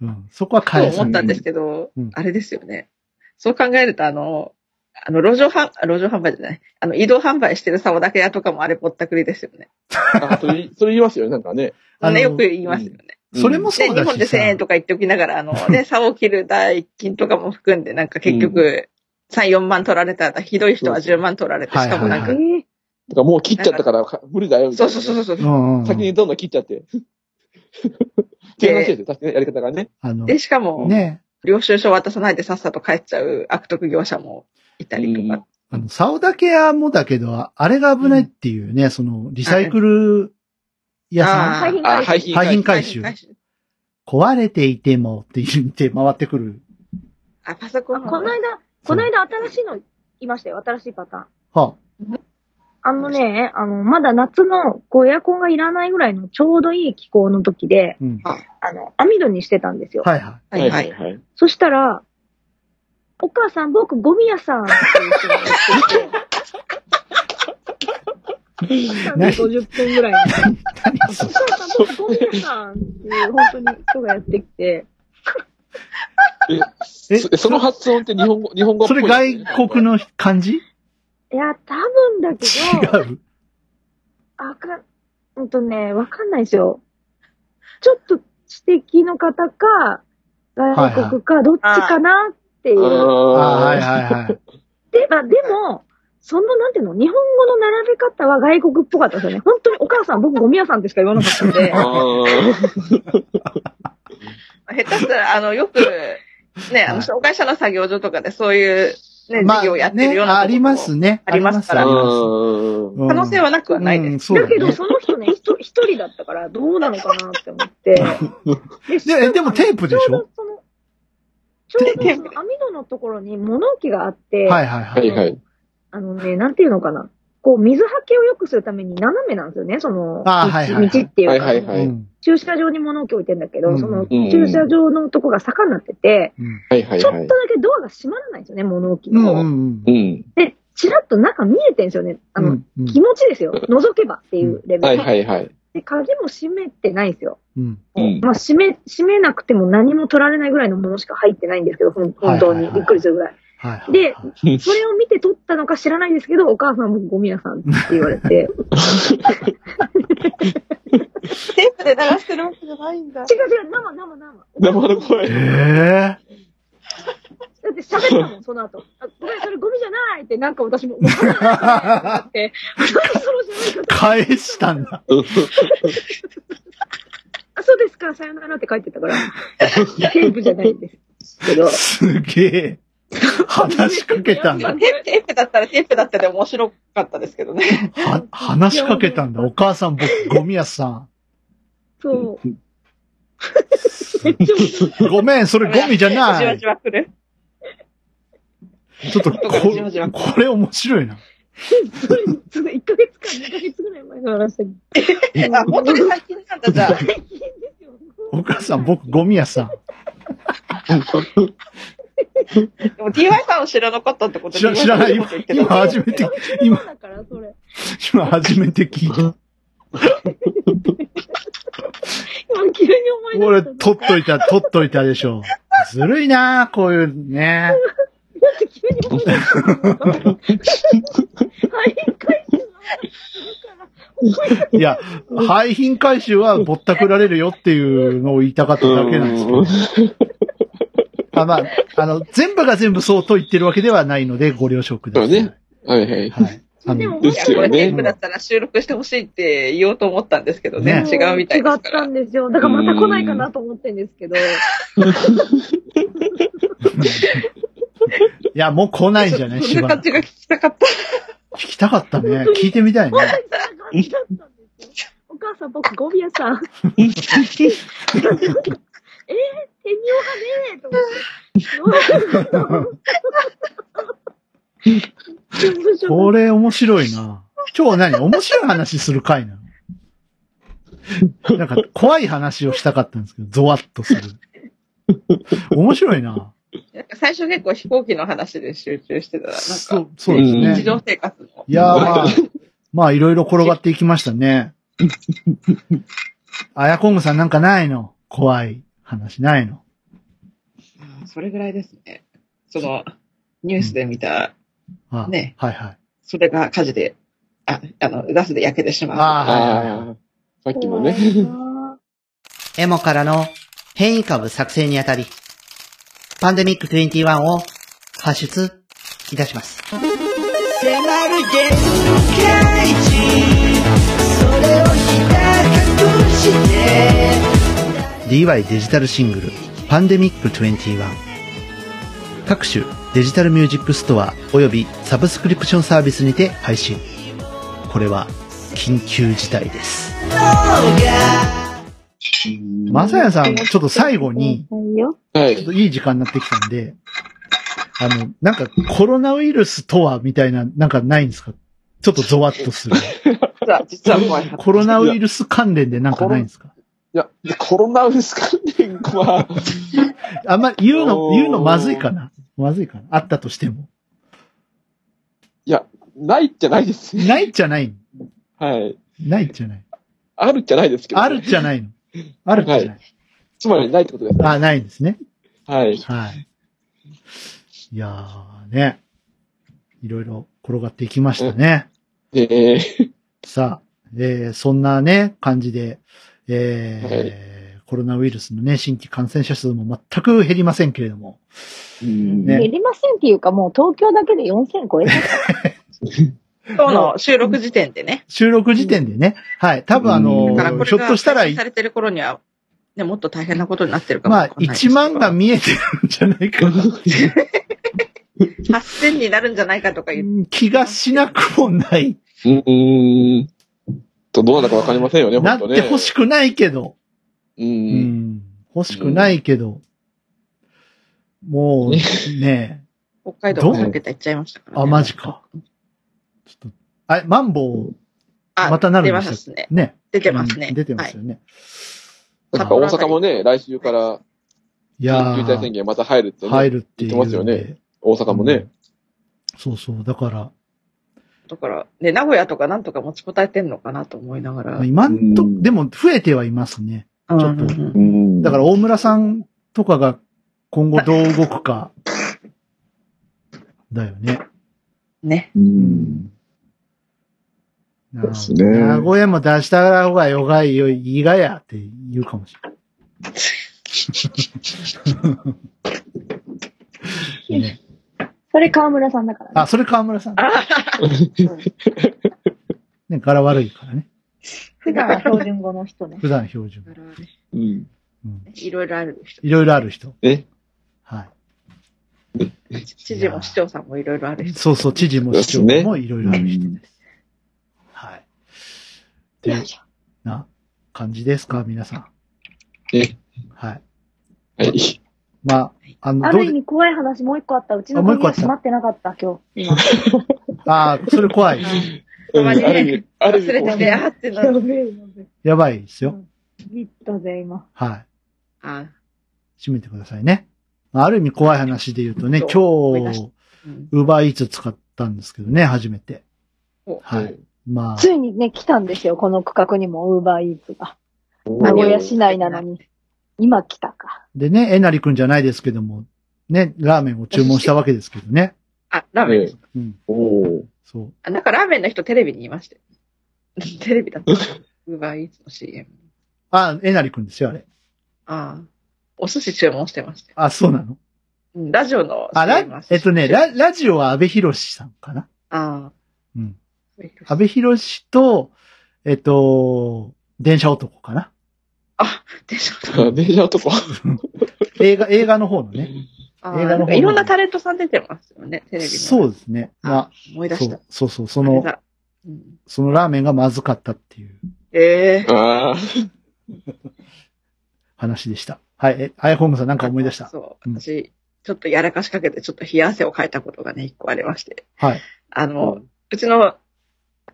[SPEAKER 1] うん、そこは
[SPEAKER 2] と
[SPEAKER 1] 返さ
[SPEAKER 2] 思っ
[SPEAKER 1] な
[SPEAKER 2] たんで
[SPEAKER 1] い。
[SPEAKER 2] すけど
[SPEAKER 1] うん、
[SPEAKER 2] あれですよね。そう考えると、あの、あの、路上販、あ路上販売じゃない。あの、移動販売してる沢竹屋とかもあれぼったくりですよね。
[SPEAKER 4] あ、それ、 それ言いますよね、なんかね。
[SPEAKER 1] あの
[SPEAKER 2] ね、よく言いますよね。
[SPEAKER 1] それも
[SPEAKER 2] で、
[SPEAKER 1] そう
[SPEAKER 2] 日
[SPEAKER 1] だ
[SPEAKER 2] 本
[SPEAKER 1] し
[SPEAKER 2] で1000
[SPEAKER 1] さ。
[SPEAKER 2] 円とか言っておきながら、あの、 ね、差を切る代金とかも含んで、なんか結局、3、4万取られたら、ひどい人は10万取られて、
[SPEAKER 1] そう
[SPEAKER 2] しかもなん
[SPEAKER 1] は
[SPEAKER 2] か
[SPEAKER 1] い、
[SPEAKER 3] え
[SPEAKER 4] だからもう切っちゃったからか無理だよ、みた
[SPEAKER 2] そ
[SPEAKER 4] いうなね、
[SPEAKER 2] そうそうそう
[SPEAKER 1] う
[SPEAKER 2] そう。
[SPEAKER 1] んうんうん、
[SPEAKER 4] 先にどんどん切っちゃって。っていう話ですよ、確かにやり方がね。
[SPEAKER 1] あの、
[SPEAKER 2] で、しかも、
[SPEAKER 1] ね、
[SPEAKER 2] 領収書渡さないでさっさと帰っちゃう悪徳業者もいたりとか。
[SPEAKER 1] あの、竿だけ屋もだけど、あれが危ないっていうね、その、リサイクル屋
[SPEAKER 3] ー、
[SPEAKER 1] さ
[SPEAKER 2] あ
[SPEAKER 1] ん、
[SPEAKER 2] ー
[SPEAKER 3] 廃品
[SPEAKER 4] あ、
[SPEAKER 3] 返し
[SPEAKER 4] 廃品
[SPEAKER 1] 廃品
[SPEAKER 4] 回
[SPEAKER 1] 回収。壊れていてもって言って回ってくる。
[SPEAKER 2] あ、パソコ
[SPEAKER 3] あ
[SPEAKER 2] ンも。
[SPEAKER 3] この間、この間新しいのいましたよ、新しいパターン。
[SPEAKER 1] は
[SPEAKER 3] あのね、あの、まだ夏の、こう、エアコンがいらないぐらいのちょうどいい気候の時で、
[SPEAKER 1] あ、うん。
[SPEAKER 3] あの、網戸にしてたんですよ。
[SPEAKER 1] はいは
[SPEAKER 2] はいは。
[SPEAKER 4] はいいはい。
[SPEAKER 3] そしたら、お母さん、僕、ゴミ屋さんっていう人がやってきて 350分ぐらい。
[SPEAKER 1] 何そ
[SPEAKER 3] そ
[SPEAKER 1] れ
[SPEAKER 3] したらさ、僕ゴミ屋さんっていう本当に人がやってきて、
[SPEAKER 1] え
[SPEAKER 4] え、そその発音って日本語、日本語っ
[SPEAKER 1] そ
[SPEAKER 4] ぽい
[SPEAKER 1] れ
[SPEAKER 4] よね、
[SPEAKER 1] 外国の漢字違
[SPEAKER 3] いや、多分だけど、
[SPEAKER 1] う
[SPEAKER 3] あかん、うんとね、わかんないですよ。ちょっと知的の方か、外国か、どっちかなっていう。
[SPEAKER 1] あー
[SPEAKER 4] あ
[SPEAKER 1] は
[SPEAKER 4] ー
[SPEAKER 1] いはいはい。
[SPEAKER 3] で、まあでも、その、なんていうの、日本語の並べ方は外国っぽかったですよね。本当にお母さん、僕ゴミ屋さんってしか言わなかった んで。
[SPEAKER 4] あ
[SPEAKER 2] 下手したら、あの、よく、ね、あ
[SPEAKER 1] は
[SPEAKER 2] の、
[SPEAKER 1] い
[SPEAKER 2] 障害者の作業所とかでそういう、ね、
[SPEAKER 1] ま
[SPEAKER 2] 事業
[SPEAKER 1] あ
[SPEAKER 2] やってる
[SPEAKER 1] ね、
[SPEAKER 2] ような
[SPEAKER 1] あ
[SPEAKER 2] ところも
[SPEAKER 1] りますね。
[SPEAKER 2] ありますから
[SPEAKER 1] ありますう
[SPEAKER 4] ー。
[SPEAKER 1] ん
[SPEAKER 2] 可能性はなくはないです。
[SPEAKER 1] うんそう
[SPEAKER 3] だ
[SPEAKER 1] だ
[SPEAKER 3] けど、
[SPEAKER 1] ね。
[SPEAKER 3] その人ね、ひと一人だったから、どうなのかなって思って。でしか も
[SPEAKER 1] で、えでもテープでし
[SPEAKER 3] ちょ
[SPEAKER 1] ょ
[SPEAKER 3] うどその、ちょうどその網戸のところに物置があって、
[SPEAKER 1] はいはいは。
[SPEAKER 4] はいいはい。
[SPEAKER 3] あのね、なんていうのかな。こう、水はけを良くするために斜めなんですよね、その、
[SPEAKER 1] あー
[SPEAKER 3] 道
[SPEAKER 1] はいはいはい
[SPEAKER 3] 道っていうか、
[SPEAKER 4] はいはいはい。
[SPEAKER 1] うん
[SPEAKER 3] 駐車場に物置置いてんだけど、
[SPEAKER 1] うん
[SPEAKER 3] その駐車場のとこが坂になってて、
[SPEAKER 1] うん
[SPEAKER 4] はいはい
[SPEAKER 3] ちょっ
[SPEAKER 4] は
[SPEAKER 3] とだ
[SPEAKER 4] い。
[SPEAKER 3] けドアが閉まらないんですよね、物置
[SPEAKER 1] うん
[SPEAKER 3] の。
[SPEAKER 1] うん
[SPEAKER 7] う
[SPEAKER 1] うん
[SPEAKER 7] ん。
[SPEAKER 3] で、ちらっと中見えてんですよね。あ
[SPEAKER 1] う
[SPEAKER 3] の、
[SPEAKER 1] んうん
[SPEAKER 3] 気持ちですよ。覗けばっていうレベル。
[SPEAKER 4] はいはいはい。
[SPEAKER 3] で、鍵も閉めてないんですよ。
[SPEAKER 1] うん
[SPEAKER 7] うん。
[SPEAKER 3] まあ、閉め、閉めなくても何も取られないぐらいのものしか入ってないんですけど、ほん本当
[SPEAKER 1] はいはい
[SPEAKER 3] に。
[SPEAKER 1] はい
[SPEAKER 3] びっくりするぐらい。
[SPEAKER 1] はいはい。
[SPEAKER 3] でそれを見て取ったのか知らないですけど、お母さんもゴミ屋さんって言われて。
[SPEAKER 2] テープで鳴らしてるわけじゃないんだ。
[SPEAKER 3] 違う違う、生、生、生。
[SPEAKER 4] 生の声。
[SPEAKER 1] え
[SPEAKER 3] だって喋った もん、その後。あごめん、それゴミじゃないって、なんか私も、ごめんなさいって、 何その喋り方
[SPEAKER 1] 返したんだ。
[SPEAKER 3] あ、そうですか、さよならって書いて たから、テープじゃないんですけど。
[SPEAKER 1] すげえ。話しかけたんだ。
[SPEAKER 2] テープ、テープだったらテープだったで面白かったですけどね。
[SPEAKER 1] は、話しかけたんだ。お母さん、僕、ゴミ屋さ
[SPEAKER 3] そう。
[SPEAKER 1] ん。ごめん、それゴミじゃ な
[SPEAKER 2] じわ
[SPEAKER 1] い。
[SPEAKER 2] じわくる。
[SPEAKER 1] ちょっと、こ、これ面白いな。
[SPEAKER 3] それ、その1ヶ月間、2ヶ月ぐらい前の話だけど。
[SPEAKER 2] あ、本当に最近なん だ、じゃあ。
[SPEAKER 3] 最近ですよ。
[SPEAKER 1] お母さん、僕、ゴミ屋さ
[SPEAKER 2] でも DY さんを知らなかったってこと
[SPEAKER 1] 知 ら知らない
[SPEAKER 2] 今言っ
[SPEAKER 1] ん。
[SPEAKER 2] て
[SPEAKER 1] 今、
[SPEAKER 2] た。
[SPEAKER 1] 初めて、今、
[SPEAKER 3] だから、それ。
[SPEAKER 1] 今、初めて聞いた。
[SPEAKER 3] 今、急に思い出
[SPEAKER 1] これ、
[SPEAKER 3] した。
[SPEAKER 1] 取っといた、取っといたでしょう。ずるいなこういうね。
[SPEAKER 3] だって急に思い出した。 はい、回収の話するから。
[SPEAKER 1] いや、廃品回収はぼったくられるよっていうのを言いたかっただけなんですけど。あまあ、あの、全部が全部そうと言ってるわけではないので、ご了承ください。
[SPEAKER 4] そうねはいはい。
[SPEAKER 1] はい。あ
[SPEAKER 3] で
[SPEAKER 1] の
[SPEAKER 3] も、
[SPEAKER 4] で
[SPEAKER 3] 本
[SPEAKER 4] す
[SPEAKER 3] 当
[SPEAKER 4] よ
[SPEAKER 2] こ
[SPEAKER 4] ね
[SPEAKER 2] れテープだったら収録してほしいって言おうと思ったんですけどね。
[SPEAKER 1] ね
[SPEAKER 2] 違うみたいですか
[SPEAKER 3] 違った
[SPEAKER 2] ら。
[SPEAKER 3] んですよ。だからまた来ないかなと思ってんですけど。
[SPEAKER 1] いや、もう来ないんじゃない
[SPEAKER 2] そ
[SPEAKER 1] し
[SPEAKER 2] ん
[SPEAKER 1] ばら
[SPEAKER 2] な
[SPEAKER 1] く。
[SPEAKER 2] 感じ
[SPEAKER 1] 聞
[SPEAKER 2] が聞きたかった。
[SPEAKER 1] きたかったね。聞いてみたいね。
[SPEAKER 3] そんな感じだったんですよ。お母さん、僕、ゴミ屋さん。えー、手に負がねえと思って。
[SPEAKER 1] これ面白いな。今日何面白い話する回なのなんか怖い話をしたかったんですけど、ゾワッとする。面白いな。
[SPEAKER 2] なんか最初結構飛行機の話で集中してたら、
[SPEAKER 1] そ
[SPEAKER 2] なんか
[SPEAKER 1] う、そうです
[SPEAKER 7] うん
[SPEAKER 1] ね
[SPEAKER 2] 日。常生活の。
[SPEAKER 1] いやー、まあ、まあ、いろいろ転がっていきました ね。あやこんぐさんなんかないの怖い話ないの
[SPEAKER 2] うんそれぐらいですね。その、ニュースで見た、
[SPEAKER 1] あ
[SPEAKER 2] ね
[SPEAKER 1] はいはい。
[SPEAKER 2] それが火事で、あ、あの、ガスで焼けてしまう。
[SPEAKER 1] ああ、はいはいはい。
[SPEAKER 4] ああ、さっきのね。
[SPEAKER 8] エモからの変異株作成にあたり、パンデミック21を発出いたします。DY デジタルシングル「パンデミック21」各種デジタルミュージックストアおよびサブスクリプションサービスにて配信これは緊急事態です
[SPEAKER 1] まさやさん、ちょっと最後に、
[SPEAKER 4] はい
[SPEAKER 1] ちょっ。といい時間になってきたんで、あの、なんかコロナウイルスとはみたいな、なんかないんですかちょっとゾワッとする。
[SPEAKER 2] 実は、実は怖い話。
[SPEAKER 1] コロナウイルス関連でなんかないんですか
[SPEAKER 4] いや、コロナウイルス関連は、
[SPEAKER 1] あんまり言うの、
[SPEAKER 4] おー
[SPEAKER 1] 言うのまずいかなまずいかなあったとしても。
[SPEAKER 4] ないじゃないですね。
[SPEAKER 1] ないじゃない。
[SPEAKER 4] はい。
[SPEAKER 1] ないじゃない。
[SPEAKER 4] あるじゃないですけど、
[SPEAKER 1] あるじゃないの。あるじゃない。
[SPEAKER 4] つまりないってことですね。
[SPEAKER 1] あ、ないんですね。
[SPEAKER 4] はい。
[SPEAKER 1] はい。いやーね。いろいろ転がっていきましたね。
[SPEAKER 4] で、
[SPEAKER 1] さあ、えーそんなね、感じで、えー
[SPEAKER 4] はい
[SPEAKER 1] コロナウイルスのね、新規感染者数も全く減りませんけれども。
[SPEAKER 5] うん
[SPEAKER 1] ね
[SPEAKER 3] 減りませんっていうか、もう東京だけで4000超えた。
[SPEAKER 2] 今日の収録時点でね。
[SPEAKER 1] 収録時点でね、はい、多分あ
[SPEAKER 5] う
[SPEAKER 1] の
[SPEAKER 5] ん
[SPEAKER 2] だからこ
[SPEAKER 1] ひ
[SPEAKER 2] れ
[SPEAKER 1] ょっと
[SPEAKER 2] が
[SPEAKER 1] したら
[SPEAKER 2] 配、信されてる頃には、ね、もっと大変なことになってるかも
[SPEAKER 1] まあ、
[SPEAKER 2] わかんないですけ
[SPEAKER 1] 1
[SPEAKER 2] ど
[SPEAKER 1] 万が見えてるんじゃないかな。
[SPEAKER 2] 8000になるんじゃないかとか言って。
[SPEAKER 1] 気がしなくもない。
[SPEAKER 4] うーん。と、どうなのかわかりませんよね、
[SPEAKER 1] な
[SPEAKER 4] 本
[SPEAKER 1] っ
[SPEAKER 4] 当
[SPEAKER 1] て
[SPEAKER 4] ね。
[SPEAKER 1] 欲しくないけど。
[SPEAKER 4] う。
[SPEAKER 1] うんん。欲しくないけど。もう、ね
[SPEAKER 2] 北海道3桁いっちゃいましたから、ね。
[SPEAKER 1] あ、マジか。ちょっと、あ、マンボウ、
[SPEAKER 2] あ
[SPEAKER 1] またなるん
[SPEAKER 2] 出
[SPEAKER 1] で
[SPEAKER 2] ます
[SPEAKER 1] よ
[SPEAKER 2] すね。
[SPEAKER 1] ね。
[SPEAKER 2] 出てます
[SPEAKER 1] う
[SPEAKER 2] ね
[SPEAKER 1] ん。出てます
[SPEAKER 2] は
[SPEAKER 1] よ
[SPEAKER 2] い
[SPEAKER 1] ね。
[SPEAKER 4] なんか大阪もね、来週から
[SPEAKER 1] いや
[SPEAKER 4] 緊急事態宣
[SPEAKER 1] ー、
[SPEAKER 4] 言また入るってね、
[SPEAKER 1] 入るっていう
[SPEAKER 4] 言ってますよ
[SPEAKER 1] んで
[SPEAKER 4] ね。大阪もね。
[SPEAKER 1] そうそう。だから、
[SPEAKER 2] だから、ね、名古屋とかなんとか持ちこたえてんのかなと思いながら。うん
[SPEAKER 1] 今んと
[SPEAKER 5] う
[SPEAKER 1] こ、
[SPEAKER 5] ん
[SPEAKER 1] でも増えてはいますね。
[SPEAKER 2] うん
[SPEAKER 1] ょっと
[SPEAKER 2] うん
[SPEAKER 5] うん
[SPEAKER 1] だから大村さんとかが今後どう動くか、だよね。
[SPEAKER 2] ね。
[SPEAKER 5] うん
[SPEAKER 1] な
[SPEAKER 5] ですね
[SPEAKER 1] 名古屋も出した方がよがいよ、いいがやって言うかもしれない。ね、
[SPEAKER 9] それ川村さんだからね。
[SPEAKER 1] あ、それ川村さん。
[SPEAKER 2] あ
[SPEAKER 1] ね、柄悪いからね。
[SPEAKER 3] 普段は標準語の人ね。
[SPEAKER 1] 普段標準。
[SPEAKER 5] うん
[SPEAKER 1] うん、
[SPEAKER 2] いろいろある人。
[SPEAKER 1] いろいろある人。
[SPEAKER 5] え
[SPEAKER 1] は
[SPEAKER 2] 知事も市長さんもいろいろある
[SPEAKER 1] い。
[SPEAKER 2] 人。
[SPEAKER 1] そうそう、知事も市長もいろいろある人です。はい。
[SPEAKER 9] い
[SPEAKER 1] で
[SPEAKER 9] やい、や
[SPEAKER 1] な感じですか、皆さん。
[SPEAKER 4] え
[SPEAKER 1] はい。
[SPEAKER 4] はい。
[SPEAKER 1] まあ、あの、
[SPEAKER 9] あ
[SPEAKER 1] ど
[SPEAKER 9] る
[SPEAKER 1] う
[SPEAKER 9] 意
[SPEAKER 1] で、
[SPEAKER 9] 味怖い話、もう一個あった。うちの
[SPEAKER 1] あもう一
[SPEAKER 9] 鍵
[SPEAKER 1] 個
[SPEAKER 9] が
[SPEAKER 1] あ
[SPEAKER 9] 閉ま
[SPEAKER 1] った
[SPEAKER 9] ってなかった、今日。今。
[SPEAKER 1] ああ、それ怖い。
[SPEAKER 4] うん
[SPEAKER 2] たまにね
[SPEAKER 4] ある意味、ある
[SPEAKER 2] 忘
[SPEAKER 4] 意
[SPEAKER 2] れ
[SPEAKER 4] 味
[SPEAKER 2] てて、あーってな
[SPEAKER 9] や
[SPEAKER 2] る。
[SPEAKER 9] べえ、やべえ。
[SPEAKER 1] やばいですよ。
[SPEAKER 9] ギットぜ、今。
[SPEAKER 1] はい。
[SPEAKER 2] あ
[SPEAKER 1] 閉めてくださいね。まあある意味怖い話で言うとね、今
[SPEAKER 2] そう思い出し
[SPEAKER 1] 日、
[SPEAKER 2] ーうん
[SPEAKER 1] ウーバーイーツ使ったんですけどね、初めて。
[SPEAKER 2] お
[SPEAKER 1] はい。まあ、
[SPEAKER 9] ついにね、来たんですよ、この区画にも、ウーバーイーツが。名古屋市内なのに。今来たか。
[SPEAKER 1] でね、えなりくんじゃないですけども、ね、ラーメンを注文したわけですけどね。
[SPEAKER 2] あ、ラーメンです。
[SPEAKER 1] うん。
[SPEAKER 5] おー
[SPEAKER 1] そう。
[SPEAKER 2] あなんかラーメンの人テレビにいましたよ。 テレ ビだった。ウーバーイーツの CM。
[SPEAKER 1] あ、えなりくんですよ、あれ。
[SPEAKER 2] ああ。お寿司注文してましたよ。
[SPEAKER 1] あ、そうなの
[SPEAKER 2] うんラジオの CM
[SPEAKER 1] あ、
[SPEAKER 2] は
[SPEAKER 1] ラ、えっとね、ラ、ラジオは安倍博さんかな
[SPEAKER 2] あ
[SPEAKER 1] うん。
[SPEAKER 2] あ。
[SPEAKER 1] 安倍博と、えっと、電車男かな
[SPEAKER 2] でしょ
[SPEAKER 4] 電車男。
[SPEAKER 1] 映画、映画の方のね。
[SPEAKER 2] あ
[SPEAKER 1] 映
[SPEAKER 2] ー
[SPEAKER 1] 画の方
[SPEAKER 2] なんかいろんなタレントさん出てますよね、テレビに。
[SPEAKER 1] そうですね。まあ
[SPEAKER 2] あ、、思い出
[SPEAKER 1] そ
[SPEAKER 2] した
[SPEAKER 1] う。そうそう、そ
[SPEAKER 2] あれ
[SPEAKER 1] の、
[SPEAKER 2] だうん
[SPEAKER 1] そのラーメンがまずかったっていう
[SPEAKER 2] ええ
[SPEAKER 4] ああ。
[SPEAKER 1] 話でした。はい、え、アイホームさんなんか思い出した。
[SPEAKER 2] そう。
[SPEAKER 1] うん
[SPEAKER 2] 私、ちょっとやらかしかけて、ちょっと冷や汗をかいたことがね、一個ありまして。
[SPEAKER 1] はい。
[SPEAKER 2] あの、うちの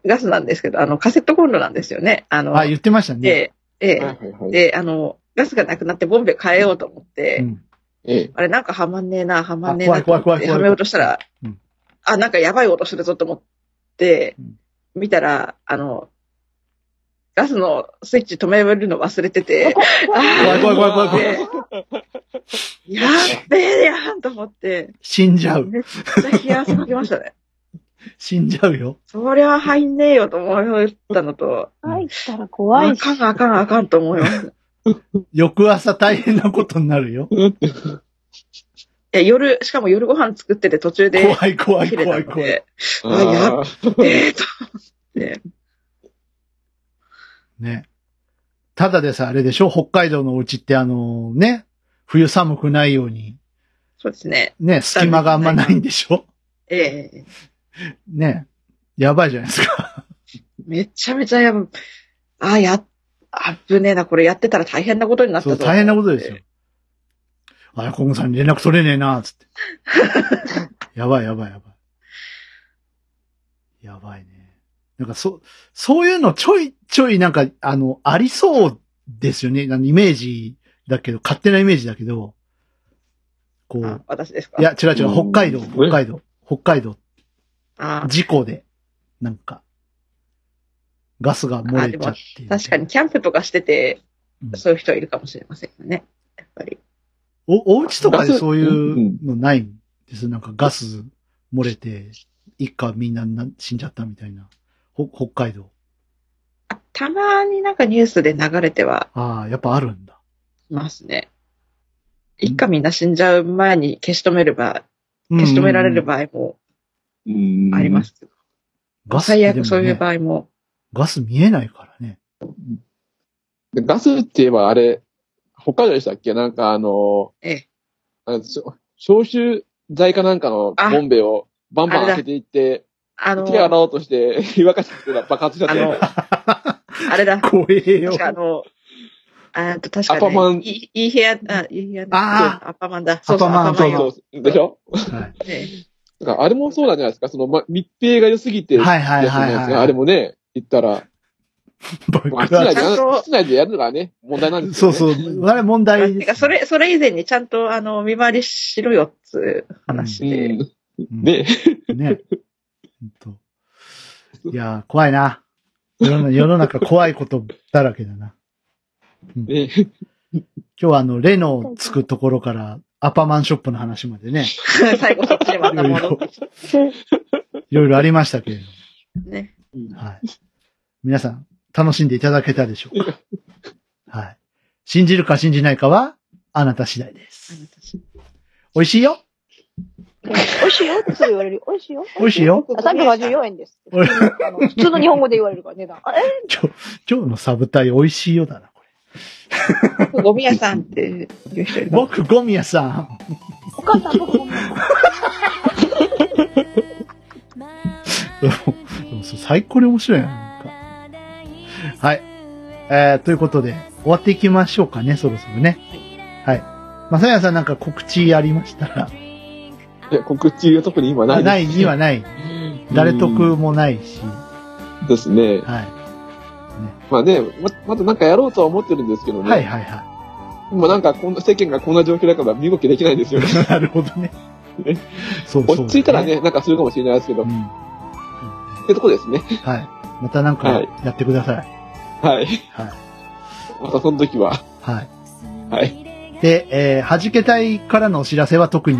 [SPEAKER 2] ガスなんですけど、あの、カセットコンロなんですよね。あの、
[SPEAKER 1] あ、言ってましたね。
[SPEAKER 2] で、え
[SPEAKER 4] はいは
[SPEAKER 2] え
[SPEAKER 4] いはい。
[SPEAKER 2] で、あの、ガスがなくなってボンベ変えようと思って、
[SPEAKER 1] うん。
[SPEAKER 4] ええ。
[SPEAKER 2] あれ、なんかはまんねえな、はまんねえな
[SPEAKER 1] あ
[SPEAKER 2] と思
[SPEAKER 1] 怖い怖い怖い
[SPEAKER 2] って。
[SPEAKER 1] 怖い
[SPEAKER 2] はめようとしたら、
[SPEAKER 1] うん
[SPEAKER 2] あ、なんかやばい音するぞと思って、
[SPEAKER 1] うん
[SPEAKER 2] 見たら、あの、ガスのスイッチ止めるの忘れてて、
[SPEAKER 1] 怖い怖い怖い怖い怖い。
[SPEAKER 2] でやっべえやんと思って、
[SPEAKER 1] 死んじゃう。
[SPEAKER 2] めっちゃ冷や汗かきましたね。
[SPEAKER 1] 死んじゃうよ。
[SPEAKER 2] そりゃ入んねえよと思ったのと、
[SPEAKER 9] 入ったら怖
[SPEAKER 2] あ
[SPEAKER 9] いし。
[SPEAKER 2] かんあかんあかんと思います。い
[SPEAKER 1] 翌朝大変なことになる よ。
[SPEAKER 2] や夜、しかも夜ご飯作ってて途中で
[SPEAKER 1] 怖い怖い
[SPEAKER 2] 切れた
[SPEAKER 1] 怖
[SPEAKER 2] の
[SPEAKER 1] い怖い。
[SPEAKER 2] で、あや
[SPEAKER 4] あ
[SPEAKER 2] ええと思って。
[SPEAKER 1] ね。ただでさ、あれでしょ北海道のお家ってあのね、冬寒くないように、
[SPEAKER 2] そうですね。
[SPEAKER 1] ね、隙間があんまないんでしょ
[SPEAKER 2] ええ
[SPEAKER 1] ね。やばいじゃないですか。
[SPEAKER 2] めちゃめちゃやばい。あ、や、あぶねえな、これやってたら大変なことになった
[SPEAKER 1] そう、
[SPEAKER 2] ぞ。
[SPEAKER 1] 大変なことですよ。。あやこんさんに連絡取れねえな、つっ て。やばいやばいやばい。やばいね。なんかそ、そういうのちょいちょいなんか、あの、ありそうですよね。あの、イメージだけど、勝手なイメージだけど、こ
[SPEAKER 2] あ
[SPEAKER 1] う、
[SPEAKER 2] 私ですか
[SPEAKER 1] いや、違う違う、北海道、
[SPEAKER 4] うん
[SPEAKER 1] 北海道、北海道、
[SPEAKER 2] あ
[SPEAKER 1] 事故で、なんか、ガスが漏れちゃって、
[SPEAKER 2] 確かに。キャンプとかしてて
[SPEAKER 1] うん、
[SPEAKER 2] そういう人いるかもしれませんよね。やっぱり。
[SPEAKER 1] お、お家とかでそうい
[SPEAKER 5] ガスうん
[SPEAKER 1] うのないんです。なんかガス漏れて、一家みんなな死んじゃったみたいな。ほ北海道。
[SPEAKER 2] あたまになんかニュースで流れては
[SPEAKER 1] ああ、やっぱあるんだ。
[SPEAKER 2] いますね。一家みんな死んじゃう前に消し止めれば、
[SPEAKER 1] うん
[SPEAKER 2] 消し止められる場合も
[SPEAKER 5] うん
[SPEAKER 2] あります。けど
[SPEAKER 1] ガスって
[SPEAKER 2] 最
[SPEAKER 1] でも、ね、
[SPEAKER 2] 悪そういう場合も。
[SPEAKER 1] ガス見えないからね。
[SPEAKER 4] でガスって言えばあれ、北海道でしたっけなんかあの、
[SPEAKER 2] ええ
[SPEAKER 4] あのしょ消臭剤かなんかの
[SPEAKER 2] あ
[SPEAKER 4] ボンベをバンバン開けていって、
[SPEAKER 2] あの、
[SPEAKER 4] 手洗おうとして、 湯沸かしてたら爆発しちゃっ
[SPEAKER 2] あ
[SPEAKER 4] て、
[SPEAKER 2] の、あれだ。
[SPEAKER 1] 怖えよ
[SPEAKER 2] 確。かあの、あーっと確かね、
[SPEAKER 4] アパマン
[SPEAKER 2] いいいい部屋、あ、いい部屋
[SPEAKER 1] あ
[SPEAKER 2] アパマンだ。
[SPEAKER 1] そうそうアパマン
[SPEAKER 4] そう
[SPEAKER 1] よ
[SPEAKER 4] そうそう、でしょ
[SPEAKER 1] はい
[SPEAKER 2] ね
[SPEAKER 4] だからあれもそうなんじゃないですかその、ま、密閉が良すぎて、
[SPEAKER 1] はいはいはい
[SPEAKER 4] やつ
[SPEAKER 1] は
[SPEAKER 4] なん
[SPEAKER 1] い
[SPEAKER 4] ですが。あれもね、言ったら、
[SPEAKER 1] 爆
[SPEAKER 4] まあ、室
[SPEAKER 1] 発
[SPEAKER 4] 内で
[SPEAKER 2] ちゃんと
[SPEAKER 4] 室内でやるのがね、問題なんです
[SPEAKER 1] そ
[SPEAKER 4] よ
[SPEAKER 1] う
[SPEAKER 4] ね。
[SPEAKER 1] そう。あれ問題
[SPEAKER 2] て
[SPEAKER 1] で
[SPEAKER 2] か、
[SPEAKER 1] す。
[SPEAKER 2] それ、それ以前にちゃんと、あの、見回りしろよっつう話で。
[SPEAKER 4] ん。
[SPEAKER 1] うん
[SPEAKER 4] ね、
[SPEAKER 1] ね。ほんといやー、怖いな。世の世の中怖いことだらけだな。
[SPEAKER 4] ね、
[SPEAKER 1] 今日はあの、レのつくところからアパマンショップの話までね、
[SPEAKER 2] 最後そっちにまた戻ってき
[SPEAKER 1] いろいろありましたけれど
[SPEAKER 2] てね。
[SPEAKER 1] も。はい。皆さん、楽しんでいただけたでしょう か。はい。信じるか信じないかは、あなた次第です。美味しいよ
[SPEAKER 9] 美味しいよってすぐ言われるよ。美味しいよ。
[SPEAKER 1] 美味しいよ
[SPEAKER 9] あ384円です。
[SPEAKER 1] 俺
[SPEAKER 9] あの普通の日本語で言われるから値段。あえ
[SPEAKER 1] 今日、今日のサブタイ美味しいよだな、これ。
[SPEAKER 2] ゴミ屋さんっていう人いる。
[SPEAKER 1] 僕、ゴミ屋さん。
[SPEAKER 9] お母さん僕も。
[SPEAKER 1] でも、でもそれ最高に面白いな、なんか。はい。えー、ということで、終わっていきましょうかね、そろそろね。はい。まさやさんなんか告知ありま したら、
[SPEAKER 4] いや告知は特に今ない
[SPEAKER 1] あ
[SPEAKER 4] です
[SPEAKER 1] ない、にはない。誰得もないし、
[SPEAKER 4] ですね。
[SPEAKER 1] は
[SPEAKER 4] まあね、ままたなんかやろうとは思ってるんですけど
[SPEAKER 1] い。
[SPEAKER 4] ね。
[SPEAKER 1] はいはいは
[SPEAKER 4] もうなんかこんな世間がこんな状況だから身動きできないんで すよね。
[SPEAKER 1] い。なるほどね
[SPEAKER 4] え。
[SPEAKER 1] そうそう、
[SPEAKER 4] 落ち着いたらね、。なんかするかもしれないですけど、
[SPEAKER 1] う
[SPEAKER 4] っ
[SPEAKER 1] ん。
[SPEAKER 4] てとこですね。
[SPEAKER 1] はい。またなんか
[SPEAKER 4] はい
[SPEAKER 1] やってください。
[SPEAKER 4] は
[SPEAKER 1] は
[SPEAKER 4] い。
[SPEAKER 1] い。
[SPEAKER 4] またその時は。
[SPEAKER 1] はい。
[SPEAKER 4] はい。
[SPEAKER 1] で、えー、弾けたいからのお知らせは特に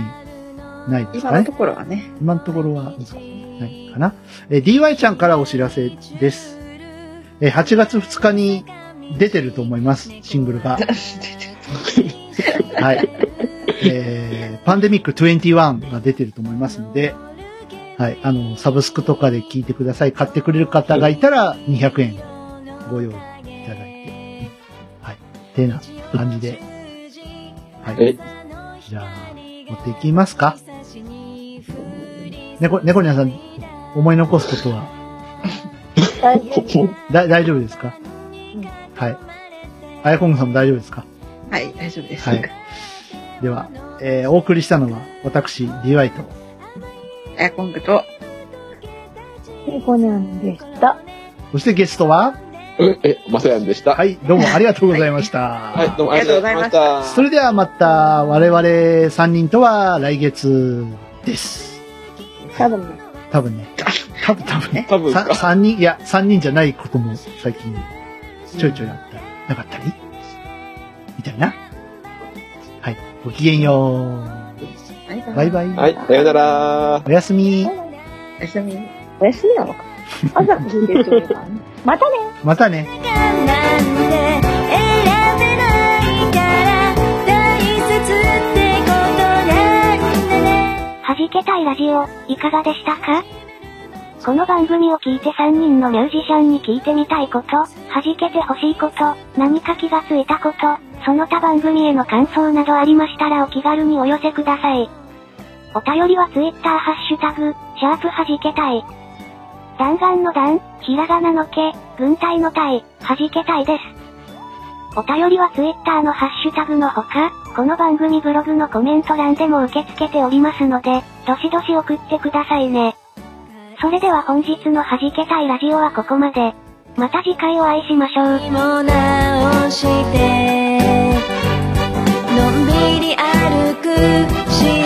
[SPEAKER 1] ないです
[SPEAKER 2] 今
[SPEAKER 1] か
[SPEAKER 2] の
[SPEAKER 1] ね
[SPEAKER 2] と。ころはね。
[SPEAKER 1] 今のところは、ないかな。えー DY ちゃんからお知らせです。えー8月2日に出てると思います、シングルが。はい。えーパンデミック21が出てると思いますので、はい、あの、サブスクとかで聞いてください。買ってくれる方がいたら200円ご用意いただいて。はい。てな感じで。はい
[SPEAKER 4] え。
[SPEAKER 1] じゃあ、持っていきますか。猫、猫にゃんさん、思い残すことは
[SPEAKER 9] 大丈夫
[SPEAKER 1] だ大丈夫ですかはい。あやこんぐさんも大丈夫ですか
[SPEAKER 2] はい、大丈夫です。
[SPEAKER 1] はいでは、えーお送りしたのは、私、DY と、
[SPEAKER 2] エアコングと、
[SPEAKER 9] ニコニャンでした。
[SPEAKER 1] そしてゲストは、
[SPEAKER 4] うんえ、まさやんでした。。
[SPEAKER 1] はいい、どうもありがとうございました。
[SPEAKER 4] はい、どうもありがとうございました。
[SPEAKER 1] それではまた、我々3人とは来月です。
[SPEAKER 9] 多分ね。
[SPEAKER 1] 多分ね。多分、多分ね。
[SPEAKER 4] 多分
[SPEAKER 1] さ
[SPEAKER 4] か。
[SPEAKER 1] 三人、いや、三人じゃないことも最近、ちょいちょいあったり、なかったりみたいな。はい。ごきげんよ
[SPEAKER 2] バイ
[SPEAKER 1] う。バイバイ。
[SPEAKER 4] はい、さようなら。
[SPEAKER 1] おやすみ。
[SPEAKER 2] おやすみ。
[SPEAKER 9] お休みなのか。朝聞いてる人もいるからね。またね
[SPEAKER 1] またね。
[SPEAKER 10] なんて選べないから大切ってことなんだね
[SPEAKER 11] 弾けたいラジオ、いかがでしたかこの番組を聞いて3人のミュージシャンに聞いてみたいこと、弾けてほしいこと、何か気がついたこと、その他番組への感想などありましたらお気軽にお寄せください。お便りは Twitter ハッシュタグ、シャープ弾けたい。弾丸の弾、ひらがなのけ、軍隊の隊、弾けたいです。お便りは Twitter のハッシュタグのほか、この番組ブログのコメント欄でも受け付けておりますので、どしどし送ってくださいね。それでは本日の弾けたいラジオはここまで。また次回お会いしましょう。
[SPEAKER 10] も直してのんびり歩くし